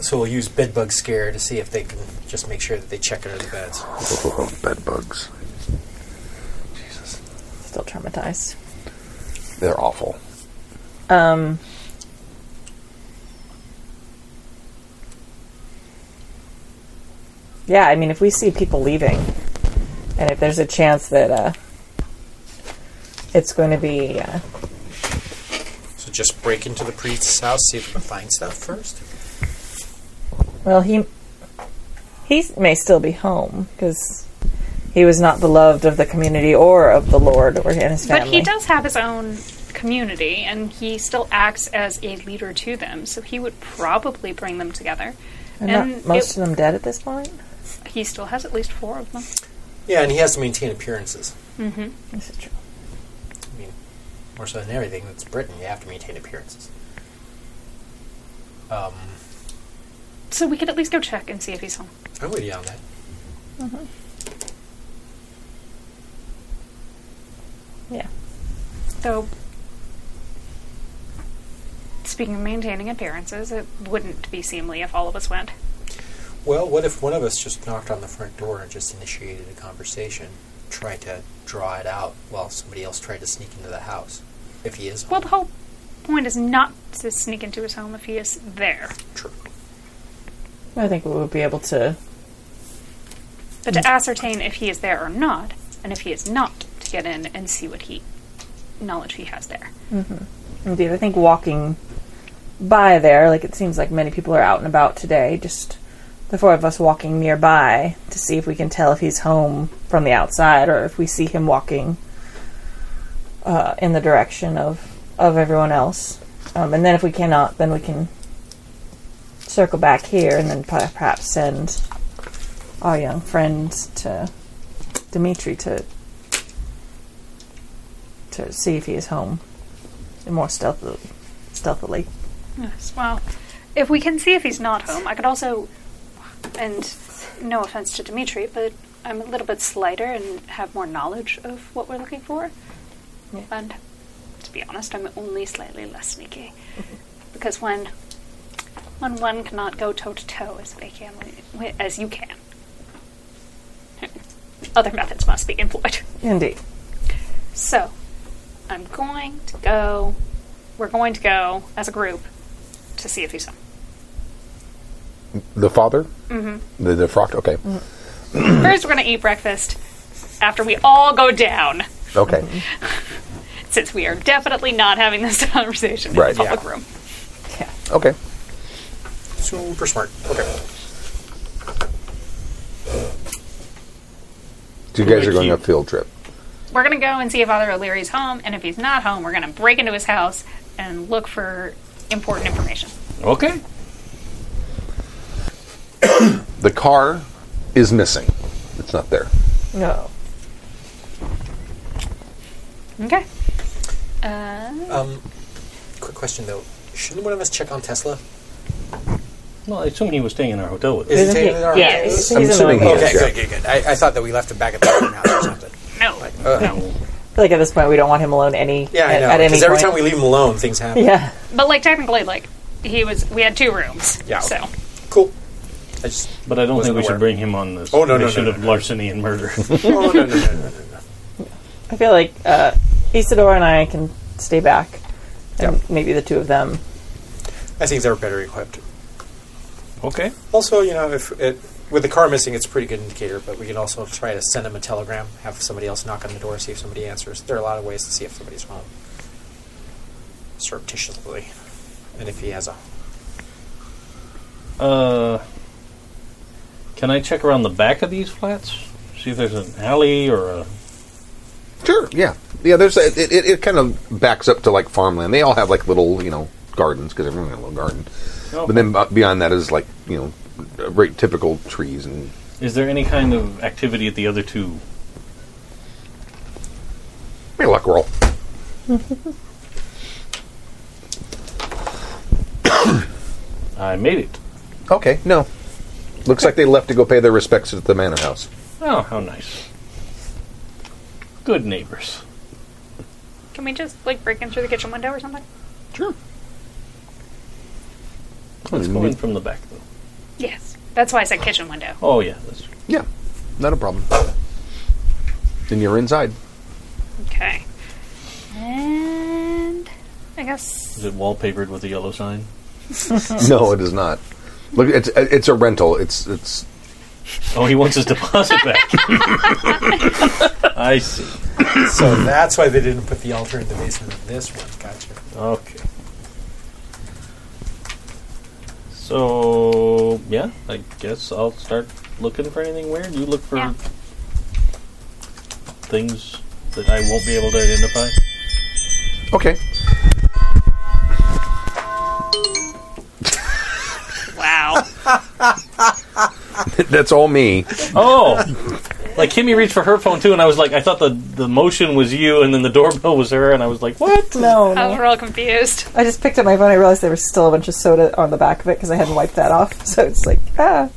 Speaker 8: So we'll use bed bug scare to see if they can just make sure that they check under the beds.
Speaker 10: Oh, bed bugs.
Speaker 3: Still traumatized.
Speaker 10: They're awful.
Speaker 3: Um. Yeah, I mean, if we see people leaving, and if there's a chance that uh, it's going to be uh,
Speaker 8: So just break into the priest's house, see if we can find stuff first.
Speaker 3: Well, he he may still be home because he was not beloved of the community or of the Lord or in his family.
Speaker 6: But he does have his own community, and he still acts as a leader to them, so he would probably bring them together.
Speaker 3: And not most of them dead at this point.
Speaker 6: it- he still has at least four of them.
Speaker 8: Yeah, and he has to maintain appearances.
Speaker 6: Mm-hmm.
Speaker 3: This is true.
Speaker 8: I mean, more so than everything, that's Britain. You have to maintain appearances. Um,
Speaker 6: So we could at least go check and see if he's home.
Speaker 8: I'm with you on that.
Speaker 3: Yeah.
Speaker 6: Though, speaking of maintaining appearances, it wouldn't be seemly if all of us went.
Speaker 8: Well, what if one of us just knocked on the front door and just initiated a conversation, tried to draw it out while somebody else tried to sneak into the house? If he is
Speaker 6: Well, the whole point is not to sneak into his home if he is there,
Speaker 8: true.
Speaker 3: I think we would be able to.
Speaker 6: but to ascertain if he is there or not, and if he is not, to get in and see what he knowledge he has there.
Speaker 3: Indeed, I think walking by there, like it seems like many people are out and about today. Just the four of us walking nearby to see if we can tell if he's home from the outside or if we see him walking uh, in the direction of of everyone else. Um, and then if we cannot, then we can circle back here and then per- perhaps send our young friends to Dimitri to to see if he is home and more stealthily. Stealthily,
Speaker 6: Yes, well, if we can see if he's not home, I could also, and no offense to Dimitri, but I'm a little bit slighter and have more knowledge of what we're looking for.
Speaker 3: Yeah.
Speaker 6: And to be honest, I'm only slightly less sneaky. Because when, when one cannot go toe to toe as they can, wi- wi- as you can, other methods must be employed.
Speaker 3: indeed.
Speaker 6: So, I'm going to go. We're going to go as a group to see if he's home.
Speaker 10: The father? Mm-hmm. The, the frock? Okay.
Speaker 6: First, we're going to eat breakfast after we all go down,
Speaker 10: Okay.
Speaker 6: since we are definitely not having this conversation
Speaker 10: Right,
Speaker 6: in the public
Speaker 8: yeah.
Speaker 6: room.
Speaker 3: Yeah.
Speaker 10: Okay.
Speaker 8: Super smart. Okay.
Speaker 10: So you guys
Speaker 5: Like
Speaker 10: are going
Speaker 5: you-
Speaker 10: on a field trip.
Speaker 6: We're going to go and see if Father O'Leary's home, and if he's not home, we're going to break into his house and look for important information.
Speaker 5: Okay.
Speaker 2: The car is missing.
Speaker 10: It's not there.
Speaker 3: No.
Speaker 6: Okay. Uh,
Speaker 8: Um, quick question though: Shouldn't one of us check on Tesla?
Speaker 5: Well, I assume he was staying in our hotel with
Speaker 8: Is
Speaker 5: us.
Speaker 8: he taking it?
Speaker 6: Yeah,
Speaker 8: alright?
Speaker 6: he's-
Speaker 2: I'm assuming he
Speaker 8: Okay,
Speaker 2: is.
Speaker 8: good,
Speaker 2: Yeah.
Speaker 8: good, good. I, I thought that we left him back at the room house or something.
Speaker 6: no.
Speaker 8: Like, uh,
Speaker 5: No.
Speaker 3: Like at this point, we don't want him alone. Any
Speaker 8: Yeah,
Speaker 3: at,
Speaker 8: I
Speaker 3: at
Speaker 8: know.
Speaker 3: any
Speaker 8: Because every
Speaker 3: point.
Speaker 8: time we leave him alone, things happen.
Speaker 3: yeah,
Speaker 6: But, like, technically, like, he was, we had two rooms.
Speaker 8: Yeah.
Speaker 6: So,
Speaker 8: Cool. I just.
Speaker 5: But I don't
Speaker 8: Wasn't
Speaker 5: think we
Speaker 8: aware.
Speaker 5: should bring him on this.
Speaker 8: Oh, no, no, no,
Speaker 5: Mission
Speaker 8: no,
Speaker 5: of larceny and murder.
Speaker 8: Oh no no no no no. no.
Speaker 3: I feel like uh, Isidore and I can stay back, and maybe the two of them.
Speaker 8: I think they're better equipped.
Speaker 5: okay.
Speaker 8: Also, you know, if it, with the car missing, it's a pretty good indicator. But we can also try to send them a telegram, have somebody else knock on the door, see if somebody answers. There are a lot of ways to see if somebody's home, surreptitiously, and if he has a.
Speaker 5: Uh, can I check around the back of these flats? See if there's an alley or a.
Speaker 2: Sure. Yeah. Yeah. There's a, it, it. It kind of backs up to like farmland. They all have like little you know gardens because everyone has a little garden.
Speaker 5: Oh.
Speaker 2: But then uh, beyond that is like you know, uh, right typical trees and
Speaker 5: Is there any kind of activity at the other two?
Speaker 2: Make a luck roll.
Speaker 5: I made it.
Speaker 2: Okay, no. Looks like they left to go pay their respects at the manor house.
Speaker 5: Oh, how nice. Good neighbors.
Speaker 6: Can we just like break in through the kitchen window or something?
Speaker 5: Sure. Let's
Speaker 2: Mm,
Speaker 5: go in from the back, though.
Speaker 6: Yes. That's why I said kitchen window.
Speaker 5: Oh, yeah. That's true.
Speaker 2: Yeah, not a problem. Then you're inside.
Speaker 6: Okay. And I guess
Speaker 5: Is it wallpapered with a yellow sign?
Speaker 2: no, it is not. Look, it's it's a rental. It's it's
Speaker 5: Oh, he wants his deposit back. I see.
Speaker 8: So that's why they didn't put the altar in the basement of this one. Gotcha.
Speaker 5: Okay. So yeah, I guess I'll start looking for anything weird. You look for
Speaker 6: Yeah.
Speaker 5: things that I won't be able to identify.
Speaker 2: okay.
Speaker 6: wow.
Speaker 2: That's all me.
Speaker 5: Oh, like Kimmy reached for her phone too, and I was like, I thought the the motion was you, and then the doorbell was her, and I was like, what?
Speaker 3: No,
Speaker 6: I was
Speaker 3: no.
Speaker 6: real confused.
Speaker 3: I just picked up my phone. I realized there was still a bunch of soda on the back of it because I hadn't wiped that off. So it's like, ah.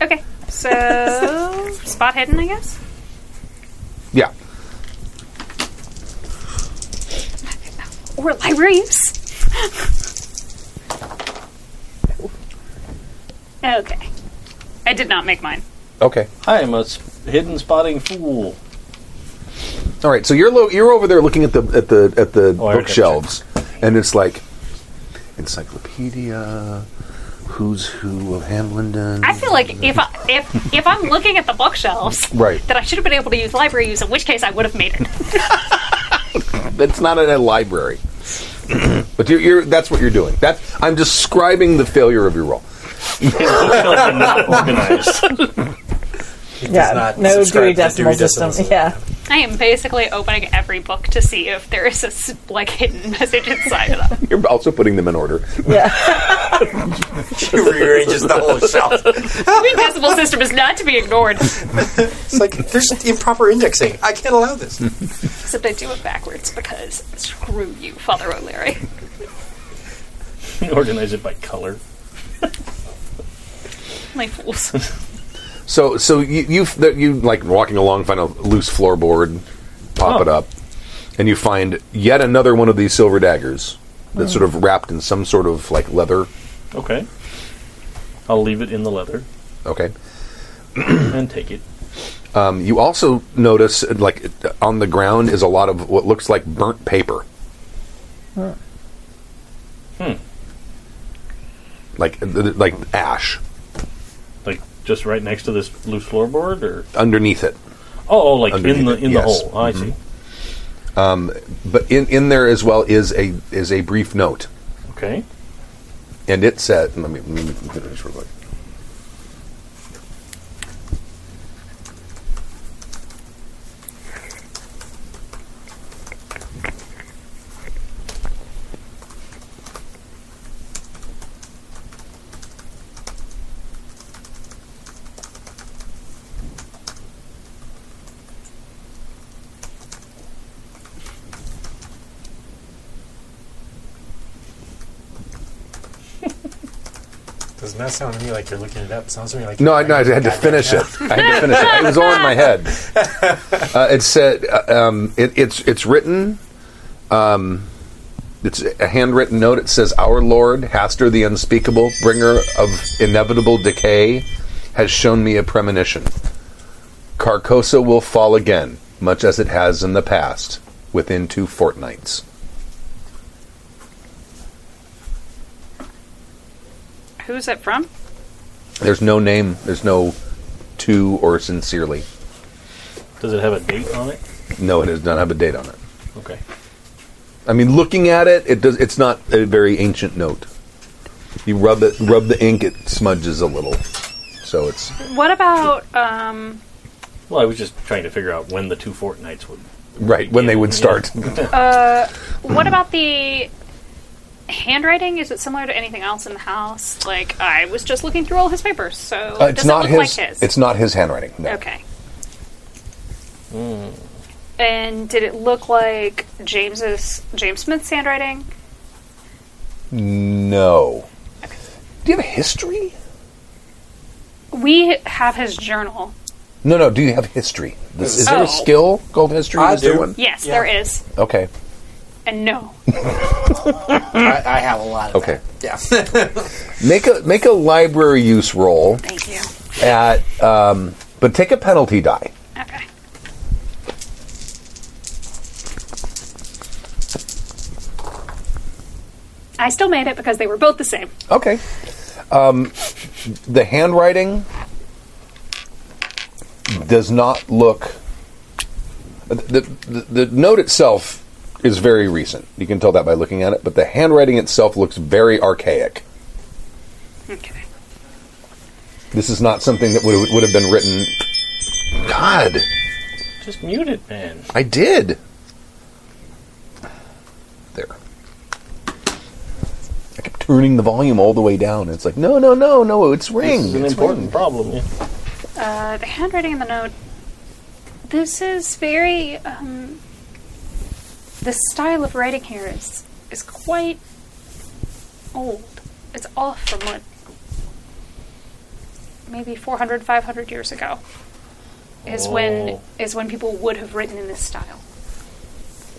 Speaker 6: Okay. So spot hidden, I guess.
Speaker 2: Yeah.
Speaker 6: Or library use. okay. I did not make mine.
Speaker 2: Okay.
Speaker 5: I am a s- hidden spotting fool.
Speaker 2: All right. So you're lo- you're over there looking at the at the at the
Speaker 5: Oh, I already
Speaker 2: bookshelves, and it's like encyclopedia, who's who of Hamlindon.
Speaker 6: I feel like if I, if if I'm looking at the bookshelves,
Speaker 2: Right.
Speaker 6: that I should have been able to use library use. In which case, I would have made it.
Speaker 2: That's not in a library. but you're, you're that's what you're doing. That's I'm describing the failure of your role.
Speaker 5: Bookshelves are not organized.
Speaker 3: yeah,
Speaker 8: not
Speaker 3: no Dewey
Speaker 8: subscribe to the
Speaker 3: Decimal
Speaker 8: Dewey Decimal
Speaker 3: System. Yeah.
Speaker 6: I am basically opening every book to see if there is a s- like hidden message inside of them.
Speaker 2: You're also putting them in order.
Speaker 8: She rearranges the whole shelf.
Speaker 6: The decimal system is not to be ignored.
Speaker 8: It's like there's improper indexing. I can't allow this.
Speaker 6: Except I do it backwards because screw you, Father O'Leary.
Speaker 5: Organize it by color.
Speaker 6: My fools.
Speaker 2: So so you you that you like walking along find a loose floorboard, pop
Speaker 5: Oh.
Speaker 2: it up, and you find yet another one of these silver daggers that's
Speaker 5: Hmm.
Speaker 2: sort of wrapped in some sort of like leather.
Speaker 5: Okay. I'll leave it in the leather
Speaker 2: Okay.
Speaker 5: and take it.
Speaker 2: Um, you also notice uh, like uh, on the ground is a lot of what looks like burnt paper. Hmm. Like th- th- like ash
Speaker 5: Like just right next to this loose floorboard, or
Speaker 2: underneath it.
Speaker 5: oh, oh, like in
Speaker 2: Underneath
Speaker 5: the
Speaker 2: it,
Speaker 5: in
Speaker 2: yes. Mm-hmm.
Speaker 5: the hole. Oh, I see.
Speaker 2: But in, in there as well is a is a brief note.
Speaker 5: Okay.
Speaker 2: And it said, let me, let me finish real quick.
Speaker 8: Doesn't that sound to me like you're looking it up? Sounds to me like
Speaker 2: No, I, no, I had to finish it. I had to finish it. It was all in my head. Uh, it said, uh, um, it, it's it's written. Um, it's a handwritten note. It says, "Our Lord, Haster the Unspeakable, Bringer of Inevitable Decay, has shown me a premonition. Carcosa will fall again, much as it has in the past, within two fortnights."
Speaker 6: Who's it from?
Speaker 2: There's no name. There's no to or sincerely.
Speaker 5: Does it have a date on it?
Speaker 2: No, it does not have a date on it.
Speaker 5: Okay.
Speaker 2: I mean, looking at it, it does. It's not a very ancient note. You rub it, rub the ink, it smudges a little. So it's
Speaker 6: What about um
Speaker 5: Well, I was just trying to figure out when the two fortnights would.
Speaker 2: right when they would start.
Speaker 6: what about the
Speaker 10: handwriting? Is it similar to anything else in the house? Like I was just looking through all his papers, so
Speaker 2: Uh,
Speaker 10: it
Speaker 2: it's
Speaker 10: doesn't
Speaker 2: not
Speaker 10: look
Speaker 2: his,
Speaker 10: like his.
Speaker 2: It's not his handwriting. No.
Speaker 10: Okay. And did it look like James's James Smith's handwriting?
Speaker 2: No. Do you have a history?
Speaker 10: We have his journal.
Speaker 2: No, no. Do you have history? This, is there
Speaker 10: Oh.
Speaker 2: a skill gold history?
Speaker 14: I
Speaker 2: Is there
Speaker 14: do.
Speaker 2: one?
Speaker 10: Yes, there is.
Speaker 2: Okay.
Speaker 10: And no.
Speaker 14: I, I have a lot of
Speaker 2: Okay.
Speaker 14: that. Yeah.
Speaker 2: Make a make a library use roll
Speaker 10: Thank you.
Speaker 2: at, um, but take a penalty die.
Speaker 10: Okay. I still made it because they were both the same.
Speaker 2: Okay. Um, the handwriting does not look. The, the, the note itself is very recent. You can tell that by looking at it, but the handwriting itself looks very archaic.
Speaker 10: Okay.
Speaker 2: This is not something that would, would have been written. God,
Speaker 5: Just mute it, man.
Speaker 2: I did. There. I kept turning the volume all the way down. It's like, no, no, no, no, it's ring.
Speaker 5: This is an
Speaker 2: it's
Speaker 5: important
Speaker 2: ring.
Speaker 5: problem. Yeah.
Speaker 10: Uh, the handwriting in the note. This is very. Um, the style of writing here is is quite old. It's off from what maybe 400, 500 years ago is when
Speaker 5: Oh.
Speaker 10: is when people would have written in this style.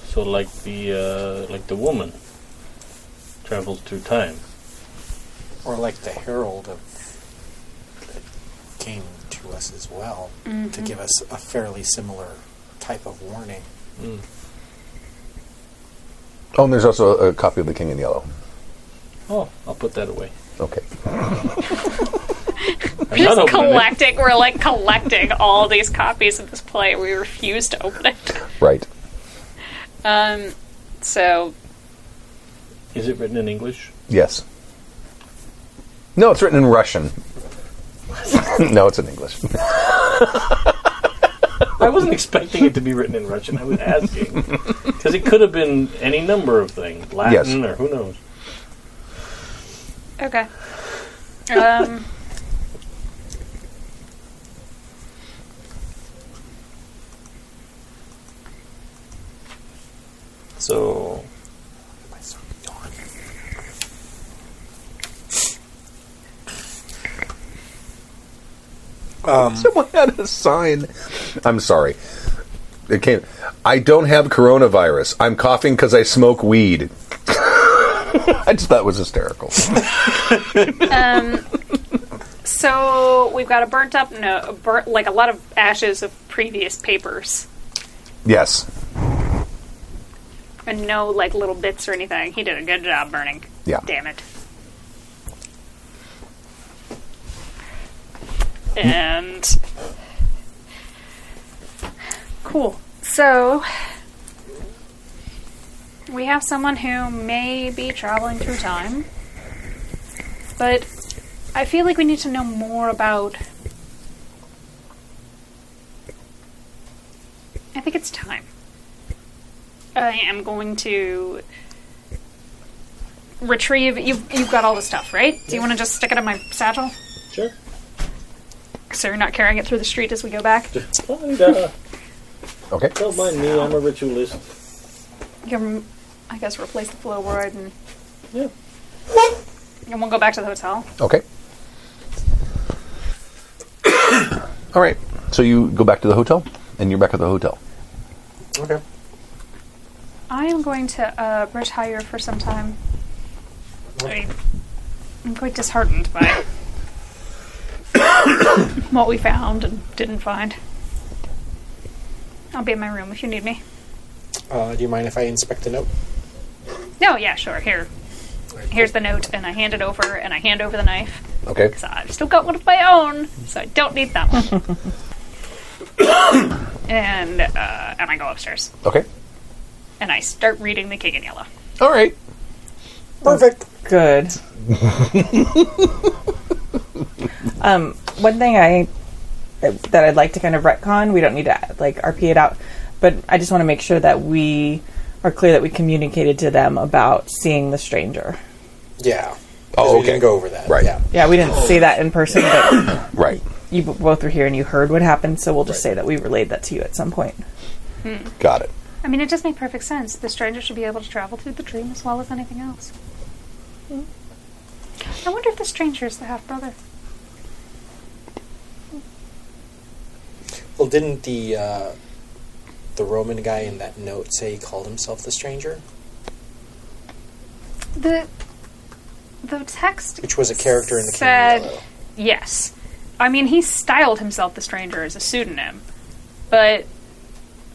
Speaker 5: So, like the uh, like the woman travels through time.
Speaker 8: or like the herald of that came to us as well
Speaker 3: Mm-hmm.
Speaker 8: to give us a fairly similar type of warning.
Speaker 2: Oh, and there's also a, a copy of The King in Yellow.
Speaker 5: Oh, I'll put that away.
Speaker 2: Okay.
Speaker 5: I'm
Speaker 10: We're
Speaker 5: not
Speaker 10: just
Speaker 5: opening it.
Speaker 10: collecting. We're like collecting all these copies of this play. We refuse to open it.
Speaker 2: Right.
Speaker 10: Um, so
Speaker 5: Is it written in English?
Speaker 2: Yes. No, it's written in Russian. no, it's in English.
Speaker 5: I wasn't expecting it to be written in Russian. I was asking because it could have been any number of things, Latin or who knows.
Speaker 10: Okay. Um.
Speaker 8: So
Speaker 2: Someone had a sign. I'm sorry. It came. I don't have coronavirus. I'm coughing because I smoke weed. I just thought it was hysterical.
Speaker 10: um so we've got a burnt up no, a bur- like a lot of ashes of previous papers,
Speaker 2: yes.
Speaker 10: and no like little bits or anything. He did a good job burning.
Speaker 2: Yeah.
Speaker 10: Damn it. And cool. So we have someone who may be traveling through time, but I feel like we need to know more about. I think it's time. I am going to retrieve. You've, you've got all the stuff, right? Do you want to just stick it in my satchel?
Speaker 5: Sure.
Speaker 10: So you're not carrying it through the street as we go back?
Speaker 5: Kinda.
Speaker 2: Okay.
Speaker 5: uh, Don't mind me. I'm a ritualist.
Speaker 10: You can, I guess, replace the floorboard and.
Speaker 5: Yeah.
Speaker 10: And we'll go back to the hotel.
Speaker 2: Okay. All right. So you go back to the hotel, and you're back at the hotel.
Speaker 8: okay,
Speaker 10: I am going to uh, retire for some time. I, I'm quite disheartened by what we found and didn't find. I'll be in my room if you need me.
Speaker 8: uh, do you mind if I inspect the note?
Speaker 10: No, yeah, sure. Here. Here's the note, and I hand it over, and I hand over the knife.
Speaker 2: Okay.
Speaker 10: So I've still got one of my own, so I don't need that one. and uh, and I go upstairs,
Speaker 2: Okay.
Speaker 10: and I start reading The King in Yellow.
Speaker 2: All right.
Speaker 8: Perfect.
Speaker 3: Good. um, one thing I that I'd like to kind of retcon. We don't need to like RP it out, but I just want to make sure that we are clear that we communicated to them about seeing the stranger.
Speaker 4: Yeah.
Speaker 2: Oh,
Speaker 4: We
Speaker 2: okay.
Speaker 4: didn't go over that.
Speaker 2: Right.
Speaker 4: Yeah.
Speaker 3: Yeah, we didn't see that in person, but
Speaker 2: Right.
Speaker 3: you b- both were here and you heard what happened, so we'll just say that we relayed that to you at some point.
Speaker 2: Got it.
Speaker 6: I mean, it just made perfect sense. The stranger should be able to travel through the dream as well as anything else. I wonder if the stranger is the half brother.
Speaker 4: Well, didn't the uh, the Roman guy in that note say he called himself the Stranger,
Speaker 6: The the text
Speaker 4: which was a character in the King
Speaker 6: said
Speaker 4: Yellow?
Speaker 6: yes. I mean, he styled himself the stranger as a pseudonym, but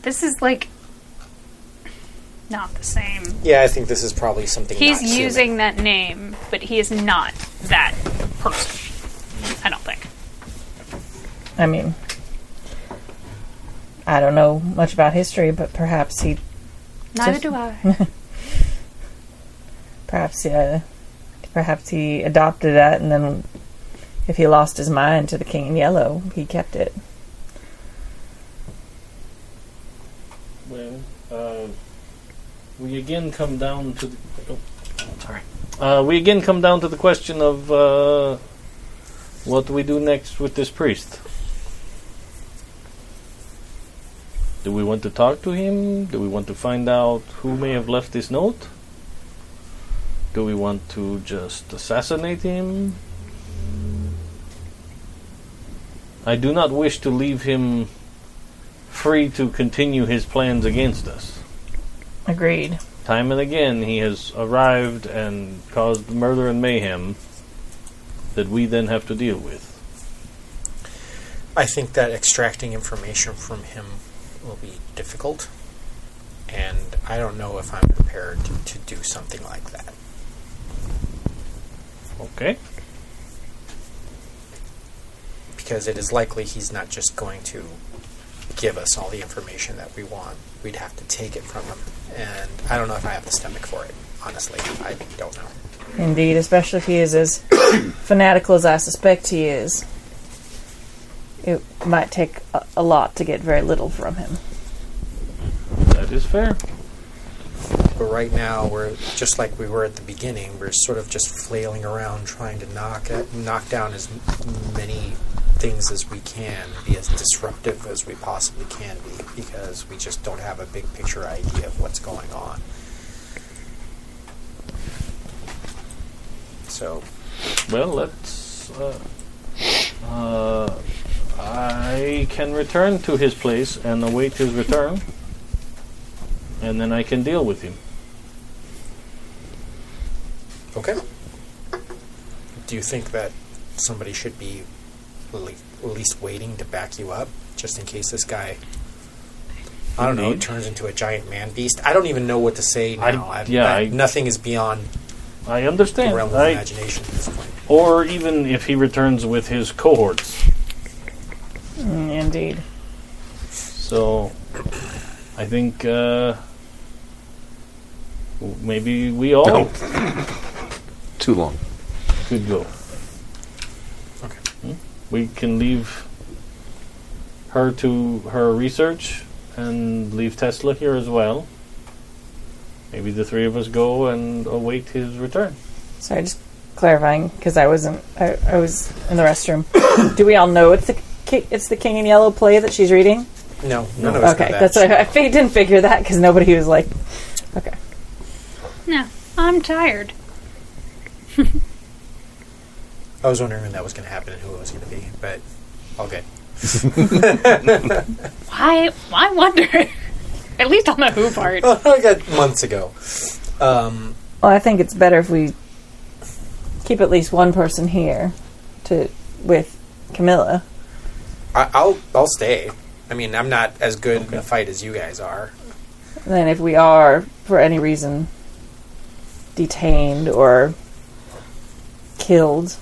Speaker 6: this is like not the same.
Speaker 4: Yeah, I think this is probably something
Speaker 6: He's
Speaker 4: not human.
Speaker 6: using that name, but he is not that person. I don't think.
Speaker 3: I mean, I don't know much about history, but perhaps he,
Speaker 6: Neither
Speaker 3: Just-
Speaker 6: do I.
Speaker 3: perhaps uh, perhaps he adopted that, and then if he lost his mind to the King in Yellow, he kept it.
Speaker 5: Well, uh, we again come down to the. Oh, sorry. Uh, we again come down to the question of uh, what do we do next with this priest? Do we want to talk to him? Do we want to find out who may have left this note? Do we want to just assassinate him? I do not wish to leave him free to continue his plans against us.
Speaker 3: Agreed.
Speaker 5: Time and again, he has arrived and caused murder and mayhem that we then have to deal with.
Speaker 8: I think that extracting information from him will be difficult, and I don't know if I'm prepared to do something like that.
Speaker 5: Okay.
Speaker 8: because it is likely he's not just going to give us all the information that we want. We'd have to take it from him, and I don't know if I have the stomach for it. Honestly, I don't know.
Speaker 3: Indeed, especially if he is as fanatical as I suspect he is. It might take a, a lot to get very little from him.
Speaker 5: That is fair.
Speaker 8: But right now, we're just like we were at the beginning. We're sort of just flailing around, trying to knock at, knock down as m- many things as we can, be as disruptive as we possibly can be, because we just don't have a big picture idea of what's going on. So
Speaker 5: Well, let's. Uh, uh, I can return to his place and await his return, and then I can deal with him.
Speaker 8: Okay. Do you think that somebody should be le- at least waiting to back you up, just in case this guy? I don't know.
Speaker 5: Indeed.
Speaker 8: Turns into a giant man beast. I don't even know what to say
Speaker 5: I-
Speaker 8: now. I,
Speaker 5: yeah,
Speaker 8: I-
Speaker 5: I-
Speaker 8: nothing is beyond
Speaker 5: I
Speaker 8: the
Speaker 5: understand.
Speaker 8: realm of
Speaker 5: I-
Speaker 8: imagination at this point.
Speaker 5: or even if he returns with his cohorts.
Speaker 3: Mm, Indeed.
Speaker 5: So, I think uh, w- maybe we all
Speaker 2: No. Too long.
Speaker 5: could go.
Speaker 8: Okay.
Speaker 5: Hmm? We can leave her to her research and leave Tesla here as well. Maybe the three of us go and await his return.
Speaker 3: Sorry, just clarifying because I wasn't. I, I was in the restroom. Do we all know it's the ki- it's the King in Yellow play that she's reading?
Speaker 8: No, none of us
Speaker 3: okay,
Speaker 8: know that.
Speaker 3: that's what I, I fi- didn't figure that because nobody was like, okay,
Speaker 6: No, I'm tired.
Speaker 8: I was wondering when that was going to happen and who it was going to be, but all good.
Speaker 6: Why? Why wonder? At least on the who part.
Speaker 8: I got months ago. Um,
Speaker 3: Well, I think it's better if we keep at least one person here to with Camilla.
Speaker 8: I, I'll I'll stay. I mean, I'm not as good in a fight as you guys are.
Speaker 3: Then, if we are for any reason detained or killed,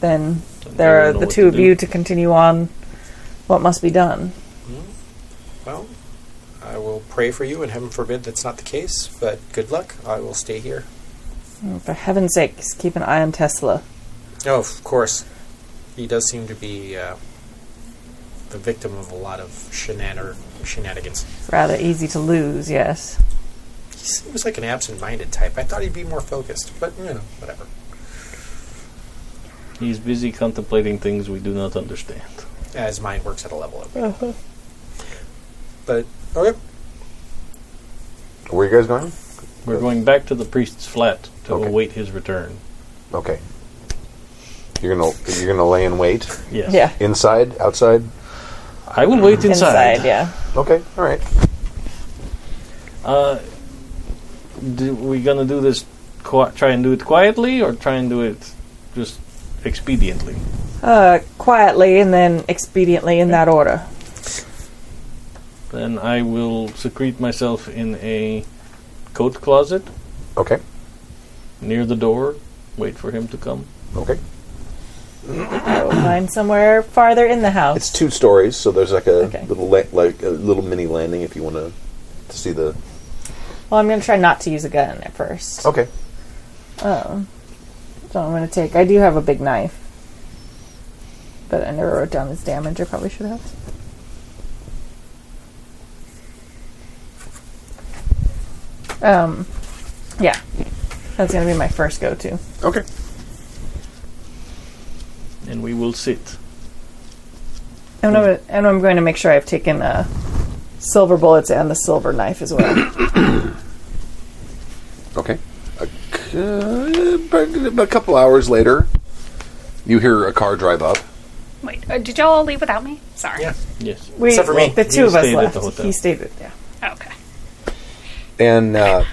Speaker 3: then there
Speaker 5: don't
Speaker 3: are
Speaker 5: know
Speaker 3: the
Speaker 5: what
Speaker 3: two
Speaker 5: to
Speaker 3: of
Speaker 5: do.
Speaker 3: you to continue on what must be done.
Speaker 8: Hmm? Well, I will pray for you, and heaven forbid that's not the case, but good luck. I will stay here.
Speaker 3: For heaven's sakes, keep an eye on Tesla.
Speaker 8: Oh, of course. He does seem to be uh, the victim of a lot of shenan- or shenanigans.
Speaker 3: Rather easy to lose, yes.
Speaker 8: he seems like an absent-minded type. I thought he'd be more focused, but you know, whatever.
Speaker 5: He's busy contemplating things we do not understand.
Speaker 8: Yeah, his mind works at a level. Of But okay,
Speaker 2: Where are you guys going?
Speaker 5: We're going back to the priest's flat to
Speaker 2: Okay.
Speaker 5: await his return.
Speaker 2: Okay. You're gonna you're gonna lay in wait
Speaker 5: Yes.
Speaker 3: Yeah.
Speaker 2: inside, outside.
Speaker 5: I will wait inside.
Speaker 3: Inside, yeah.
Speaker 2: Okay, all right.
Speaker 5: Uh, do we gonna do this? Qui- try and do it quietly, or try and do it just expediently?
Speaker 3: Uh, quietly and then expediently in that order.
Speaker 5: Then I will secrete myself in a coat closet
Speaker 2: Okay,
Speaker 5: near the door. Wait for him to come.
Speaker 2: okay.
Speaker 3: I will find somewhere farther in the house.
Speaker 2: It's two stories, so there's like a
Speaker 3: Okay.
Speaker 2: little la- like a little mini landing if you want to to see the.
Speaker 3: well, I'm going to try not to use a gun at
Speaker 8: Oh.
Speaker 3: first.
Speaker 2: Okay,
Speaker 3: So I'm going to take. I do have a big knife. But I never wrote down his damage. I probably should have. Um, yeah. That's going to be my first go to.
Speaker 2: okay.
Speaker 5: And we will sit.
Speaker 3: And, I'm, and I'm going to make sure I've taken uh, silver bullets and the silver knife as well.
Speaker 2: Okay. A, c- but a couple hours later, you hear a car drive up.
Speaker 6: Wait, uh, did y'all all leave without me? Sorry.
Speaker 8: yeah,
Speaker 5: Yes.
Speaker 3: We,
Speaker 8: Except for me.
Speaker 3: The two of us
Speaker 5: stayed at
Speaker 3: left.
Speaker 5: the hotel.
Speaker 3: He stayed at yeah.
Speaker 6: Oh, Okay.
Speaker 2: And uh,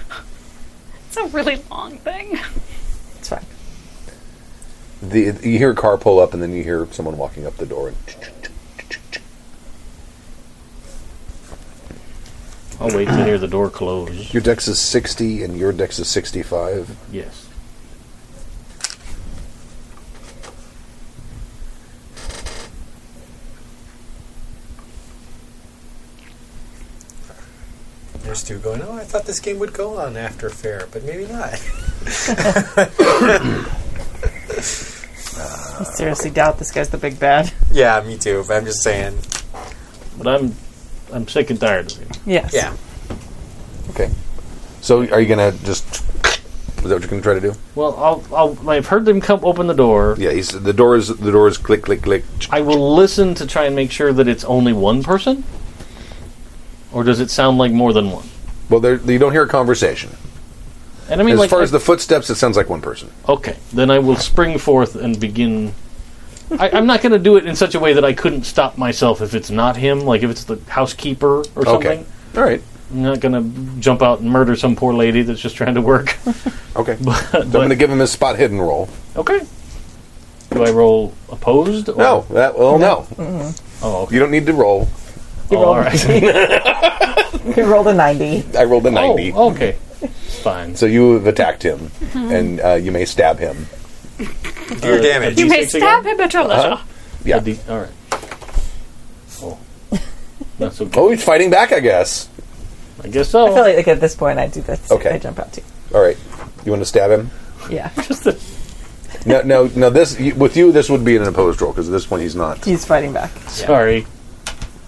Speaker 6: It's a really long thing.
Speaker 3: It's fine.
Speaker 2: the you hear a car pull up, and then you hear someone walking up the door. And
Speaker 5: I'll wait to hear the door close.
Speaker 2: your dex is sixty, and your dex is sixty-five.
Speaker 5: Yes.
Speaker 8: there's two going. Oh, I thought this game would go on after fair, but maybe not.
Speaker 3: I seriously doubt this guy's the big bad.
Speaker 8: yeah, me too. But I'm just saying.
Speaker 5: But I'm I'm sick and tired of him.
Speaker 3: Yes.
Speaker 8: Yeah,
Speaker 2: Okay. So are you gonna just? Is that what you're gonna try to do?
Speaker 5: Well, I'll, I'll I've heard them come open the door.
Speaker 2: Yeah. He's the door is the door is click click click.
Speaker 5: I will listen to try and make sure that it's only one person. Or does it sound like more than one?
Speaker 2: Well, there, you don't hear a conversation.
Speaker 5: And I mean,
Speaker 2: as
Speaker 5: like,
Speaker 2: far as
Speaker 5: I-
Speaker 2: the footsteps, it sounds like one person.
Speaker 5: okay, then I will spring forth and begin. I, I'm not going to do it in such a way that I couldn't stop myself if it's not him. Like if it's the housekeeper or
Speaker 2: Okay.
Speaker 5: something.
Speaker 2: All right.
Speaker 5: I'm not going to jump out and murder some poor lady that's just trying to work.
Speaker 2: Okay. So
Speaker 5: but,
Speaker 2: I'm going to give him his spot hidden roll.
Speaker 5: okay. Do I roll opposed? Or?
Speaker 2: No, that well, no.
Speaker 5: Oh, okay.
Speaker 2: You don't need to roll.
Speaker 3: He
Speaker 5: Oh,
Speaker 3: rolled,
Speaker 5: all right.
Speaker 3: he rolled a 90.
Speaker 2: I rolled a ninety,
Speaker 5: oh, okay. Fine.
Speaker 2: so you have attacked him, and uh, you may stab him.
Speaker 8: do
Speaker 5: Uh,
Speaker 8: your damage.
Speaker 6: You may
Speaker 5: D6
Speaker 6: stab him, but you'll
Speaker 2: Uh-huh. Yeah.
Speaker 5: A D- all right. Oh, not so good.
Speaker 2: Oh, he's fighting back, I guess. Oh.
Speaker 5: I guess so.
Speaker 3: I feel like, like at this point I do this.
Speaker 2: Okay.
Speaker 3: I jump out too.
Speaker 2: All right. You want to stab him?
Speaker 3: Yeah.
Speaker 2: No, no, no. This you- with you, this would be an opposed roll because at this point he's not.
Speaker 3: He's fighting back.
Speaker 5: Sorry,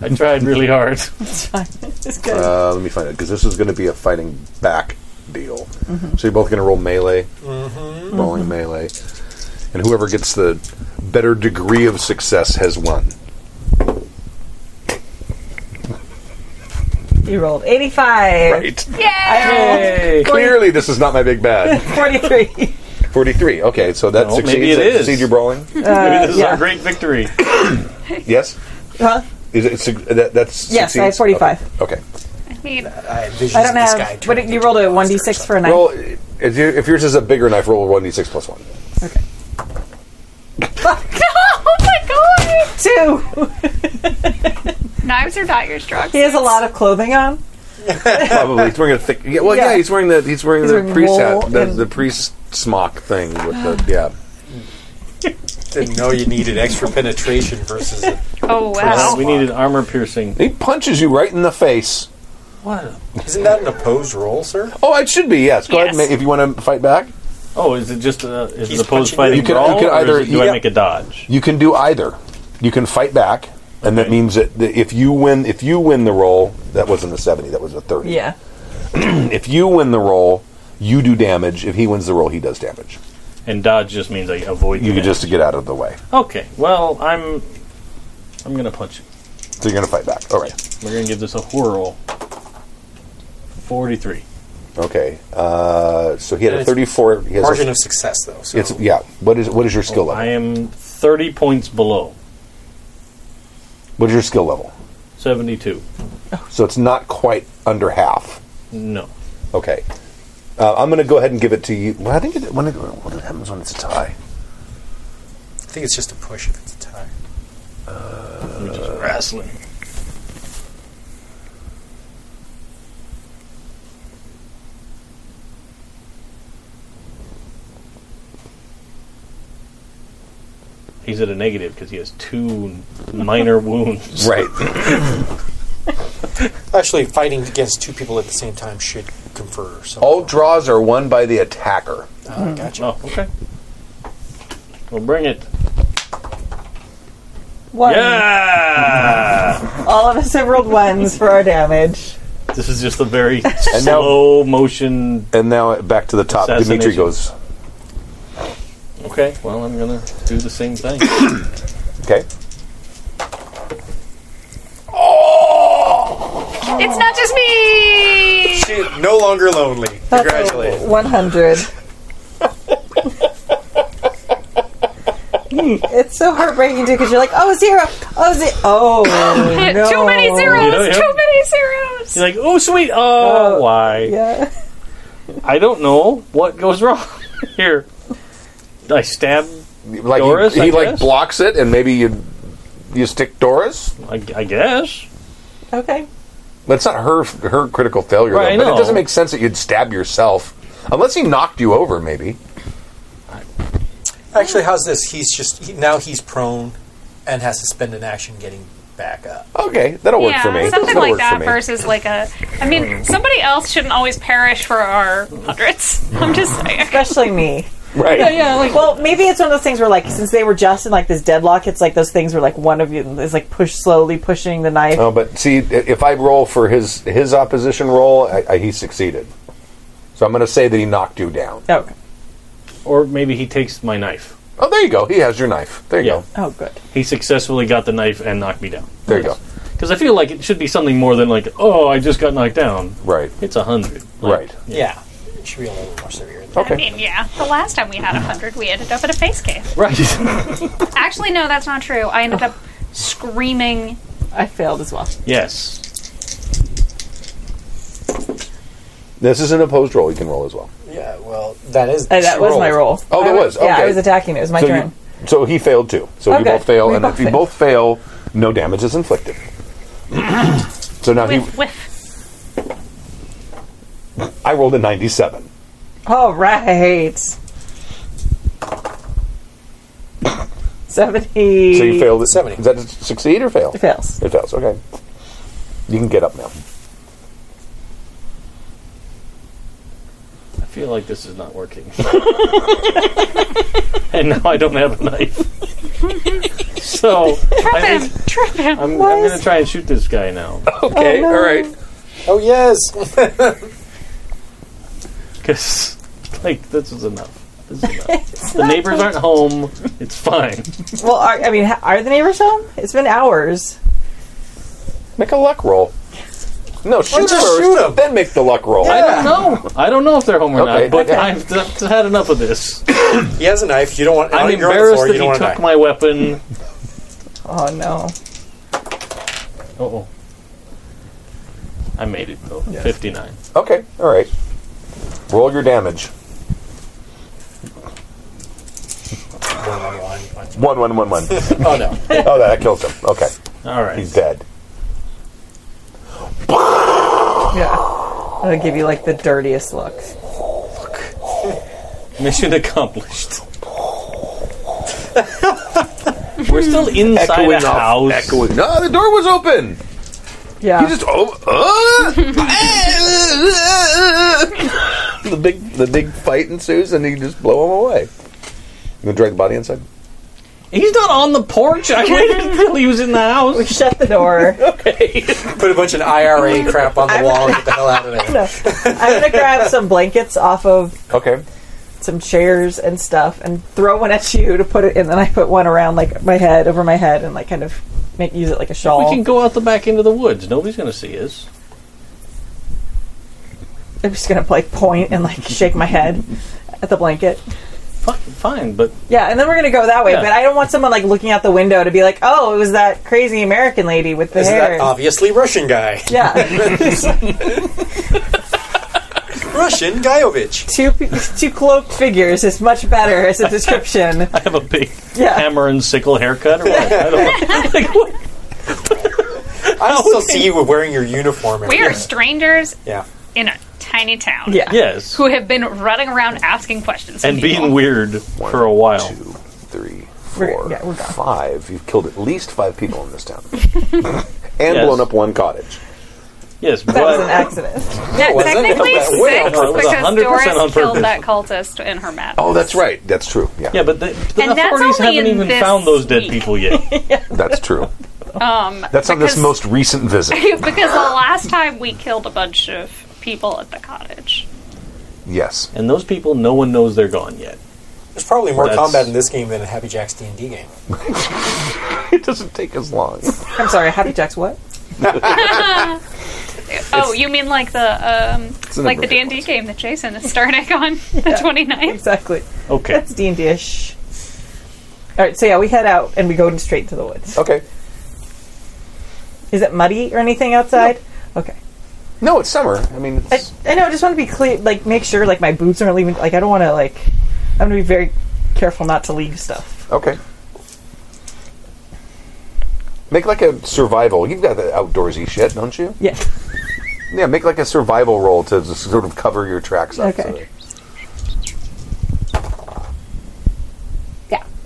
Speaker 5: I tried really hard.
Speaker 3: It's fine. It's good.
Speaker 2: Uh, let me find it because this is going to be a fighting back deal. So you're both going to roll melee,
Speaker 5: Mm-hmm.
Speaker 2: rolling melee, and whoever gets the better degree of success has won.
Speaker 3: he rolled 85.
Speaker 2: Right.
Speaker 5: Yay!
Speaker 2: Clearly, this is not my big bad.
Speaker 3: 43.
Speaker 2: 43. Okay, so that
Speaker 5: Well,
Speaker 2: succeeds.
Speaker 5: maybe it
Speaker 2: That
Speaker 5: is.
Speaker 2: succeeds your brawling.
Speaker 3: Hmm.
Speaker 5: Maybe this is
Speaker 3: yeah.
Speaker 5: our great victory.
Speaker 2: yes.
Speaker 3: Huh?
Speaker 2: Is it suc- that, that's
Speaker 3: Yes, I have
Speaker 2: succeeds?
Speaker 3: 45.
Speaker 2: Okay.
Speaker 6: I mean,
Speaker 8: I, had visions
Speaker 3: I
Speaker 8: of
Speaker 3: don't
Speaker 8: this guy
Speaker 3: have. What
Speaker 8: turned
Speaker 3: did, you
Speaker 8: into
Speaker 3: rolled a
Speaker 8: monster or
Speaker 3: 1d6 for a 9.
Speaker 2: Roll if, you, if yours is a bigger knife, roll one d6 plus one.
Speaker 3: Okay.
Speaker 6: oh my
Speaker 3: Two.
Speaker 6: god! Knives or daggers, drugs.
Speaker 3: He has a lot of clothing on.
Speaker 2: Probably he's wearing a thick. Yeah, well, yeah,
Speaker 3: Yeah.
Speaker 2: he's wearing the he's wearing
Speaker 3: He's
Speaker 2: the
Speaker 3: wearing
Speaker 2: priest
Speaker 3: wool
Speaker 2: hat, the,
Speaker 3: and-
Speaker 2: the priest smock thing with the yeah.
Speaker 8: Didn't know you needed extra penetration versus a
Speaker 6: Oh
Speaker 5: Uh,
Speaker 6: wow!
Speaker 5: we needed armor piercing.
Speaker 2: He punches you right in the face.
Speaker 8: What? Isn't that an opposed roll, sir?
Speaker 2: Oh, it should be yes. Go ahead,
Speaker 6: Yes.
Speaker 2: ma- if you want to fight back,
Speaker 5: Oh, is it just uh, is
Speaker 8: He's
Speaker 5: the opposed
Speaker 8: punching
Speaker 5: fighting
Speaker 8: you.
Speaker 2: You can-
Speaker 5: brawl,
Speaker 2: you can
Speaker 5: or is
Speaker 2: either-
Speaker 5: it- do
Speaker 2: yeah.
Speaker 5: I make a dodge?
Speaker 2: you can do either. You can fight back, and that means that, that if you win, if you win the roll, that wasn't a seventy, that was a thirty.
Speaker 3: Yeah.
Speaker 2: if you win the roll, you do damage. If he wins the roll, he does damage.
Speaker 5: And dodge just means I avoid.
Speaker 2: You
Speaker 5: the
Speaker 2: can just to
Speaker 5: damage.
Speaker 2: get out of the way.
Speaker 5: Okay. Well, I'm. I'm gonna punch it.
Speaker 2: So you're going to fight back. All right.
Speaker 5: We're gonna give this a horror roll. Forty-three.
Speaker 2: Okay. Uh, so he had a
Speaker 8: And it's
Speaker 2: 34. He has a-
Speaker 8: Margin of success, though. So
Speaker 2: it's yeah. What is what is your skill
Speaker 5: Oh, I
Speaker 2: level?
Speaker 5: am thirty points below.
Speaker 2: What is your skill level?
Speaker 5: Seventy-two.
Speaker 2: So it's not quite under half.
Speaker 5: No.
Speaker 2: Okay. Uh, I'm going to go ahead and give it to you. Well, I think it, when it, what happens when it's a tie.
Speaker 8: I think it's just a push if it's a tie.
Speaker 5: I'm just wrestling. He's at a negative because he has two minor wounds.
Speaker 2: Right.
Speaker 8: Actually, fighting against two people at the same time should confer. So
Speaker 2: All draws are won by the attacker.
Speaker 8: Ah, gotcha.
Speaker 5: Oh, okay. Well, bring it.
Speaker 3: One.
Speaker 5: Yeah!
Speaker 3: All of us have rolled ones for our damage.
Speaker 5: this is just a very
Speaker 2: now-
Speaker 5: slow motion.
Speaker 2: And now back to the top. Dimitri
Speaker 5: Assassination.
Speaker 2: goes.
Speaker 5: Okay, well, I'm going to do the same thing.
Speaker 2: Okay.
Speaker 6: It's not just me!
Speaker 8: She- no longer lonely. Congratulations.
Speaker 3: One hundred. it's so heartbreaking too because you're like, oh zero, oh zero, oh no,
Speaker 6: Too many zeros!
Speaker 5: You know, yeah.
Speaker 6: Too many zeros!
Speaker 5: He's like, oh, sweet. Oh,
Speaker 3: Oh,
Speaker 5: why?
Speaker 3: Yeah.
Speaker 5: I don't know what goes wrong here. I stab.
Speaker 2: Like you-
Speaker 5: Doris,
Speaker 2: he,
Speaker 5: I
Speaker 2: like
Speaker 5: guess?
Speaker 2: blocks it, and maybe you you stick Doris.
Speaker 5: I, I guess.
Speaker 3: Okay.
Speaker 2: That's not her her critical failure.
Speaker 5: Right, I
Speaker 2: though, but
Speaker 5: know.
Speaker 2: it doesn't make sense that you'd stab yourself unless he knocked you over. Maybe.
Speaker 8: Actually, how's this? He's just he, now he's prone and has to spend an action getting back up.
Speaker 2: Okay, that'll work
Speaker 6: yeah,
Speaker 2: for me.
Speaker 6: something
Speaker 2: that'll
Speaker 6: like
Speaker 2: work
Speaker 6: that
Speaker 2: for me. Mm.
Speaker 6: versus like a. I mean, somebody else shouldn't always perish for our hundreds. I'm just
Speaker 2: Mm.
Speaker 6: saying.
Speaker 3: Especially me.
Speaker 2: Right.
Speaker 3: yeah. Like, well, maybe it's one of those things where, like, since they were just in like this deadlock, it's like those things where, like, one of you is like push slowly pushing the knife.
Speaker 2: No, but see, i- if I roll for his his opposition roll, I, I, he succeeded. So I'm going to say that he knocked you down.
Speaker 3: Oh, Okay.
Speaker 5: Or maybe he takes my knife.
Speaker 2: Oh, there you go. He has your knife. There you
Speaker 5: Yeah.
Speaker 2: go.
Speaker 3: Oh, good.
Speaker 5: He successfully got the knife and knocked me down.
Speaker 2: There you go.
Speaker 5: Because I feel like it should be something more than like, oh, I just got knocked down.
Speaker 2: Right.
Speaker 5: It's a hundred.
Speaker 2: Right.
Speaker 8: Yeah. It should be a little more severe. Than
Speaker 6: I mean, yeah. The last time we had a hundred, we ended up at a face cave.
Speaker 5: Right.
Speaker 6: Actually, no, that's not true. I ended up screaming.
Speaker 3: I failed as well.
Speaker 5: yes.
Speaker 2: This is an opposed roll. You can roll as well.
Speaker 8: Yeah, well, that is.
Speaker 3: Uh, that
Speaker 8: she
Speaker 3: was my
Speaker 8: rolled.
Speaker 3: roll.
Speaker 2: Oh,
Speaker 3: I
Speaker 2: there was.
Speaker 3: Yeah, I
Speaker 2: Okay.
Speaker 3: was attacking. It was my
Speaker 2: so, You,
Speaker 3: turn.
Speaker 2: so he failed too. So you
Speaker 3: Okay.
Speaker 2: both fail,
Speaker 3: We
Speaker 2: and
Speaker 3: both
Speaker 2: if you
Speaker 3: fail.
Speaker 2: both fail, no damage is inflicted. so now he,
Speaker 6: Whiff, whiff.
Speaker 2: I rolled a 97.
Speaker 3: All right. Seventy.
Speaker 2: So you failed at
Speaker 8: 70.
Speaker 2: Does that succeed or fail?
Speaker 3: E It fails.
Speaker 2: It fails. Okay. You can get up now.
Speaker 5: I feel like this is not working. and now I don't have a knife. so
Speaker 6: Trip
Speaker 5: I
Speaker 6: him!
Speaker 5: think
Speaker 6: Trip him!
Speaker 5: I'm, I'm going to try and shoot this guy now.
Speaker 2: Okay. All right.
Speaker 8: Oh, yes.
Speaker 5: Because, like, this is enough. This is enough. the neighbors aren't home. It's fine.
Speaker 3: Well, are, I mean, ha- are the neighbors home? It's been hours.
Speaker 2: Make a luck roll. No, shoot
Speaker 8: just
Speaker 2: first,
Speaker 8: shoot 'em.
Speaker 2: then make the luck roll.
Speaker 5: I don't know. I don't know if they're home or
Speaker 2: Okay,
Speaker 5: not, but
Speaker 2: okay.
Speaker 5: I've d- had enough of this.
Speaker 8: he has a knife. You don't want.
Speaker 5: I'm
Speaker 8: on your own
Speaker 5: embarrassed
Speaker 8: floor,
Speaker 5: that
Speaker 8: you
Speaker 5: he
Speaker 8: don't
Speaker 5: took my
Speaker 8: want a knife.
Speaker 5: weapon.
Speaker 3: Oh no.
Speaker 5: Uh-oh. I made it, though. 59.
Speaker 2: Okay, all right. Roll your damage. One, one, one, one. oh
Speaker 8: Oh no!
Speaker 2: that, that kills him. Okay,
Speaker 5: All right.
Speaker 2: he's dead.
Speaker 3: Yeah. I'll give you like the dirtiest look.
Speaker 5: Mission accomplished. We're still inside
Speaker 2: Echoing
Speaker 5: a
Speaker 2: off-
Speaker 5: house.
Speaker 2: echoing- No, the door was open.
Speaker 3: Yeah.
Speaker 2: He just oh, uh, the big the big fight ensues, and you just blow him away. You gonna drag the body inside?
Speaker 5: He's not on the porch. I waited until he was in the house.
Speaker 3: Shut the door.
Speaker 5: Okay.
Speaker 8: Put a bunch of IRA crap on the wall and get the hell out of there.
Speaker 3: No. I'm gonna grab some blankets off of
Speaker 2: Okay.
Speaker 3: some chairs and stuff and throw one at you to put it, and then I put one around like my head, over my head, and like kind of make use it like a
Speaker 5: We
Speaker 3: shawl.
Speaker 5: can go out the back into the woods. Nobody's going to see us.
Speaker 3: I'm just gonna like point and like shake my head at the blanket.
Speaker 5: Fine, fine but
Speaker 3: Yeah, and then we're gonna go that way.
Speaker 5: Yeah.
Speaker 3: But I don't want someone like looking out the window to be like, "Oh, it was that crazy American lady with the
Speaker 8: Is
Speaker 3: hair."
Speaker 8: that obviously Russian guy?
Speaker 3: yeah,
Speaker 8: Russian Guyovich.
Speaker 3: two pe- two cloaked figures is much better as a description.
Speaker 5: I have a big
Speaker 3: Yeah.
Speaker 5: hammer and sickle haircut or what? I don't know. like, what?
Speaker 8: I still see you wearing your uniform. and
Speaker 6: We are
Speaker 8: everything.
Speaker 6: strangers
Speaker 8: Yeah.
Speaker 6: in a tiny town.
Speaker 3: Yeah.
Speaker 5: Yes.
Speaker 6: Who have been running around asking questions to
Speaker 5: And
Speaker 6: people.
Speaker 5: being weird for a while.
Speaker 2: Two, three,
Speaker 3: We're-
Speaker 2: four,
Speaker 3: yeah, we're gone.
Speaker 2: five. You've killed at least five people in this town, and
Speaker 5: Yes.
Speaker 2: blown up one cottage.
Speaker 5: Yes, but
Speaker 3: That was an accident.
Speaker 6: Yeah,
Speaker 8: was it?
Speaker 6: technically
Speaker 8: That was way
Speaker 6: six
Speaker 5: on purpose.
Speaker 6: because
Speaker 5: 100% on
Speaker 6: Doris killed
Speaker 5: purpose.
Speaker 6: that cultist in her map.
Speaker 2: Oh, that's right. That's true. Yeah,
Speaker 5: yeah, but the, the
Speaker 6: And that's
Speaker 5: authorities
Speaker 6: only
Speaker 5: haven't
Speaker 6: in
Speaker 5: even
Speaker 6: this
Speaker 5: found those dead
Speaker 6: week.
Speaker 5: people yet.
Speaker 2: that's true.
Speaker 6: Um,
Speaker 2: That's on this
Speaker 6: because-
Speaker 2: most recent visit.
Speaker 6: because the last time we killed a bunch of people at the cottage.
Speaker 2: Yes.
Speaker 5: and those people, no one knows they're gone yet.
Speaker 8: There's probably more
Speaker 5: That's-
Speaker 8: combat in this game than in Happy Jack's D and D game.
Speaker 2: It doesn't take as long.
Speaker 3: I'm sorry, Happy Jacks. What?
Speaker 6: Oh, you mean like the um,
Speaker 2: an
Speaker 6: like the D and D
Speaker 2: abbreviation.
Speaker 6: game that Jason is starting on the 29th?
Speaker 3: Exactly.
Speaker 5: Okay.
Speaker 3: That's D and D ish. All right, so yeah, we head out and we go straight to the woods.
Speaker 2: Okay.
Speaker 3: Is it muddy or anything outside? Okay.
Speaker 2: No, it's summer. I mean,
Speaker 3: I,
Speaker 2: it's,
Speaker 3: I know. I just want to be clear. Like, make sure like my boots aren't leaving. Like, I don't want to like. I'm gonna be very careful not to leave stuff.
Speaker 2: okay. Make like a survival. You've got the outdoorsy shit, don't you?
Speaker 3: Yeah.
Speaker 2: Yeah, make like a survival roll to just sort of cover your tracks up.
Speaker 3: Okay.
Speaker 2: that-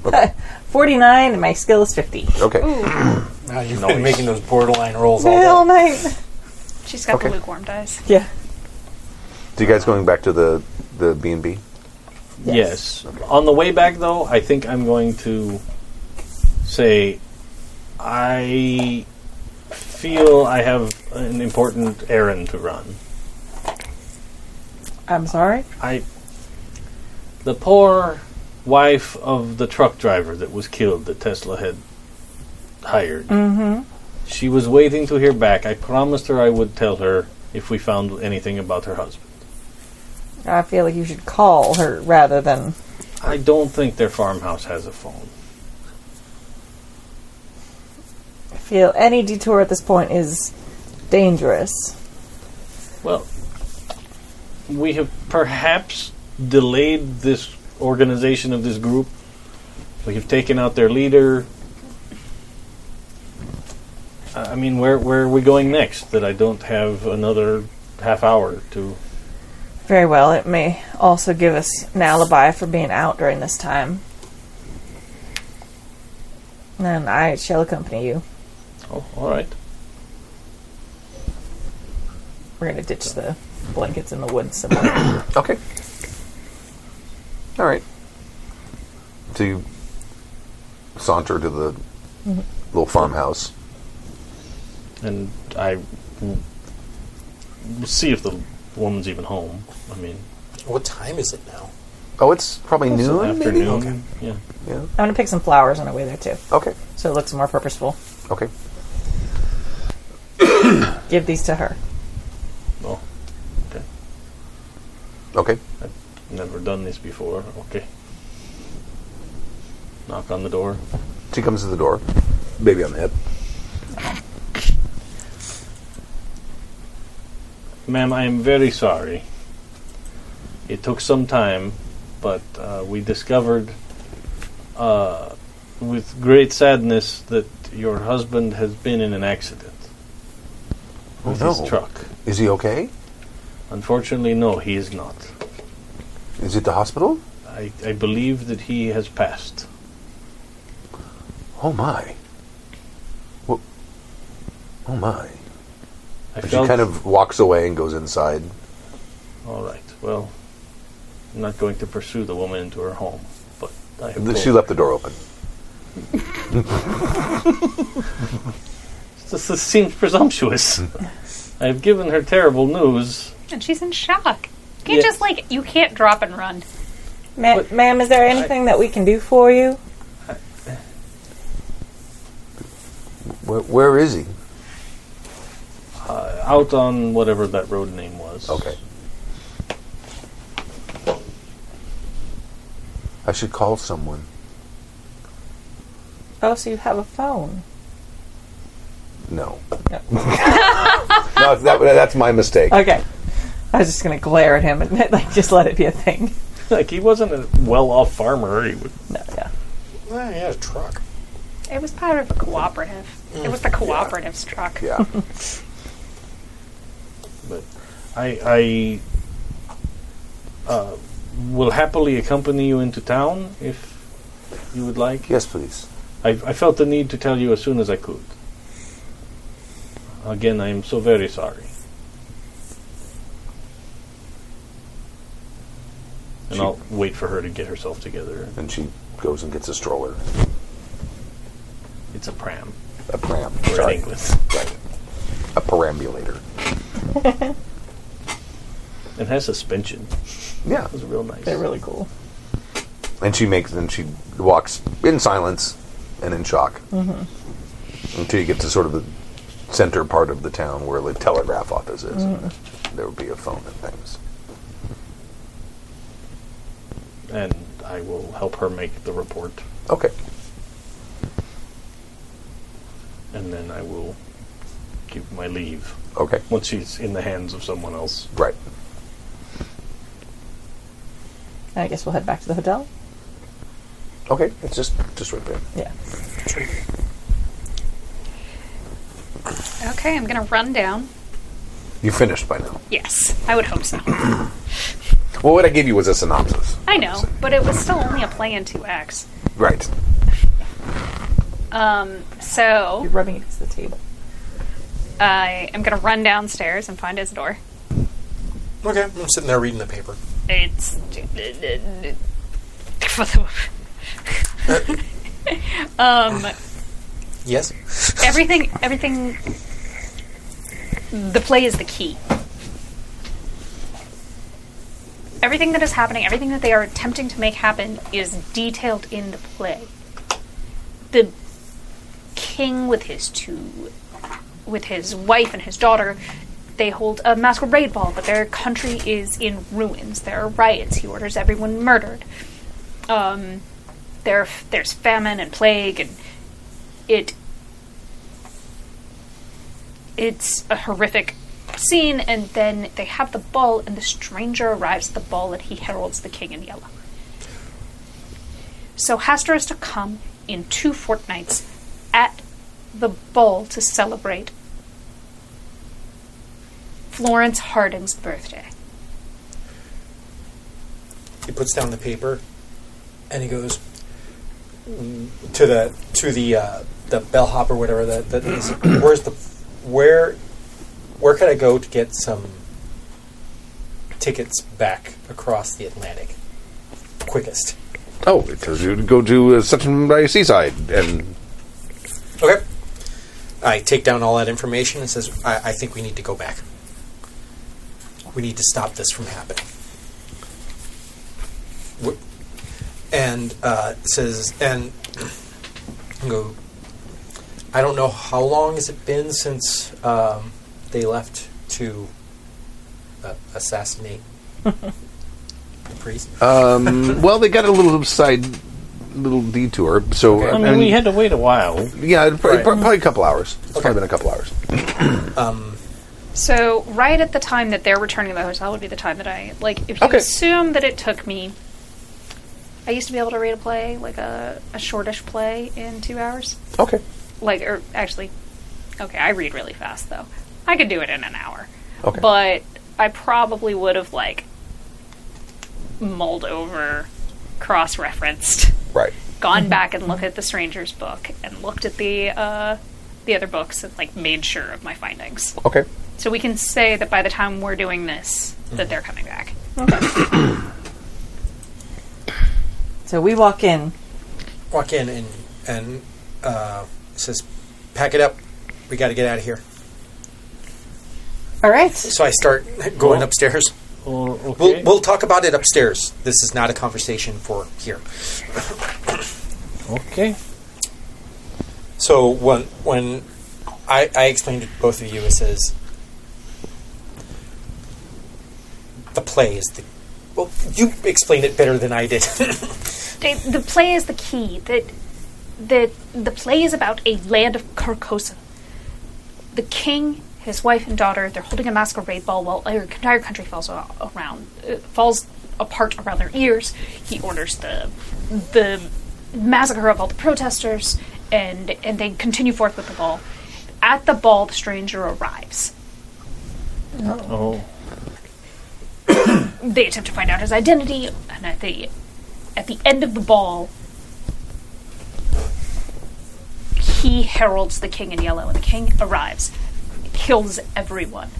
Speaker 3: Forty nine, and my skill is fifty.
Speaker 2: Okay.
Speaker 8: Now you've been Ah, making those borderline rolls
Speaker 3: All
Speaker 8: all day.
Speaker 3: night.
Speaker 6: She's got
Speaker 2: Okay.
Speaker 6: the lukewarm dice.
Speaker 3: Yeah.
Speaker 2: So you guys going back to the the B and B?
Speaker 5: Yes. On the way back, though, I think I'm going to say I feel I have an important errand to run.
Speaker 3: I'm sorry.
Speaker 5: I. The poor wife of the truck driver that was killed that Tesla had hired. Mm-hmm. She was waiting to hear back. I promised her I would tell her if we found anything about her husband.
Speaker 3: I feel like you should call her rather than.
Speaker 5: I don't think their farmhouse has a phone.
Speaker 3: I feel any detour at this point is dangerous.
Speaker 5: Well, we have perhaps delayed this organization of this group. We have taken out their leader. I I mean, where where are we going next? That I don't have another half hour to.
Speaker 3: Very well. It may also give us an alibi for being out during this time. And I shall accompany you.
Speaker 5: Oh, all right.
Speaker 3: We're gonna ditch the blankets in the woods somewhere.
Speaker 2: Okay. All right. So you saunter to the little farmhouse.
Speaker 5: And I w- will see if the woman's even home. I mean,
Speaker 8: What time is it now?
Speaker 2: Oh, it's probably noon. maybe?
Speaker 5: afternoon. Yeah.
Speaker 3: I'm gonna pick some flowers on the way there too,
Speaker 2: Okay.
Speaker 3: so it looks more purposeful.
Speaker 2: Okay.
Speaker 3: Give these to her.
Speaker 5: Well, okay.
Speaker 2: Okay.
Speaker 5: Never done this before. Okay. Knock on the door.
Speaker 2: She comes to the door. Baby on the hip.
Speaker 5: Ma'am, I am very sorry. It took some time, but uh, we discovered uh, with great sadness that your husband has been in an accident with
Speaker 2: Oh, no.
Speaker 5: his truck.
Speaker 2: Is he okay?
Speaker 5: Unfortunately, no, he is not.
Speaker 2: Is he at the hospital?
Speaker 5: I, I believe that he has passed.
Speaker 2: Oh my. Well, oh my.
Speaker 5: I
Speaker 2: She kind of walks away and goes inside.
Speaker 5: all right. Well, I'm not going to pursue the woman into her home, but I have
Speaker 2: She
Speaker 5: told-
Speaker 2: left the door open.
Speaker 5: This, this seems presumptuous. I've given her terrible news.
Speaker 6: And she's in shock. You can't
Speaker 5: Yeah.
Speaker 6: just like you can't drop and run.
Speaker 3: Ma- ma'am, is there anything that we can do for you?
Speaker 9: Where, where is he?
Speaker 5: Uh, out on whatever that road name was.
Speaker 9: Okay. I should call someone.
Speaker 3: Oh, so you have a phone.
Speaker 2: No. no, that, that's my mistake.
Speaker 3: Okay. I was just gonna glare at him and like just let it be a thing.
Speaker 5: Like he wasn't a well-off farmer. He would.
Speaker 3: No, yeah.
Speaker 8: Well, he had a Ah, truck.
Speaker 6: It was part of a cooperative. It was the cooperative's truck.
Speaker 2: Yeah.
Speaker 5: but I, I uh, will happily accompany you into town if you would like.
Speaker 9: Yes, please.
Speaker 5: I, I felt the need to tell you as soon as I could. Again, I am so very sorry. And
Speaker 2: She-
Speaker 5: I'll wait for her to get herself together.
Speaker 2: And she goes and gets a stroller,
Speaker 5: It's a pram.
Speaker 2: a pram,
Speaker 5: We're in
Speaker 2: sorry,
Speaker 5: England.
Speaker 2: a perambulator.
Speaker 5: It has suspension.
Speaker 2: Yeah.
Speaker 5: It was real nice.
Speaker 3: They're really cool.
Speaker 2: And she makes, and she walks in silence and in shock
Speaker 5: Mm-hmm.
Speaker 2: until you get to sort of the center part of the town where the telegraph office is.
Speaker 5: Mm-hmm.
Speaker 2: And there would be a phone and things.
Speaker 5: And I will help her make the report.
Speaker 2: Okay.
Speaker 5: And then I will give my leave.
Speaker 2: Okay.
Speaker 5: once she's in the hands of someone else.
Speaker 2: Right.
Speaker 3: I guess we'll head back to the hotel.
Speaker 2: Okay. It's just just right there.
Speaker 3: Yeah.
Speaker 6: Okay, I'm gonna run down.
Speaker 2: You finished by now.
Speaker 6: Yes, I would hope so.
Speaker 2: Well, what I gave you was a synopsis.
Speaker 6: I know, but it was still only a play in two acts.
Speaker 2: Right.
Speaker 6: Um, so
Speaker 3: You're rubbing against the table.
Speaker 6: I am gonna run downstairs and find Isidore.
Speaker 4: Okay, I'm sitting there reading the paper.
Speaker 6: It's um
Speaker 4: Yes.
Speaker 6: everything everything the play is the key everything that is happening everything that they are attempting to make happen is detailed in the play the king with his two with his wife and his daughter they hold a masquerade ball but their country is in ruins there are riots he orders everyone murdered um, there, there's famine and plague and it it's a horrific scene and then they have the ball and the stranger arrives at the ball and he heralds the king in yellow so hastur is to come in two fortnights at the ball to celebrate florence harding's birthday
Speaker 4: He puts down the paper, and he goes to the to the uh, the bellhop or whatever that that is. Where's the where where could I go to get some tickets back across the Atlantic quickest?
Speaker 2: Oh, it tells you to go to uh, such and by seaside and
Speaker 4: Okay. I take down all that information and says, I, I think we need to go back. We need to stop this from happening. Wh- And uh, says, and I go, I don't know how long has it been since um, they left to uh, assassinate the priest.
Speaker 2: Um, well, they got a little side little detour. So
Speaker 5: I mean,
Speaker 2: and-
Speaker 5: we had to wait a while.
Speaker 2: yeah, it'd probably,
Speaker 4: Right.
Speaker 2: probably a couple hours. It's probably been a couple hours.
Speaker 4: Um,
Speaker 6: So right at the time that they're returning to the hotel would be the time that I like. If you
Speaker 2: Okay.
Speaker 6: assume that it took me, I used to be able to read a play like a a shortish play in two hours.
Speaker 2: Okay.
Speaker 6: Like or actually, okay, I read really fast though. I could do it in an hour.
Speaker 2: Okay.
Speaker 6: But I probably would have like mulled over, cross referenced
Speaker 2: Right.
Speaker 6: gone back and looked at the stranger's book and looked at the uh, the other books and like made sure of my findings.
Speaker 2: Okay.
Speaker 6: So we can say that by the time we're doing this, that they're coming back.
Speaker 3: So we walk in.
Speaker 4: walk in and
Speaker 8: and uh, says, "Pack it up. We got to get out of here."
Speaker 3: All right.
Speaker 8: So I start going
Speaker 5: Well,
Speaker 8: upstairs.
Speaker 5: Or, okay.
Speaker 8: We'll, we'll talk about it upstairs. This is not a conversation for here.
Speaker 5: okay.
Speaker 8: So when when I, I explained to both of you, it says the play is the. Well, you explained it better than I did.
Speaker 6: The, the play is the key. The, the, the play is about a land of Carcosa. The king, his wife, and daughter, they're holding a masquerade ball while our entire country falls a- around, uh, falls apart around their ears. He orders the, the massacre of all the protesters, and, and they continue forth with the ball. At the ball, the stranger arrives.
Speaker 5: Oh,
Speaker 6: They attempt to find out his identity, and at the, at the end of the ball, he heralds the king in yellow, and the king arrives, kills everyone,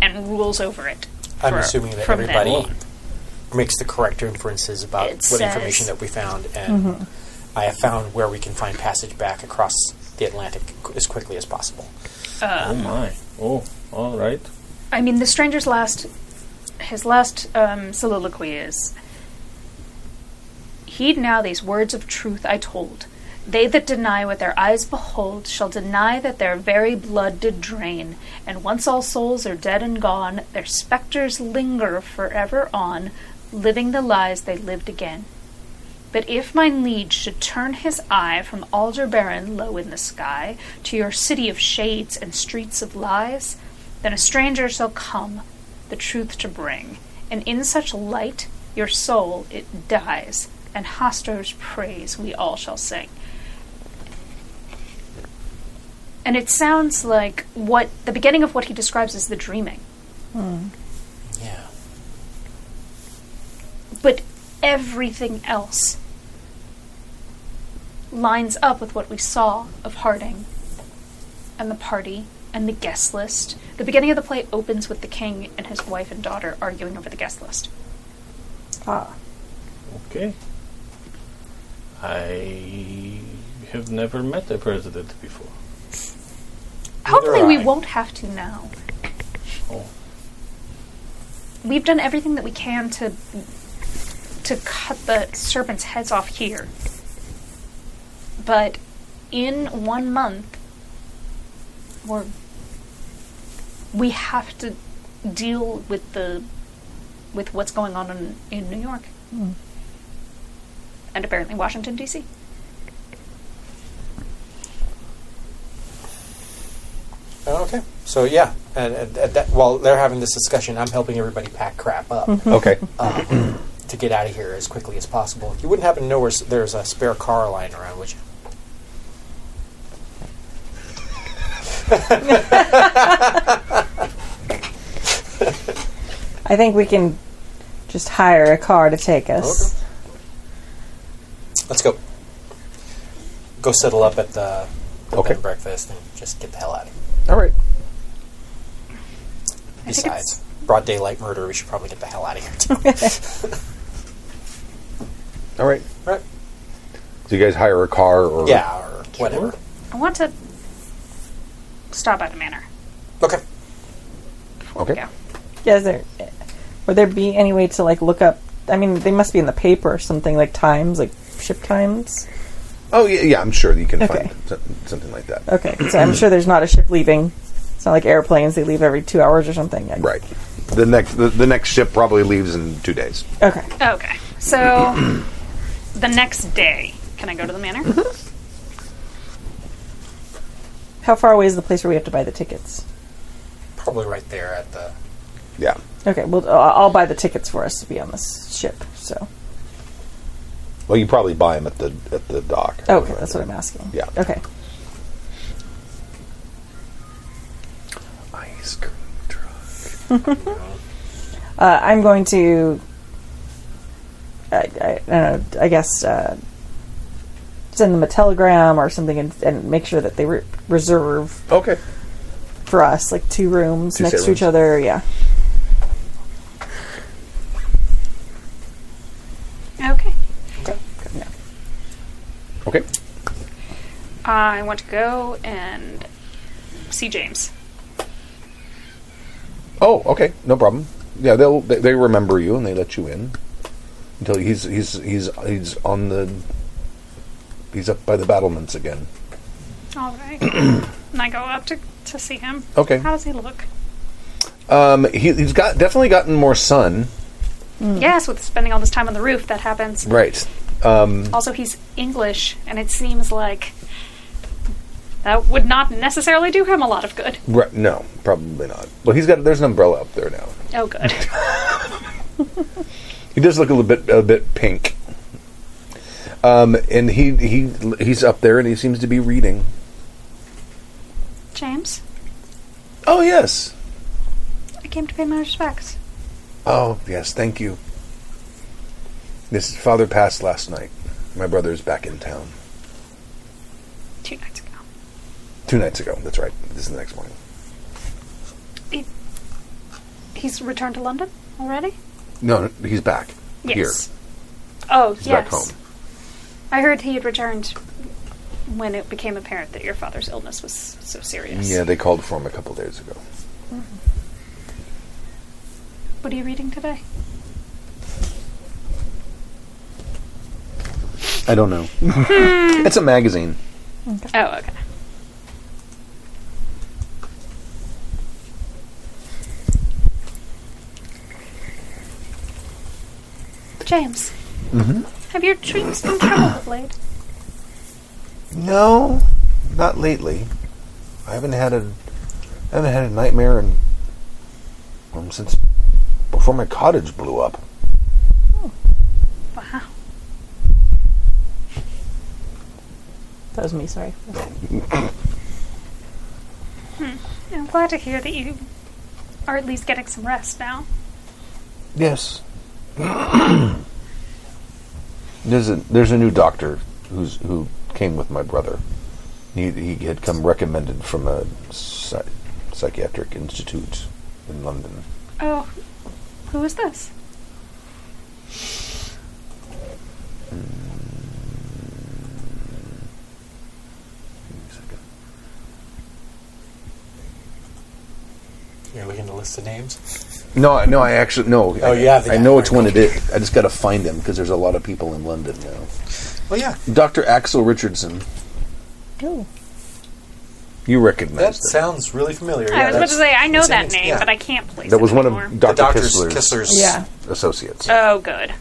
Speaker 6: and rules over it.
Speaker 8: I'm
Speaker 6: for-
Speaker 8: assuming that
Speaker 6: from then
Speaker 8: everybody
Speaker 6: on.
Speaker 8: makes the correct inferences about
Speaker 6: It
Speaker 8: what
Speaker 6: says- Mm-hmm.
Speaker 8: information that we found, and I have found where we can find passage back across the Atlantic qu- as quickly as possible.
Speaker 5: oh my. Oh, all right.
Speaker 6: I mean, the stranger's last, his last um, soliloquy is, "Heed now these words of truth I told. They that deny what their eyes behold shall deny that their very blood did drain. And once all souls are dead and gone, their spectres linger forever on, living the lies they lived again." But if mine liege should turn his eye from alder barren low in the sky to your city of shades and streets of lies, then a stranger shall come, the truth to bring, and in such light your soul it dies, and Hastor's praise we all shall sing. And it sounds like what the beginning of what he describes is the dreaming.
Speaker 8: Yeah.
Speaker 6: but everything else lines up with what we saw of Harding and the party and the guest list. The beginning of the play opens with the king and his wife and daughter arguing over the guest list.
Speaker 3: Ah,
Speaker 5: Okay. I have never met a president before.
Speaker 6: Hopefully, we
Speaker 8: I.
Speaker 6: won't have to now.
Speaker 5: Oh.
Speaker 6: We've done everything that we can to to cut the serpents' heads off here. But in one month, we're we have to deal with the with what's going on in, in New York and apparently Washington D.C.
Speaker 8: Oh, Okay. So yeah, and, and, and that, while they're having this discussion, I'm helping everybody pack crap up
Speaker 3: Mm-hmm.
Speaker 2: Okay.
Speaker 8: to get out of here as quickly as possible. You wouldn't happen to know where s- there's a spare car lying around, would you?
Speaker 3: I think we can just hire a car to take us.
Speaker 8: Let's go. Go settle up at the, the
Speaker 2: Okay.
Speaker 8: bed and breakfast and just get the hell out of here.
Speaker 2: All right.
Speaker 6: I think it's-
Speaker 8: Besides, broad daylight murder, we should probably get the hell out of here. too.
Speaker 2: All right.
Speaker 8: right?
Speaker 2: Do you guys hire a car or?
Speaker 8: Yeah, or whatever.
Speaker 6: I want to stop at a manor.
Speaker 8: Okay.
Speaker 2: Okay.
Speaker 6: Yeah.
Speaker 3: Yeah, is there would there be any way to like look up? I mean, they must be in the paper or something like times, like ship times.
Speaker 2: Oh yeah, yeah. I'm sure that you can
Speaker 3: Okay.
Speaker 2: find some- something like that.
Speaker 3: Okay, so I'm sure there's not a ship leaving. It's not like airplanes; they leave every two hours or something. I-
Speaker 2: Right. The next the, the next ship probably leaves in two days.
Speaker 3: Okay.
Speaker 6: Okay. So the next day, can I go to the manor?
Speaker 3: How far away is the place where we have to buy the tickets?
Speaker 8: Probably right there at the.
Speaker 2: Yeah.
Speaker 3: Okay, well, I- I'll buy the tickets for us to be on this ship. So,
Speaker 2: Well, you probably buy them at the at the dock.
Speaker 3: okay, that's what I'm asking.
Speaker 2: Yeah.
Speaker 3: Okay.
Speaker 2: Ice cream truck.
Speaker 3: Uh, I'm going to. I, I, I don't know. I guess uh, send them a telegram or something, and, and make sure that they re- reserve
Speaker 2: Okay.
Speaker 3: for us, like two rooms
Speaker 2: Two
Speaker 3: next
Speaker 2: set
Speaker 3: to each
Speaker 2: rooms.
Speaker 3: other. Yeah.
Speaker 6: Okay. I want to go and see James.
Speaker 2: Oh, okay, no problem. Yeah, they'll they, they remember you and they let you in until he's he's he's he's on the he's up by the battlements again.
Speaker 6: All right. and I go up to, to see him.
Speaker 2: Okay.
Speaker 6: How does he look?
Speaker 2: Um, he, he's got definitely gotten more sun,
Speaker 6: Yes, with spending all this time on the roof, that happens.
Speaker 2: right?
Speaker 6: Also, he's English, and it seems like that would not necessarily do him a lot of good.
Speaker 2: Right? No, probably not. Well, he's got there's an umbrella up there now.
Speaker 6: Oh, good.
Speaker 2: He does look a little bit a bit pink. Um, and he he he's up there and he seems to be reading.
Speaker 6: James,
Speaker 2: Oh yes.
Speaker 6: I came to pay my respects.
Speaker 2: Oh yes, thank you. This father passed last night. My brother's back in town
Speaker 6: Two nights ago.
Speaker 2: two nights ago. That's right. This is the next morning.
Speaker 6: He's returned to London already?
Speaker 2: No, no, he's back.
Speaker 6: Yes. Oh,
Speaker 2: He's
Speaker 6: yes.
Speaker 2: back home.
Speaker 6: I heard he had returned when it became apparent that your father's illness was so serious.
Speaker 2: Yeah, they called for him a couple days ago.
Speaker 6: What are you reading today?
Speaker 2: I don't know. it's a magazine.
Speaker 6: Oh, okay. James,
Speaker 2: Mm-hmm.
Speaker 6: have your dreams been troubled of late?
Speaker 2: No, not lately. I haven't had a I haven't had a nightmare in um, since before my cottage blew up.
Speaker 6: Wow.
Speaker 3: That was me, sorry.
Speaker 6: I'm glad to hear that you are at least getting some rest now.
Speaker 2: Yes. there's a there's a new doctor who's who came with my brother. He he had come recommended from a psy- psychiatric institute in London.
Speaker 6: Oh, who is this?
Speaker 8: You're looking to list the names.
Speaker 2: No, I- no, I actually no.
Speaker 8: Oh,
Speaker 2: I,
Speaker 8: you have the
Speaker 2: I
Speaker 8: guy.
Speaker 2: know which one it is. I just got to find him because there's a lot of people in London now.
Speaker 8: Well, yeah,
Speaker 2: Dr. Axel Richardson.
Speaker 3: Oh.
Speaker 2: You recognize
Speaker 8: that
Speaker 2: that?
Speaker 8: sounds really familiar.
Speaker 6: I was about to say I know
Speaker 8: it's
Speaker 6: that
Speaker 8: in-
Speaker 6: name,
Speaker 8: yeah.
Speaker 6: but I can't place
Speaker 2: that
Speaker 6: it
Speaker 2: was one
Speaker 6: anymore.
Speaker 2: of
Speaker 8: the
Speaker 2: Dr.
Speaker 8: Doctor
Speaker 2: Kistler's,
Speaker 8: Kissler's.
Speaker 3: Yeah.
Speaker 2: associates.
Speaker 6: Oh, good.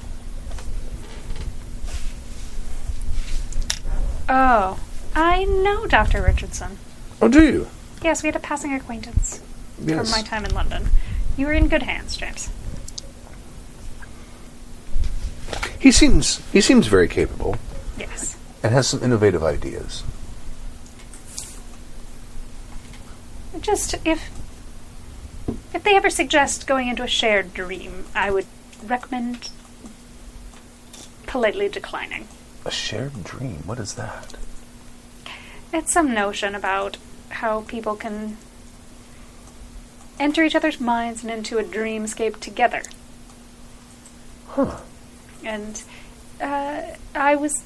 Speaker 6: Oh, I know Dr. Richardson.
Speaker 2: oh, do you?
Speaker 6: Yes, we had a passing acquaintance from
Speaker 2: Yes.
Speaker 6: my time in London. You were in good hands, James.
Speaker 2: He seems he seems very capable
Speaker 6: Yes.
Speaker 2: and has some innovative ideas.
Speaker 6: Just if if they ever suggest going into a shared dream, I would recommend politely declining.
Speaker 2: A shared dream. What is that?
Speaker 6: It's some notion about how people can enter each other's minds and into a dreamscape together.
Speaker 2: Huh.
Speaker 6: And uh, I was.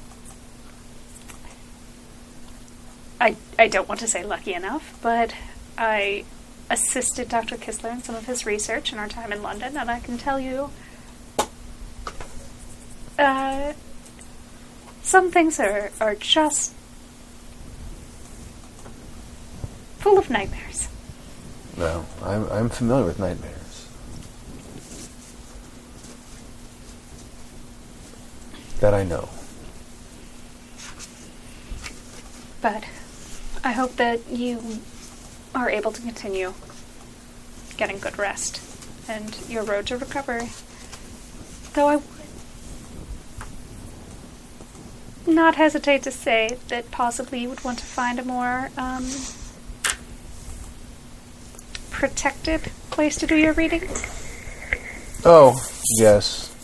Speaker 6: I, I don't want to say lucky enough, but I assisted Dr. Kistler in some of his research in our time in London, and I can tell you. Uh, some things are, are just full of nightmares.
Speaker 2: No, I'm I'm familiar with nightmares. That I know.
Speaker 6: But I hope that you are able to continue getting good rest and your road to recovery. Though I would not hesitate to say that possibly you would want to find a more um, protected place to do your reading.
Speaker 2: Oh, yes.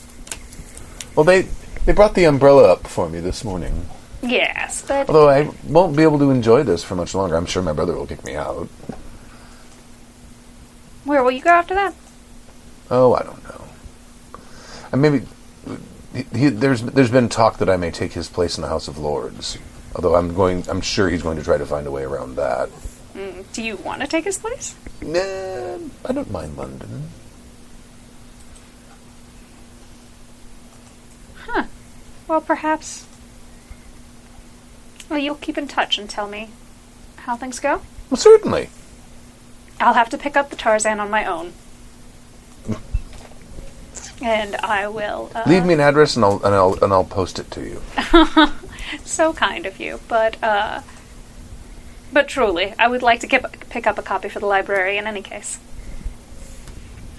Speaker 2: Well, they they brought the umbrella up for me this morning.
Speaker 6: Yes, but
Speaker 2: Although I won't be able to enjoy this for much longer. I'm sure my brother will kick me out.
Speaker 6: where will you go after that?
Speaker 2: Oh, I don't know. And maybe he, he, there's there's been talk that I may take his place in the House of Lords. Although I'm going, I'm sure he's going to try to find a way around that.
Speaker 6: Mm, do you want to take his place?
Speaker 2: Nah, I don't mind London.
Speaker 6: Huh. Well, perhaps. Well, you'll keep in touch and tell me how things go.
Speaker 2: Well, certainly.
Speaker 6: I'll have to pick up the Tarzan on my own. and I will. Uh,
Speaker 2: Leave me an address and I'll and I'll and I'll post it to you.
Speaker 6: so kind of you, but uh, but truly, I would like to get, pick up a copy for the library. In any case,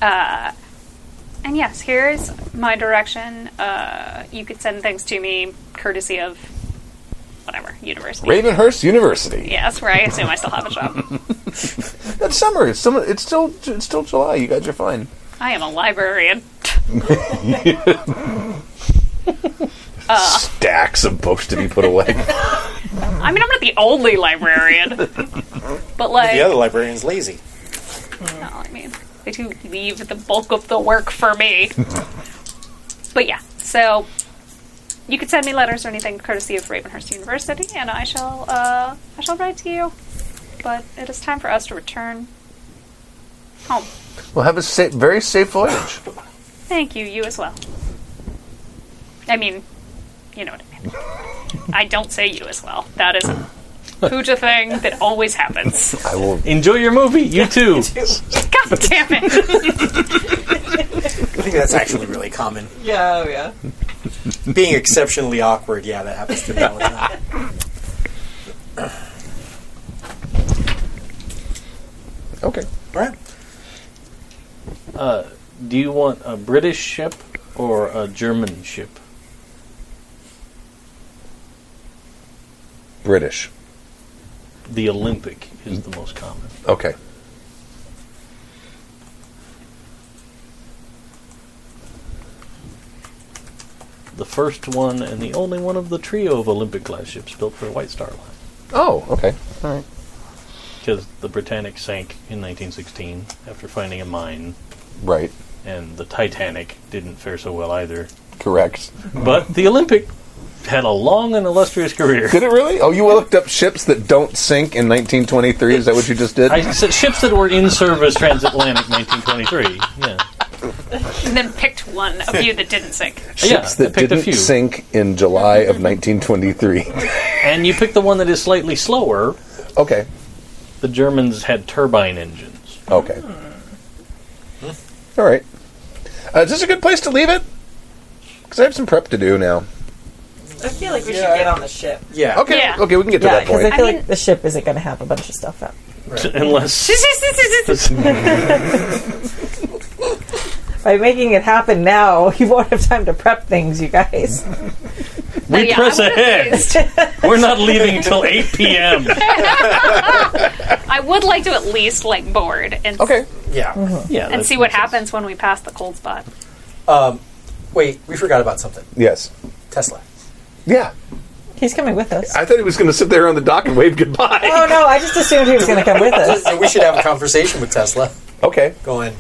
Speaker 6: uh, and yes, here is my direction. Uh, you could send things to me, courtesy of whatever university.
Speaker 2: Ravenhurst University.
Speaker 6: Yes, where I assume I still have a job.
Speaker 2: That's summer. It's summer. It's still it's still July. You guys are fine.
Speaker 6: I am a librarian.
Speaker 2: Stacks of books to be put away.
Speaker 6: I mean, I'm not the only librarian, but like,
Speaker 4: The other librarian's lazy.
Speaker 6: No, I mean, they do leave the bulk of the work for me. but yeah, so you could send me letters or anything courtesy of Ravenhurst University, and I shall uh, I shall write to you. But it is time for us to return home.
Speaker 2: Well, have a sa- very safe voyage.
Speaker 6: Thank you, you as well. I mean, you know what I mean. I don't say you as well. That is a Pooja thing that always happens.
Speaker 2: I will.
Speaker 5: Enjoy your movie, you too.
Speaker 6: God damn it!
Speaker 4: I think that's actually really common.
Speaker 15: Yeah, oh yeah.
Speaker 4: Being exceptionally awkward, yeah, that happens to me all the time.
Speaker 2: Okay.
Speaker 4: All right.
Speaker 5: Do you want a British ship or a German ship?
Speaker 2: British.
Speaker 5: The Olympic is the most common.
Speaker 2: Okay.
Speaker 5: The first one and the only one of the trio of Olympic class ships built for the White Star Line.
Speaker 2: Oh, okay. All right.
Speaker 5: Because the Britannic sank in 1916 after finding a mine,
Speaker 2: Right.
Speaker 5: and the Titanic didn't fare so well either.
Speaker 2: Correct.
Speaker 5: But the Olympic had a long and illustrious career.
Speaker 2: Did it really? Oh, you looked up ships that don't sink in 1923. Is that what you just did?
Speaker 5: I said ships that were in service transatlantic 1923. Yeah.
Speaker 6: and then picked one of you that didn't sink.
Speaker 2: ships
Speaker 5: yeah, I
Speaker 2: that
Speaker 5: picked a
Speaker 2: didn't
Speaker 5: few.
Speaker 2: sink in July of 1923.
Speaker 5: And you pick the one that is slightly slower.
Speaker 2: okay.
Speaker 5: The Germans had turbine engines.
Speaker 2: Okay. All right. Uh, is this a good place to leave it? Because I have some prep to do now.
Speaker 15: I feel like we should get on the ship.
Speaker 4: Yeah.
Speaker 2: Okay.
Speaker 6: Yeah.
Speaker 2: Okay, we can get to
Speaker 3: Yeah,
Speaker 2: that
Speaker 3: because
Speaker 2: point.
Speaker 3: I feel
Speaker 6: I mean-
Speaker 3: like the ship isn't going to have a bunch of stuff up.
Speaker 5: Unless
Speaker 3: By making it happen now, you won't have time to prep things, you guys.
Speaker 6: We
Speaker 5: press ahead. we're not leaving till 8 p.m.
Speaker 6: I would like to at least like board and
Speaker 2: Okay.
Speaker 4: Yeah.
Speaker 3: Mm-hmm.
Speaker 5: Yeah.
Speaker 6: and
Speaker 5: that's-
Speaker 6: see what happens when we pass the cold spot.
Speaker 4: Wait, we forgot about something.
Speaker 2: Yes.
Speaker 4: Tesla.
Speaker 2: Yeah.
Speaker 3: He's coming with us.
Speaker 16: I thought he was going to sit there on the dock and wave goodbye.
Speaker 3: Oh no, I just assumed he was going to come with us.
Speaker 4: So we should have a conversation with Tesla.
Speaker 2: Okay.
Speaker 4: Going,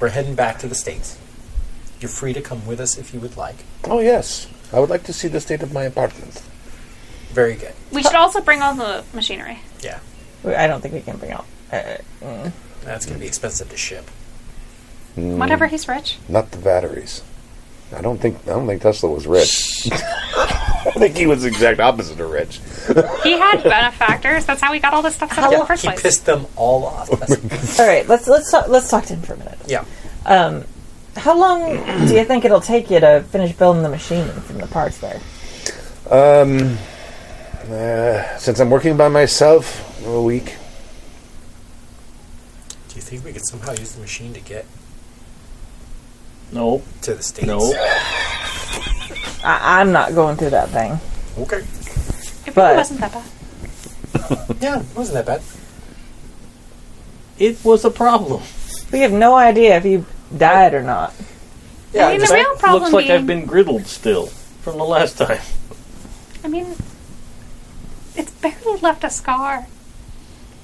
Speaker 4: we're heading back to the States. You're free to come with us if you would like.
Speaker 2: Oh, yes. I would like to see the state of my apartment.
Speaker 4: Very good.
Speaker 6: We should also bring all the machinery.
Speaker 4: Yeah.
Speaker 3: I don't think we can bring out. Uh,
Speaker 4: That's going to be expensive to ship.
Speaker 6: Whenever he's rich.
Speaker 2: Not the batteries. I don't think I don't think Tesla was rich. I think he was the exact opposite of rich.
Speaker 6: He had benefactors. That's how he got all this stuff set up in the first
Speaker 4: He
Speaker 6: place.
Speaker 4: pissed them all off. That's-
Speaker 3: all right, let's let's talk, let's talk to him for a minute.
Speaker 4: yeah.
Speaker 3: How long do you think it'll take you to finish building the machine from the parts there?
Speaker 2: Since I'm working by myself a week.
Speaker 4: Do you think we could somehow use the machine to get
Speaker 5: No,
Speaker 4: to the States?
Speaker 5: no.
Speaker 3: I, I'm not going through that thing.
Speaker 4: Okay.
Speaker 6: It
Speaker 3: but-
Speaker 6: really wasn't that bad.
Speaker 4: Yeah, it wasn't that bad.
Speaker 5: It was a problem.
Speaker 3: We have no idea if he died or not.
Speaker 4: Yeah,
Speaker 6: I mean,
Speaker 4: just-
Speaker 6: the real problem
Speaker 5: Looks like
Speaker 6: being,
Speaker 5: I've been griddled still from the last time.
Speaker 6: I mean, it's barely left a scar.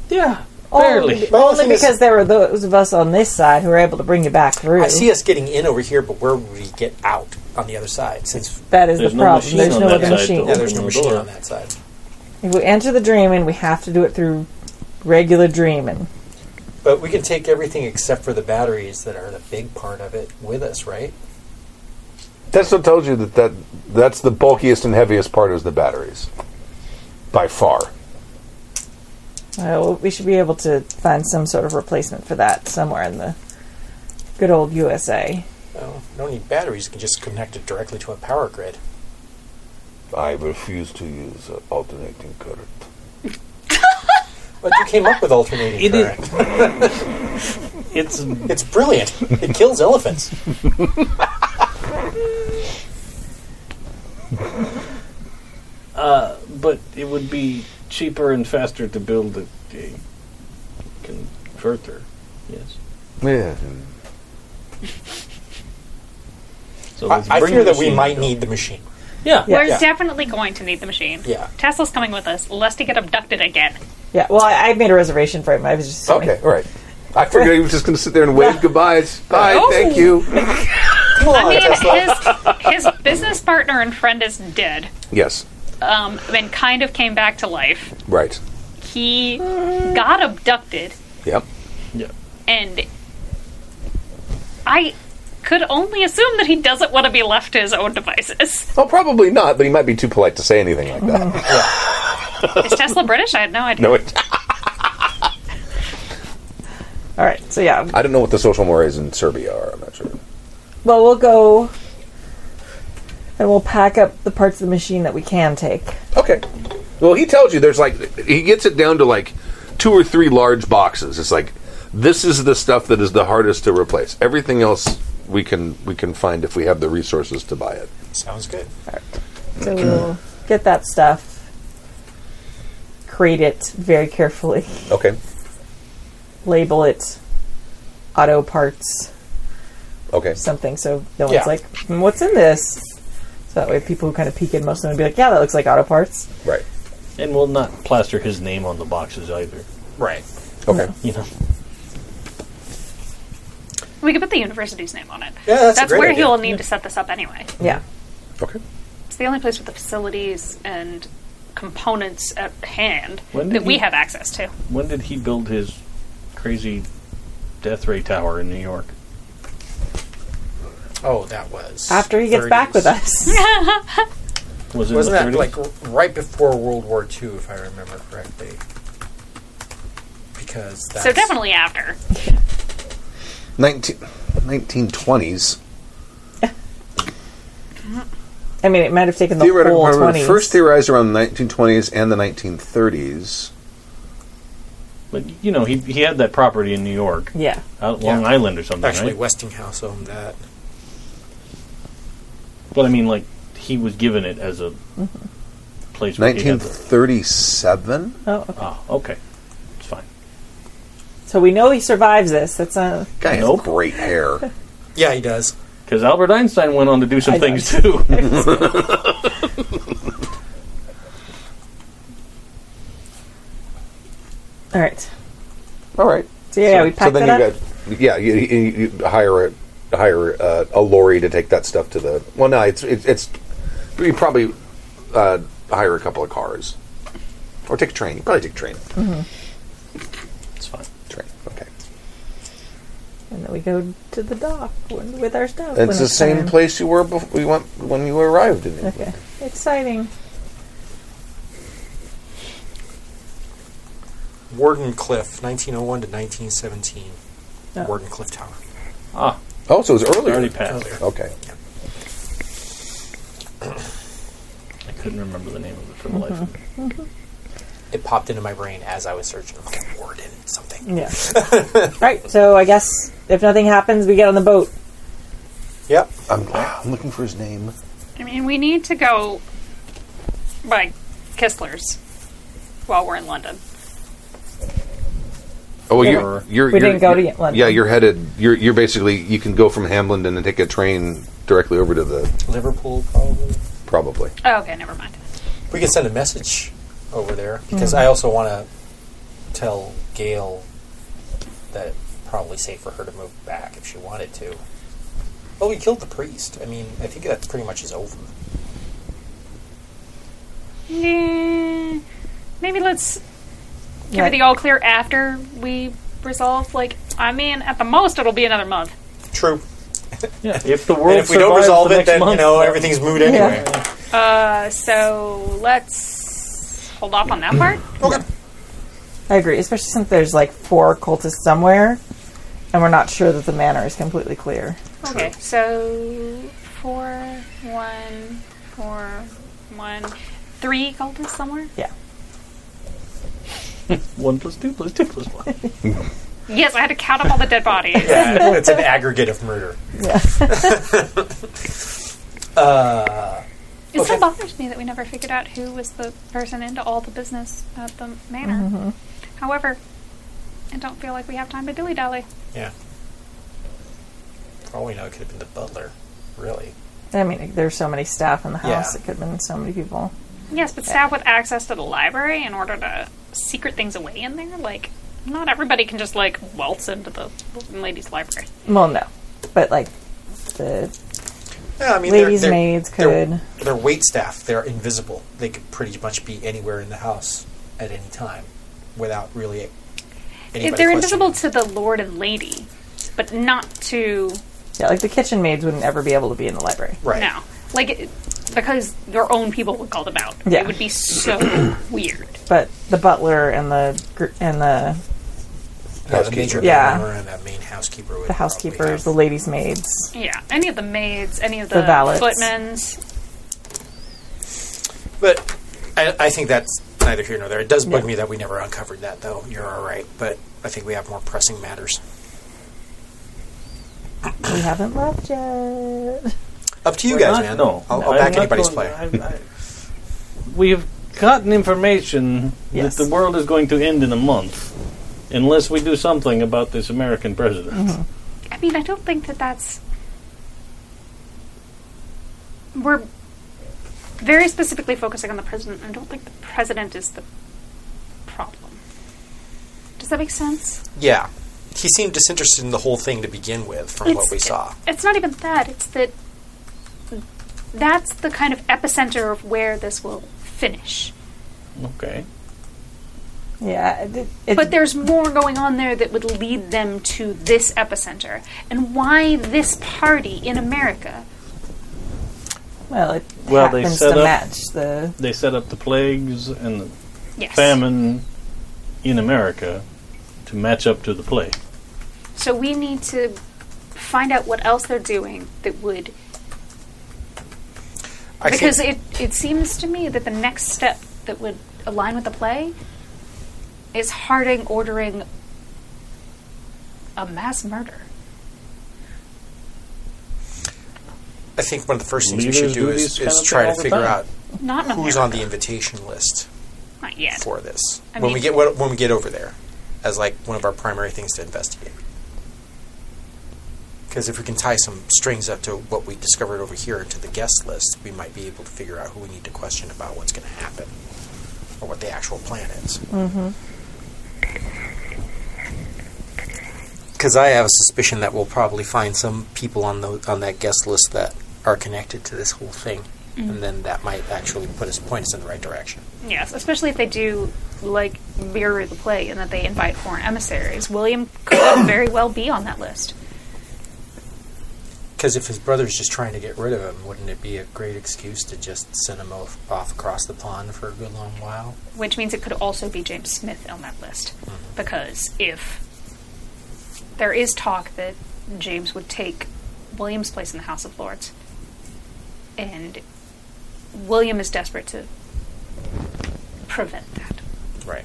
Speaker 5: Yeah. Barely.
Speaker 3: Only,
Speaker 4: Well, the
Speaker 3: only
Speaker 4: thing is-
Speaker 3: because there were those of us on this side who were able to bring you back through.
Speaker 4: I see us getting in over here, but where would we get out?
Speaker 8: on the other side. Since
Speaker 3: That is
Speaker 5: There's
Speaker 3: the
Speaker 5: no
Speaker 3: problem.
Speaker 5: machine
Speaker 3: There's
Speaker 5: on
Speaker 3: no
Speaker 5: that
Speaker 3: other
Speaker 5: side,
Speaker 3: machine.
Speaker 5: though.
Speaker 8: yeah, there's no
Speaker 5: Mm,
Speaker 8: machine
Speaker 5: bullet.
Speaker 8: on that side.
Speaker 3: If we enter the dreaming, we have to do it through regular dreaming.
Speaker 8: But we can take everything except for the batteries that are the big part of it with us, right?
Speaker 2: That's what told you that, that that's the bulkiest and heaviest part is the batteries. By far.
Speaker 3: Well, Uh, we should be able to find some sort of replacement for that somewhere in the good old USA.
Speaker 8: Well, you don't need batteries. You can just connect it directly to a power grid.
Speaker 9: I refuse to use uh, alternating current.
Speaker 8: But you came up with alternating
Speaker 5: It is-
Speaker 8: current.
Speaker 5: It's
Speaker 8: It's brilliant. It kills elephants.
Speaker 5: uh, but it would be cheaper and faster to build a, a converter. Yes.
Speaker 9: Yeah.
Speaker 5: So
Speaker 8: I,
Speaker 5: let's
Speaker 8: I
Speaker 5: bring
Speaker 8: fear
Speaker 5: the
Speaker 8: that we
Speaker 5: machine
Speaker 8: might
Speaker 5: down.
Speaker 8: need the machine.
Speaker 5: Yeah.
Speaker 6: We're
Speaker 8: Yeah.
Speaker 6: definitely going to need the machine.
Speaker 8: Yeah.
Speaker 6: Tesla's coming with us, lest he get abducted again.
Speaker 3: Yeah, well, I, I made a reservation for him. I was just assuming.
Speaker 2: Okay, all right. I figured he was just going to sit there and wave goodbyes. Bye, thank you.
Speaker 6: I mean, his, his business partner and friend is dead,
Speaker 2: Yes,
Speaker 6: um, and kind of came back to life.
Speaker 2: right.
Speaker 6: He
Speaker 8: Mm-hmm.
Speaker 6: got abducted,
Speaker 2: Yep.
Speaker 6: and I could only assume that he doesn't want to be left to his own devices.
Speaker 2: Oh, probably not, but he might be too polite to say anything like that.
Speaker 6: Is Tesla British? I had no idea.
Speaker 2: no, it,
Speaker 3: All right, so yeah.
Speaker 2: I don't know what the social mores in Serbia are. I'm not sure.
Speaker 3: Well, we'll go and we'll pack up the parts of the machine that we can take.
Speaker 2: Okay. Well, he tells you there's like he gets it down to like two or three large boxes. It's like this is the stuff that is the hardest to replace. Everything else we can we can find if we have the resources to buy it.
Speaker 8: Sounds good.
Speaker 3: So we'll get that stuff, crate it very carefully,
Speaker 2: Okay.
Speaker 3: label it auto parts
Speaker 2: Okay.
Speaker 3: something so no one's
Speaker 8: Yeah.
Speaker 3: like, "Hmm, what's in this? So that way people who kind of peek in most of them would be like, yeah, that looks like auto parts.
Speaker 2: Right.
Speaker 5: And we'll not plaster his name on the boxes either.
Speaker 8: Right.
Speaker 2: Okay.
Speaker 5: You know.
Speaker 6: We could put the university's name on it.
Speaker 8: Yeah, that's a great
Speaker 6: where
Speaker 8: idea.
Speaker 6: he'll need to set this up anyway.
Speaker 2: Mm-hmm.
Speaker 3: Yeah.
Speaker 2: Okay.
Speaker 6: It's the only place with the facilities and components at hand
Speaker 5: When did
Speaker 6: that we
Speaker 5: he-
Speaker 6: have access to.
Speaker 5: When did he build his crazy death ray tower in New York?
Speaker 8: Oh, that was
Speaker 3: After he gets back
Speaker 8: 30s.
Speaker 3: with us.
Speaker 5: Was it in
Speaker 8: Wasn't
Speaker 5: the
Speaker 8: that
Speaker 5: 30s?
Speaker 8: like r- right before World War II, if I remember correctly? Because that's
Speaker 6: So definitely after.
Speaker 2: 19, 1920s.
Speaker 3: I mean, it might have taken the
Speaker 2: Theoretical
Speaker 3: whole
Speaker 2: probability
Speaker 3: 20s.
Speaker 2: first theorized around the 1920s and the 1930s.
Speaker 5: But you know, he he had that property in New York,
Speaker 3: yeah.
Speaker 5: out Long Island or something,
Speaker 8: actually
Speaker 5: right?
Speaker 8: Westinghouse owned that.
Speaker 5: But I mean, like he was given it as a place. Where he had the,
Speaker 2: 1937?
Speaker 3: Oh, okay.
Speaker 5: oh, okay, it's fine.
Speaker 3: So we know he survives this. That's uh, not.
Speaker 2: Guy has
Speaker 5: Nope.
Speaker 2: great hair.
Speaker 8: Yeah, he does.
Speaker 5: Because Albert Einstein went on to do some
Speaker 3: I know.
Speaker 5: things too.
Speaker 3: All right.
Speaker 2: All right.
Speaker 3: So yeah, we packed
Speaker 2: then
Speaker 3: that
Speaker 2: you got
Speaker 3: up.
Speaker 2: yeah, you, you, you hire a hire uh, a lorry to take that stuff to the. Well, no, it's it's, it's you probably uh, hire a couple of cars or take a train. You probably take a train.
Speaker 5: it's fine.
Speaker 2: Train. Okay.
Speaker 3: And then we go to the dock when, with our stuff. when
Speaker 2: it's the same
Speaker 3: time.
Speaker 2: place you were before we went when you arrived. In it.
Speaker 3: Okay. Exciting.
Speaker 8: Warden Cliff, 1901 to 1917. Warden Cliff Tower.
Speaker 5: Ah,
Speaker 2: Oh, so it was
Speaker 5: I already
Speaker 2: earlier.
Speaker 5: passed.
Speaker 2: Okay.
Speaker 5: I couldn't remember the name of it for the
Speaker 8: Mm-hmm.
Speaker 5: life of me.
Speaker 8: It popped into my brain as I was searching. Okay, Warden something.
Speaker 3: Yeah. right. So I guess if nothing happens, we get on the boat.
Speaker 8: Yep.
Speaker 9: I'm, I'm looking for his name.
Speaker 6: I mean, we need to go by Kistler's while we're in London.
Speaker 2: Oh, well,
Speaker 3: Yeah.
Speaker 2: you're, you're
Speaker 3: We
Speaker 2: you're-
Speaker 3: didn't go to
Speaker 2: you're-
Speaker 3: London.
Speaker 2: Yeah, you're headed. You're you're basically you can go from Hamlin and then take a train directly over to the
Speaker 8: Liverpool, probably.
Speaker 2: probably.
Speaker 6: Oh, okay, never mind.
Speaker 8: We could send a message over there
Speaker 3: Hmm.
Speaker 8: because I also want to tell Gail that it's probably safe for her to move back if she wanted to. Well, we killed the priest. I mean, I think that pretty much is over.
Speaker 6: Mm, Maybe let's give
Speaker 3: Yeah.
Speaker 6: it the all clear after we resolve. Like, I mean, at the most, it'll be another month.
Speaker 8: True.
Speaker 5: Yeah, if the
Speaker 8: And
Speaker 5: world
Speaker 8: if we don't
Speaker 5: survives
Speaker 8: resolve
Speaker 5: the
Speaker 8: it,
Speaker 5: next
Speaker 8: then you
Speaker 5: month,
Speaker 8: know everything's moot anyway.
Speaker 6: Uh, so let's hold off on that part.
Speaker 3: I agree, especially since there's like four cultists somewhere, and we're not sure that the manor is completely clear.
Speaker 6: Okay, so four, one, four, one, three cultists somewhere.
Speaker 5: one plus two plus two plus one.
Speaker 6: Yes, I had to count up all the dead bodies.
Speaker 8: Yeah, it's an aggregate of murder. Uh,
Speaker 6: It still bothers me that we never figured out who was the person into all the business at the manor. However, I don't feel like we have time to dilly dally.
Speaker 8: Yeah. For all we know, it could have been the butler. Really?
Speaker 3: I mean, there's so many staff in the house;
Speaker 8: Yeah.
Speaker 3: it could have been so many people.
Speaker 6: Yes, but staff with access to the library in order to secret things away in there, like not everybody can just like waltz into the lady's library.
Speaker 3: Well, no, but like the
Speaker 8: Yeah, I mean, they're-
Speaker 3: ladies'
Speaker 8: they're-
Speaker 3: maids
Speaker 8: they're-
Speaker 3: could.
Speaker 8: They're wait staff. They're invisible. They could pretty much be anywhere in the house at any time without really. anybody
Speaker 6: If they're
Speaker 8: questioning.
Speaker 6: invisible to the lord and lady, but not to
Speaker 3: Yeah, like the kitchen maids wouldn't ever be able to be in the library.
Speaker 8: right?
Speaker 6: no, like it, because their own people would call them out.
Speaker 3: Yeah.
Speaker 6: It would be so weird.
Speaker 3: But the butler and the gr- and the
Speaker 8: Yeah, the major
Speaker 3: Yeah.
Speaker 8: butler and the main housekeeper. Would
Speaker 3: the
Speaker 8: probably
Speaker 3: housekeepers,
Speaker 8: have-
Speaker 3: the ladies' maids.
Speaker 6: Yeah, any of the maids, any of
Speaker 3: The
Speaker 6: the,
Speaker 3: valets.
Speaker 6: footmen's,
Speaker 8: But I, I think that's neither here nor there. It does bug me that we never uncovered that, though. You're all right, but I think we have more pressing matters.
Speaker 3: We haven't left yet.
Speaker 8: Up to you
Speaker 5: We're
Speaker 8: guys,
Speaker 5: not-
Speaker 8: man.
Speaker 5: No,
Speaker 8: I'll,
Speaker 5: no,
Speaker 8: I'll
Speaker 5: I'm
Speaker 8: back
Speaker 5: not
Speaker 8: anybody's
Speaker 5: going-
Speaker 8: play.
Speaker 5: I- I- we have gotten information
Speaker 3: Yes.
Speaker 5: that the world is going to end in a month, unless we do something about this American president.
Speaker 8: Mm-hmm.
Speaker 6: I mean, I don't think that that's. We're very specifically focusing on the president. I don't think the president is the problem. Does that make sense?
Speaker 8: Yeah, he seemed disinterested in the whole thing to begin with, from what
Speaker 6: It's-
Speaker 8: we saw.
Speaker 6: It's not even that. It's that. That's the kind of epicenter of where this will finish.
Speaker 5: Okay.
Speaker 3: Yeah, it, it,
Speaker 6: But there's more going on there that would lead them to this epicenter. And why this party in America?
Speaker 3: well, it
Speaker 5: Well, they
Speaker 3: happens
Speaker 5: set
Speaker 3: to
Speaker 5: up-
Speaker 3: match the
Speaker 5: They set up the plagues and the
Speaker 6: Yes.
Speaker 5: famine in America to match up to the plague.
Speaker 6: So we need to find out what else they're doing that would
Speaker 8: I
Speaker 6: because
Speaker 8: think,
Speaker 6: it it seems to me that the next step that would align with the play is Harding ordering a mass murder.
Speaker 8: I think one of the first things we
Speaker 5: Leaders
Speaker 8: should do,
Speaker 5: do
Speaker 8: is,
Speaker 5: these kind
Speaker 8: is
Speaker 5: of
Speaker 8: try
Speaker 5: thing
Speaker 8: to
Speaker 5: all the
Speaker 8: figure out
Speaker 5: time.
Speaker 6: Not in
Speaker 8: who's
Speaker 6: America.
Speaker 8: on the invitation list
Speaker 6: Not yet.
Speaker 8: for this
Speaker 6: I
Speaker 8: when
Speaker 6: mean-
Speaker 8: we get when we get over there, as like one of our primary things to investigate. Because if we can tie some strings up to what we discovered over here to the guest list, we might be able to figure out who we need to question about what's going to happen or what the actual plan is.
Speaker 3: mm-hmm.
Speaker 8: Because I have a suspicion that we'll probably find some people on the on that guest list that are connected to this whole thing,
Speaker 6: Mm-hmm.
Speaker 8: and then that might actually put us point us in the right direction.
Speaker 6: Yes, especially if they do like mirror the play and that they invite foreign emissaries. William could very well be on that list.
Speaker 8: Because if his brother's just trying to get rid of him, wouldn't it be a great excuse to just send him off, off across the pond for a good long while?
Speaker 6: which means it could also be James Smith on that list. Because if there is talk that James would take William's place in the House of Lords, and William is desperate to prevent that
Speaker 8: Right.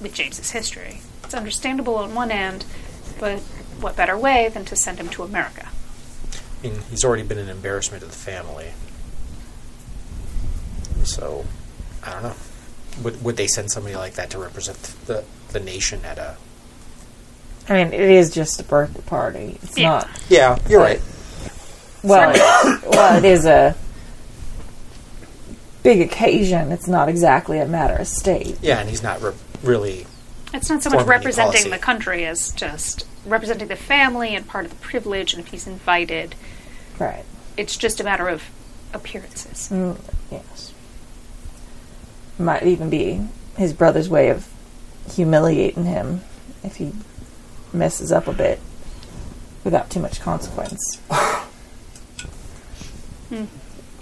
Speaker 6: with James's history. It's understandable on one end, but what better way than to send him to America?
Speaker 8: I mean, he's already been an embarrassment to the family. So, I don't know. Would, would they send somebody like that to represent the, the nation at a.
Speaker 3: I mean, it is just a birthday party. It's
Speaker 6: Yeah.
Speaker 3: not.
Speaker 8: Yeah, you're right.
Speaker 3: Well, it, well, it is a big occasion. It's not exactly a matter of state.
Speaker 8: Yeah, and he's not re- really.
Speaker 6: It's not so much
Speaker 8: Formerly
Speaker 6: representing
Speaker 8: policy.
Speaker 6: the country as just representing the family and part of the privilege, and if he's invited,
Speaker 3: Right.
Speaker 6: It's just a matter of appearances.
Speaker 3: Mm, yes. Might even be his brother's way of humiliating him if he messes up a bit without too much consequence.
Speaker 6: Hmm.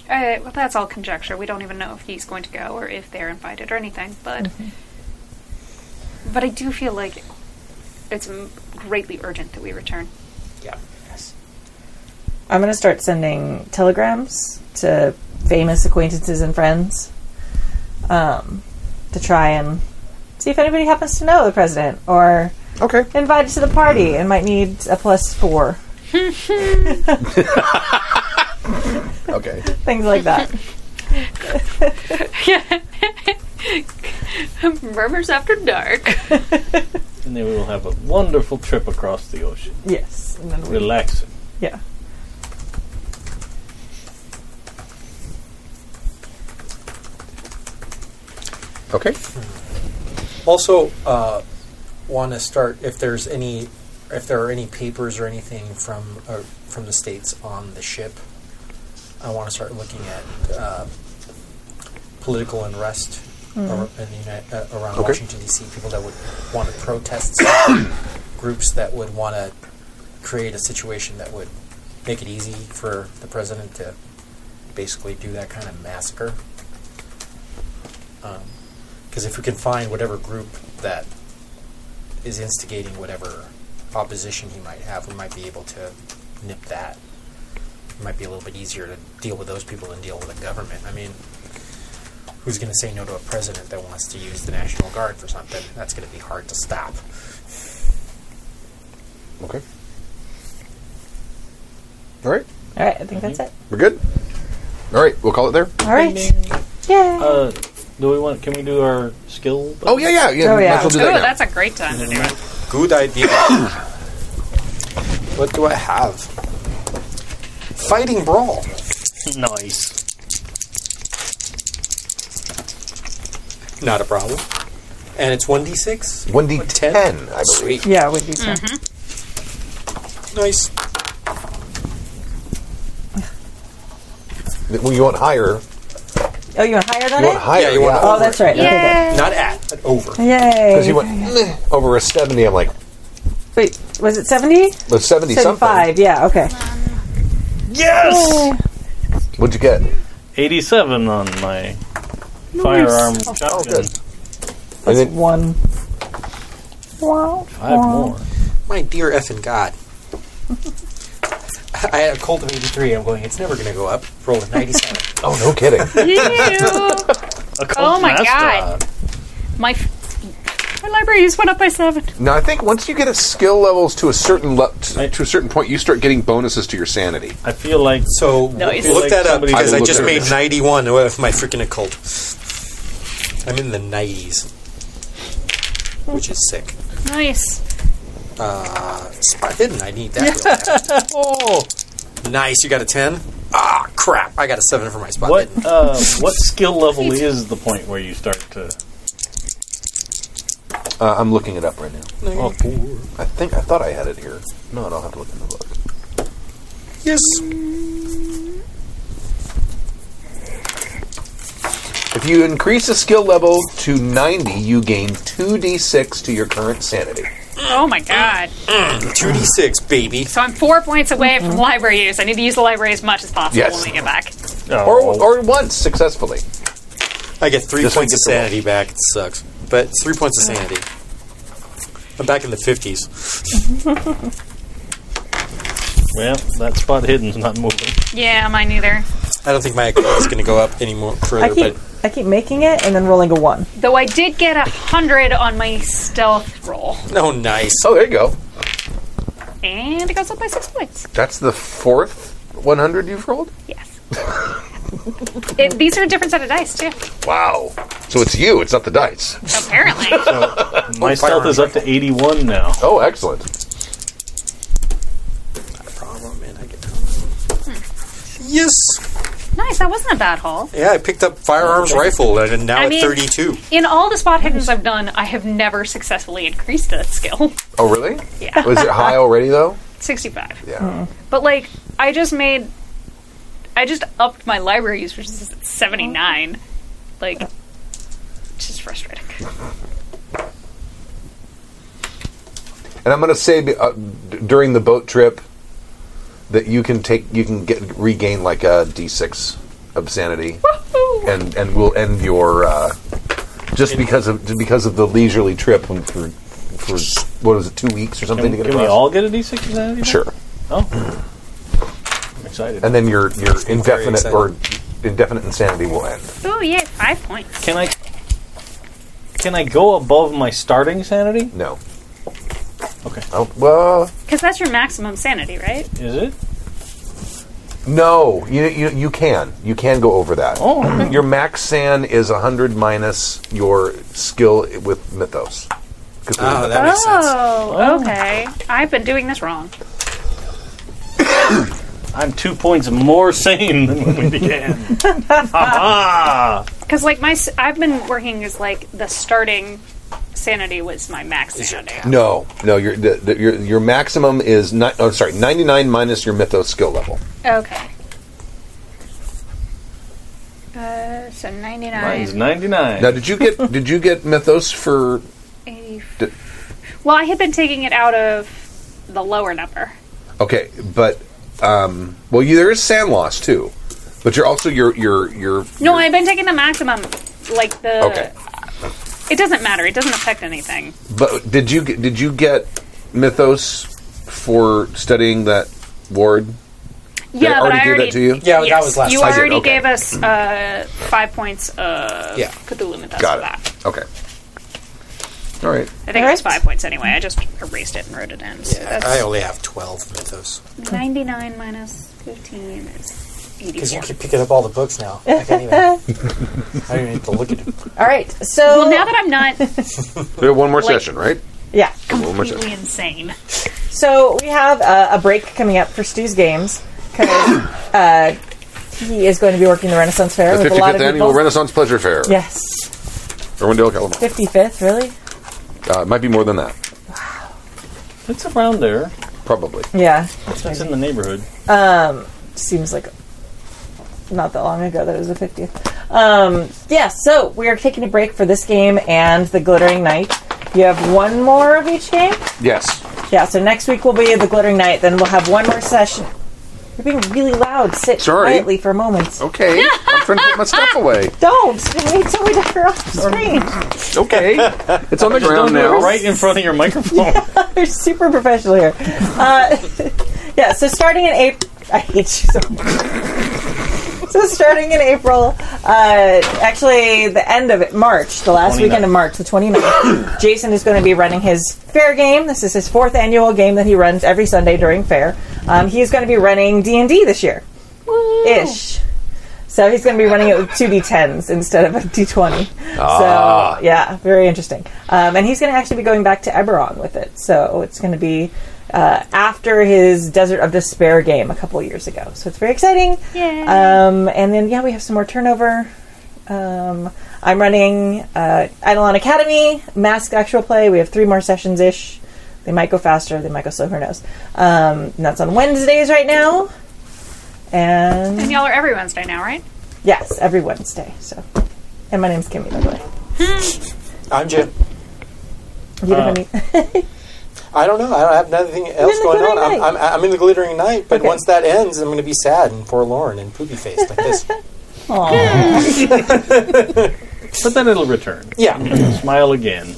Speaker 6: Uh, well, that's all conjecture. We don't even know if he's going to go or if they're invited or anything. But, but I do feel like it's m- greatly urgent that we return.
Speaker 8: Yeah.
Speaker 3: I'm going to start sending telegrams to famous acquaintances and friends um, to try and see if anybody happens to know the president or
Speaker 2: okay.
Speaker 3: invited to the party and might need a plus four.
Speaker 10: Okay.
Speaker 3: Things like that.
Speaker 6: Murmurs after dark.
Speaker 5: And then we will have a wonderful trip across the ocean.
Speaker 3: Yes. And then we-
Speaker 5: Relaxing.
Speaker 3: yeah.
Speaker 10: Okay.
Speaker 8: Also, uh, want to start if there's any, if there are any papers or anything from uh, from the states on the ship. I want to start looking at uh, political unrest ar- in the Uni- uh, around
Speaker 2: Okay.
Speaker 8: Washington D.C. People that would want to protest, something, groups that would want to create a situation that would make it easy for the president to basically do that kind of massacre. Because if we can find whatever group that is instigating whatever opposition he might have, we might be able to nip that. It might be a little bit easier to deal with those people than deal with a government. I mean, who's going to say no to a president that wants to use the National Guard for something? That's going to be hard to stop.
Speaker 2: Okay. All right.
Speaker 3: All right. I think that's it.
Speaker 2: We're good. All right. We'll call it there.
Speaker 3: All right. Yay.
Speaker 5: Uh, do we want? Can we do our skill?
Speaker 2: Oh yeah, yeah, yeah.
Speaker 3: Oh, yeah.
Speaker 2: Might as well do
Speaker 6: Oh,
Speaker 2: that now.
Speaker 6: that's a great time to do it.
Speaker 8: Good idea. what do I have? Fighting Brawl.
Speaker 5: Nice.
Speaker 8: Not a problem. And it's 1d6?
Speaker 2: One d ten. I believe.
Speaker 8: Sweet.
Speaker 3: Yeah, would be so.
Speaker 8: Nice.
Speaker 2: Well, you want higher?
Speaker 3: Oh, you want higher than
Speaker 2: You
Speaker 3: it?
Speaker 2: want higher?
Speaker 8: Yeah, you want
Speaker 3: oh, that's right. Okay,
Speaker 8: Not at, but over.
Speaker 3: good. Yay.
Speaker 2: Because you went "Meh," over a seventy. I'm like,
Speaker 3: Wait, was it 70?
Speaker 2: but seventy something.
Speaker 3: 75, yeah, okay.
Speaker 5: Yes.
Speaker 2: What'd you get?
Speaker 5: Eighty-seven on my
Speaker 6: Oh,
Speaker 5: firearm
Speaker 3: Oh,
Speaker 5: shotgun.
Speaker 2: good.
Speaker 3: That's
Speaker 2: then-
Speaker 3: one. Wow.
Speaker 5: Five more.
Speaker 8: My dear effing God. I had a cold of 83. I'm going, it's never going to go up. Roll a 97.
Speaker 2: Oh no, kidding.
Speaker 6: Ew.
Speaker 5: A
Speaker 6: oh
Speaker 5: cult
Speaker 6: my
Speaker 5: master.
Speaker 6: god. My f- my library just went up by seven.
Speaker 2: now I think once you get a skill levels to a certain le-
Speaker 5: I-
Speaker 2: to, to a certain point, you start getting bonuses to your sanity.
Speaker 5: I feel like
Speaker 8: So
Speaker 6: Nice.
Speaker 8: look
Speaker 5: Like
Speaker 8: that up
Speaker 5: somebody
Speaker 8: because
Speaker 2: did
Speaker 8: I
Speaker 2: look
Speaker 8: just
Speaker 2: it up.
Speaker 8: made 91 with my freaking occult. I'm in the 90s, which is sick.
Speaker 6: Nice.
Speaker 8: Uh, spot hidden. I need that. real bad. oh, nice. You got a 10? Ah, crap. I got a 7 for my spot
Speaker 5: what
Speaker 8: hidden.
Speaker 5: uh, what skill level is the point where you start to?
Speaker 2: Uh, I'm looking it up right now.
Speaker 5: Oh,
Speaker 2: I think I thought I had it here. No, I'll have to look in the book.
Speaker 8: Yes.
Speaker 2: If you increase a skill level to 90, you gain 2d6 to your current sanity.
Speaker 6: Oh my god.
Speaker 8: 2d6, baby.
Speaker 6: So I'm four points away from library use. I need to use the library as much as possible
Speaker 2: Yes.
Speaker 6: when we get back.
Speaker 2: Or, or once successfully.
Speaker 8: Oh. I get three
Speaker 2: Just
Speaker 8: points of
Speaker 2: like the
Speaker 8: sanity back. It sucks, but it's three points of sanity. I'm back in the fifties.
Speaker 5: well, that spot hidden's not moving.
Speaker 6: Yeah, mine either.
Speaker 8: I don't think my account is going to go up any more
Speaker 3: I
Speaker 8: further.
Speaker 3: keep, I keep making it and then rolling a one.
Speaker 6: Though I did get a hundred on my stealth roll,
Speaker 8: But no, nice.
Speaker 2: Oh, there you go.
Speaker 6: and it goes up by six points.
Speaker 2: That's the fourth 100 you've rolled?
Speaker 6: Yes. it, these are a different set of dice too.
Speaker 2: Wow. So it's you, it's not the dice.
Speaker 6: Apparently,
Speaker 5: My stealth is up to eighty-one now.
Speaker 2: Oh, excellent.
Speaker 8: Problem, man. I get. Yes.
Speaker 6: nice. That wasn't a bad haul.
Speaker 8: Yeah, I picked up firearms rifle, and now
Speaker 6: I
Speaker 8: at
Speaker 6: mean-
Speaker 8: thirty-two.
Speaker 6: In all the spot hiddens I've done, I have never successfully increased that skill.
Speaker 2: Oh, really?
Speaker 6: Yeah.
Speaker 2: Was it high already, though?
Speaker 8: Hmm.
Speaker 6: 65.
Speaker 2: Yeah.
Speaker 6: But like, I just made I just upped my library use, which is at 79. Like, it's just frustrating.
Speaker 2: And I'm going to say uh, d- during the boat trip that you can take you can get regain like a d6 of sanity, and and we'll end your uh, just because of just because of the leisurely trip and for for what was it two weeks or something
Speaker 5: Can,
Speaker 2: to get
Speaker 5: can we
Speaker 2: across?
Speaker 5: all get a D6 of sanity? back?
Speaker 2: Sure.
Speaker 5: Oh. I'm excited.
Speaker 2: And then your your indefinite
Speaker 8: excited.
Speaker 2: or indefinite insanity will end.
Speaker 6: Oh, yeah, five points.
Speaker 5: Can I can I go above my starting sanity?
Speaker 2: No.
Speaker 5: Okay.
Speaker 2: Oh, well,
Speaker 6: Because that's your maximum sanity, right?
Speaker 5: Is it?
Speaker 2: no. You, you you can you can go over that.
Speaker 5: Oh, okay.
Speaker 2: Your max san is 100 minus your skill with mythos. 'Cause there's
Speaker 8: Oh,
Speaker 2: no-
Speaker 8: that makes sense.
Speaker 6: Oh, okay. I've been doing this wrong.
Speaker 5: I'm two points more sane than when we began. Ha ha!
Speaker 6: Because, like, my s- I've been working as, like, the starting sanity was my max sanity.
Speaker 2: no, no. Your the, the, your your maximum is ni- oh, sorry 99 minus your mythos skill level.
Speaker 6: Okay. Uh, so 99.
Speaker 5: Mine's 99.
Speaker 2: Now, did you get did you get mythos for
Speaker 6: 80.
Speaker 2: D-
Speaker 6: well, I had been taking it out of the lower number.
Speaker 2: Okay, but um, well, you, there is sand loss too, but you're also your your your.
Speaker 6: No,
Speaker 2: your-
Speaker 6: I've been taking the maximum. Like the.
Speaker 2: Okay.
Speaker 6: It doesn't matter. It doesn't affect anything.
Speaker 2: But did you get- did you get mythos for studying that ward?
Speaker 6: Yeah,
Speaker 2: I already
Speaker 6: but I
Speaker 2: gave that
Speaker 6: already
Speaker 2: to you?
Speaker 8: Yeah, that was last
Speaker 6: You
Speaker 8: time. I
Speaker 2: did,
Speaker 6: already
Speaker 2: okay.
Speaker 6: gave us uh, five points of
Speaker 8: Yeah.
Speaker 6: Cthulhu Mythos
Speaker 2: Got
Speaker 6: for
Speaker 2: it. Okay.
Speaker 6: that.
Speaker 2: All right.
Speaker 6: I think it was
Speaker 3: Alright.
Speaker 6: five points anyway. I just erased it and wrote it in. So that's
Speaker 8: I only have 12 mythos.
Speaker 6: 99 minus 15 is
Speaker 8: Because you
Speaker 6: 84.
Speaker 8: keep picking up all the books now. I can't even. I don't even need to look at them.
Speaker 3: All right. So
Speaker 6: Well, now that I'm not
Speaker 2: We have one more
Speaker 6: Like-
Speaker 2: session, right?
Speaker 3: yeah.
Speaker 2: One more
Speaker 6: completely
Speaker 2: session.
Speaker 6: insane.
Speaker 3: So we have uh, a break coming up for Stu's games because uh, he is going to be working the Renaissance Fair
Speaker 2: The
Speaker 3: with a
Speaker 2: 55th
Speaker 3: lot of
Speaker 2: annual
Speaker 3: people.
Speaker 2: Renaissance Pleasure Fair,
Speaker 3: yes,
Speaker 2: Irwindale, California.
Speaker 3: fifty fifth. Really?
Speaker 2: Uh, it might be more than that,
Speaker 5: It's around there.
Speaker 2: probably.
Speaker 3: Yeah.
Speaker 5: It's in the neighborhood.
Speaker 3: Seems like not that long ago that it was the fiftieth. Um, yeah. So we are taking a break for this game and the Glittering Night. You have one more of each game.
Speaker 2: Yes.
Speaker 3: Yeah. So next week will be the Glittering Night. Then we'll have one more session. You're being really loud. Sit
Speaker 2: Sorry.
Speaker 3: quietly for a moment.
Speaker 2: Okay. I'm trying to put my stuff away.
Speaker 3: Don't wait till we are off screen.
Speaker 2: Okay. It's on the ground now.
Speaker 5: Right in front of your microphone.
Speaker 3: They're super professional here. Uh, yeah, so starting in April, I hate you so much. so starting in April, uh, actually the end of it, March, the last weekend of March, the 29th, Jason is going to be running his fair game. This is his fourth annual game that he runs every Sunday during fair. Um, he is going to be running D&D this year. Ish. So he's going to be running it with two d10s instead of a d20. So yeah, very interesting. Um, and he's going to actually be going back to Eberron with it. So it's going to be uh, after his Desert of Despair game a couple years ago. So it's very exciting.
Speaker 6: Yay.
Speaker 3: Um, and then yeah, we have some more turnover. Um, I'm running uh, Eidolon Academy Mask Actual Play. We have three more sessions ish. They might go faster. They might go slower. Who knows? Um, and that's on Wednesdays right now. And
Speaker 6: And y'all are every Wednesday now, right?
Speaker 3: Yes, every Wednesday. So, and my name's Kimmy, by the way.
Speaker 8: I'm Jim.
Speaker 3: You don't
Speaker 5: Uh,
Speaker 3: know me.
Speaker 8: I don't know. I don't have nothing else
Speaker 3: the
Speaker 8: going on.
Speaker 3: glittering
Speaker 8: I'm, I'm, I'm in the glittering night, but
Speaker 3: Okay.
Speaker 8: once that ends, I'm going to be sad and forlorn and poopy faced like this.
Speaker 3: Aw.
Speaker 5: but then it'll return.
Speaker 8: Yeah.
Speaker 5: Smile again.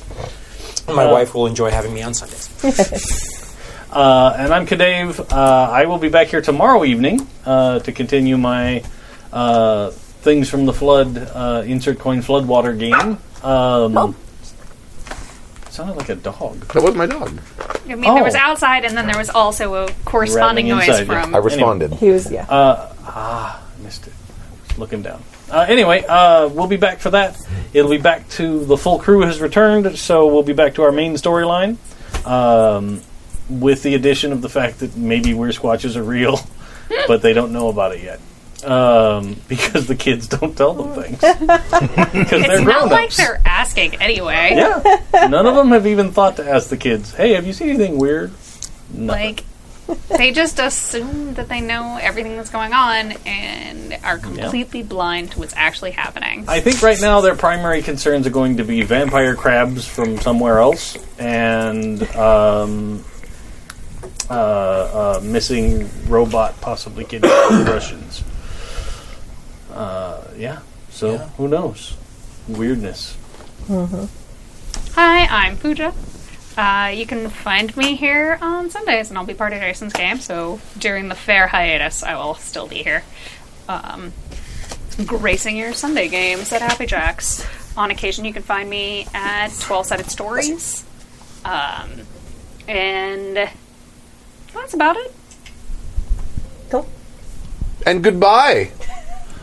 Speaker 8: My wife will enjoy having me on Sundays.
Speaker 5: Uh, and I'm Kadave. Uh, I will be back here tomorrow evening uh, to continue my uh, Things from the Flood uh, Insert Coin Floodwater game.
Speaker 6: Oh.
Speaker 5: Um, sounded like a dog.
Speaker 2: That was my dog.
Speaker 6: I mean, there was
Speaker 5: Oh.
Speaker 6: outside, and then there was also a corresponding
Speaker 5: Rattling
Speaker 6: noise
Speaker 5: inside, yeah.
Speaker 6: from.
Speaker 2: I responded.
Speaker 3: he was yeah.
Speaker 5: uh, Missed it. Just Looking down. Uh, anyway, uh, we'll be back for that. It'll be back to the full crew has returned, so we'll be back to our main storyline, um, with the addition of the fact that maybe weird squatches are real, but they don't know about it yet um, because the kids don't tell them things because they're
Speaker 6: it's
Speaker 5: grown
Speaker 6: not like
Speaker 5: ups.
Speaker 6: they're asking anyway.
Speaker 5: yeah, none of them have even thought to ask the kids, "Hey, have you seen anything weird?"
Speaker 6: Like, they just assume that they know everything that's going on and are completely blind to what's actually happening.
Speaker 5: I think right now their primary concerns are going to be vampire crabs from somewhere else and um, uh, uh, missing robot, possibly kidnapped Russians. Uh, yeah. So who knows? Weirdness.
Speaker 6: Hi, I'm Pooja. Uh, you can find me here on Sundays, and I'll be part of Jason's game. So during the fair hiatus, I will still be here, um, gracing your Sunday games at Happy Jacks. On occasion, you can find me at Twelve Sided Stories, um, and that's about it.
Speaker 2: And goodbye.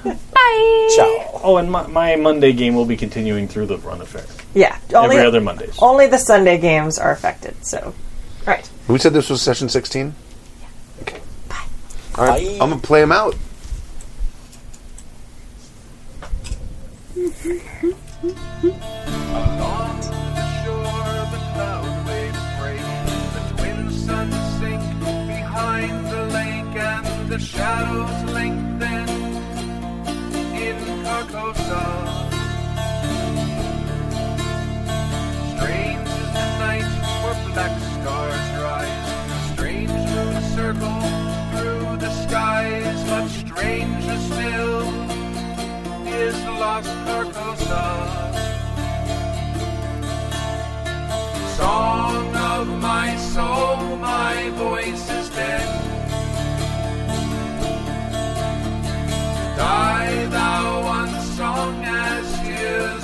Speaker 6: Bye.
Speaker 4: Ciao.
Speaker 5: Oh, and my, my Monday game will be continuing through the run of fair.
Speaker 3: Yeah.
Speaker 5: Every other Mondays.
Speaker 3: Only the Sunday games are affected, so. Right.
Speaker 2: We said this was session 16? Okay. All right.
Speaker 4: Bye.
Speaker 2: I'm going to play him out.
Speaker 1: Along the shore, the cloud waves break. The twin suns sink behind the lake, and the shadows lengthen in Carcosa. Strange is the night where black stars rise. Strange moon circle through the skies. Much stranger still is lost Carcosa. Song of my soul, my voice is dead. Die thou unsung as tears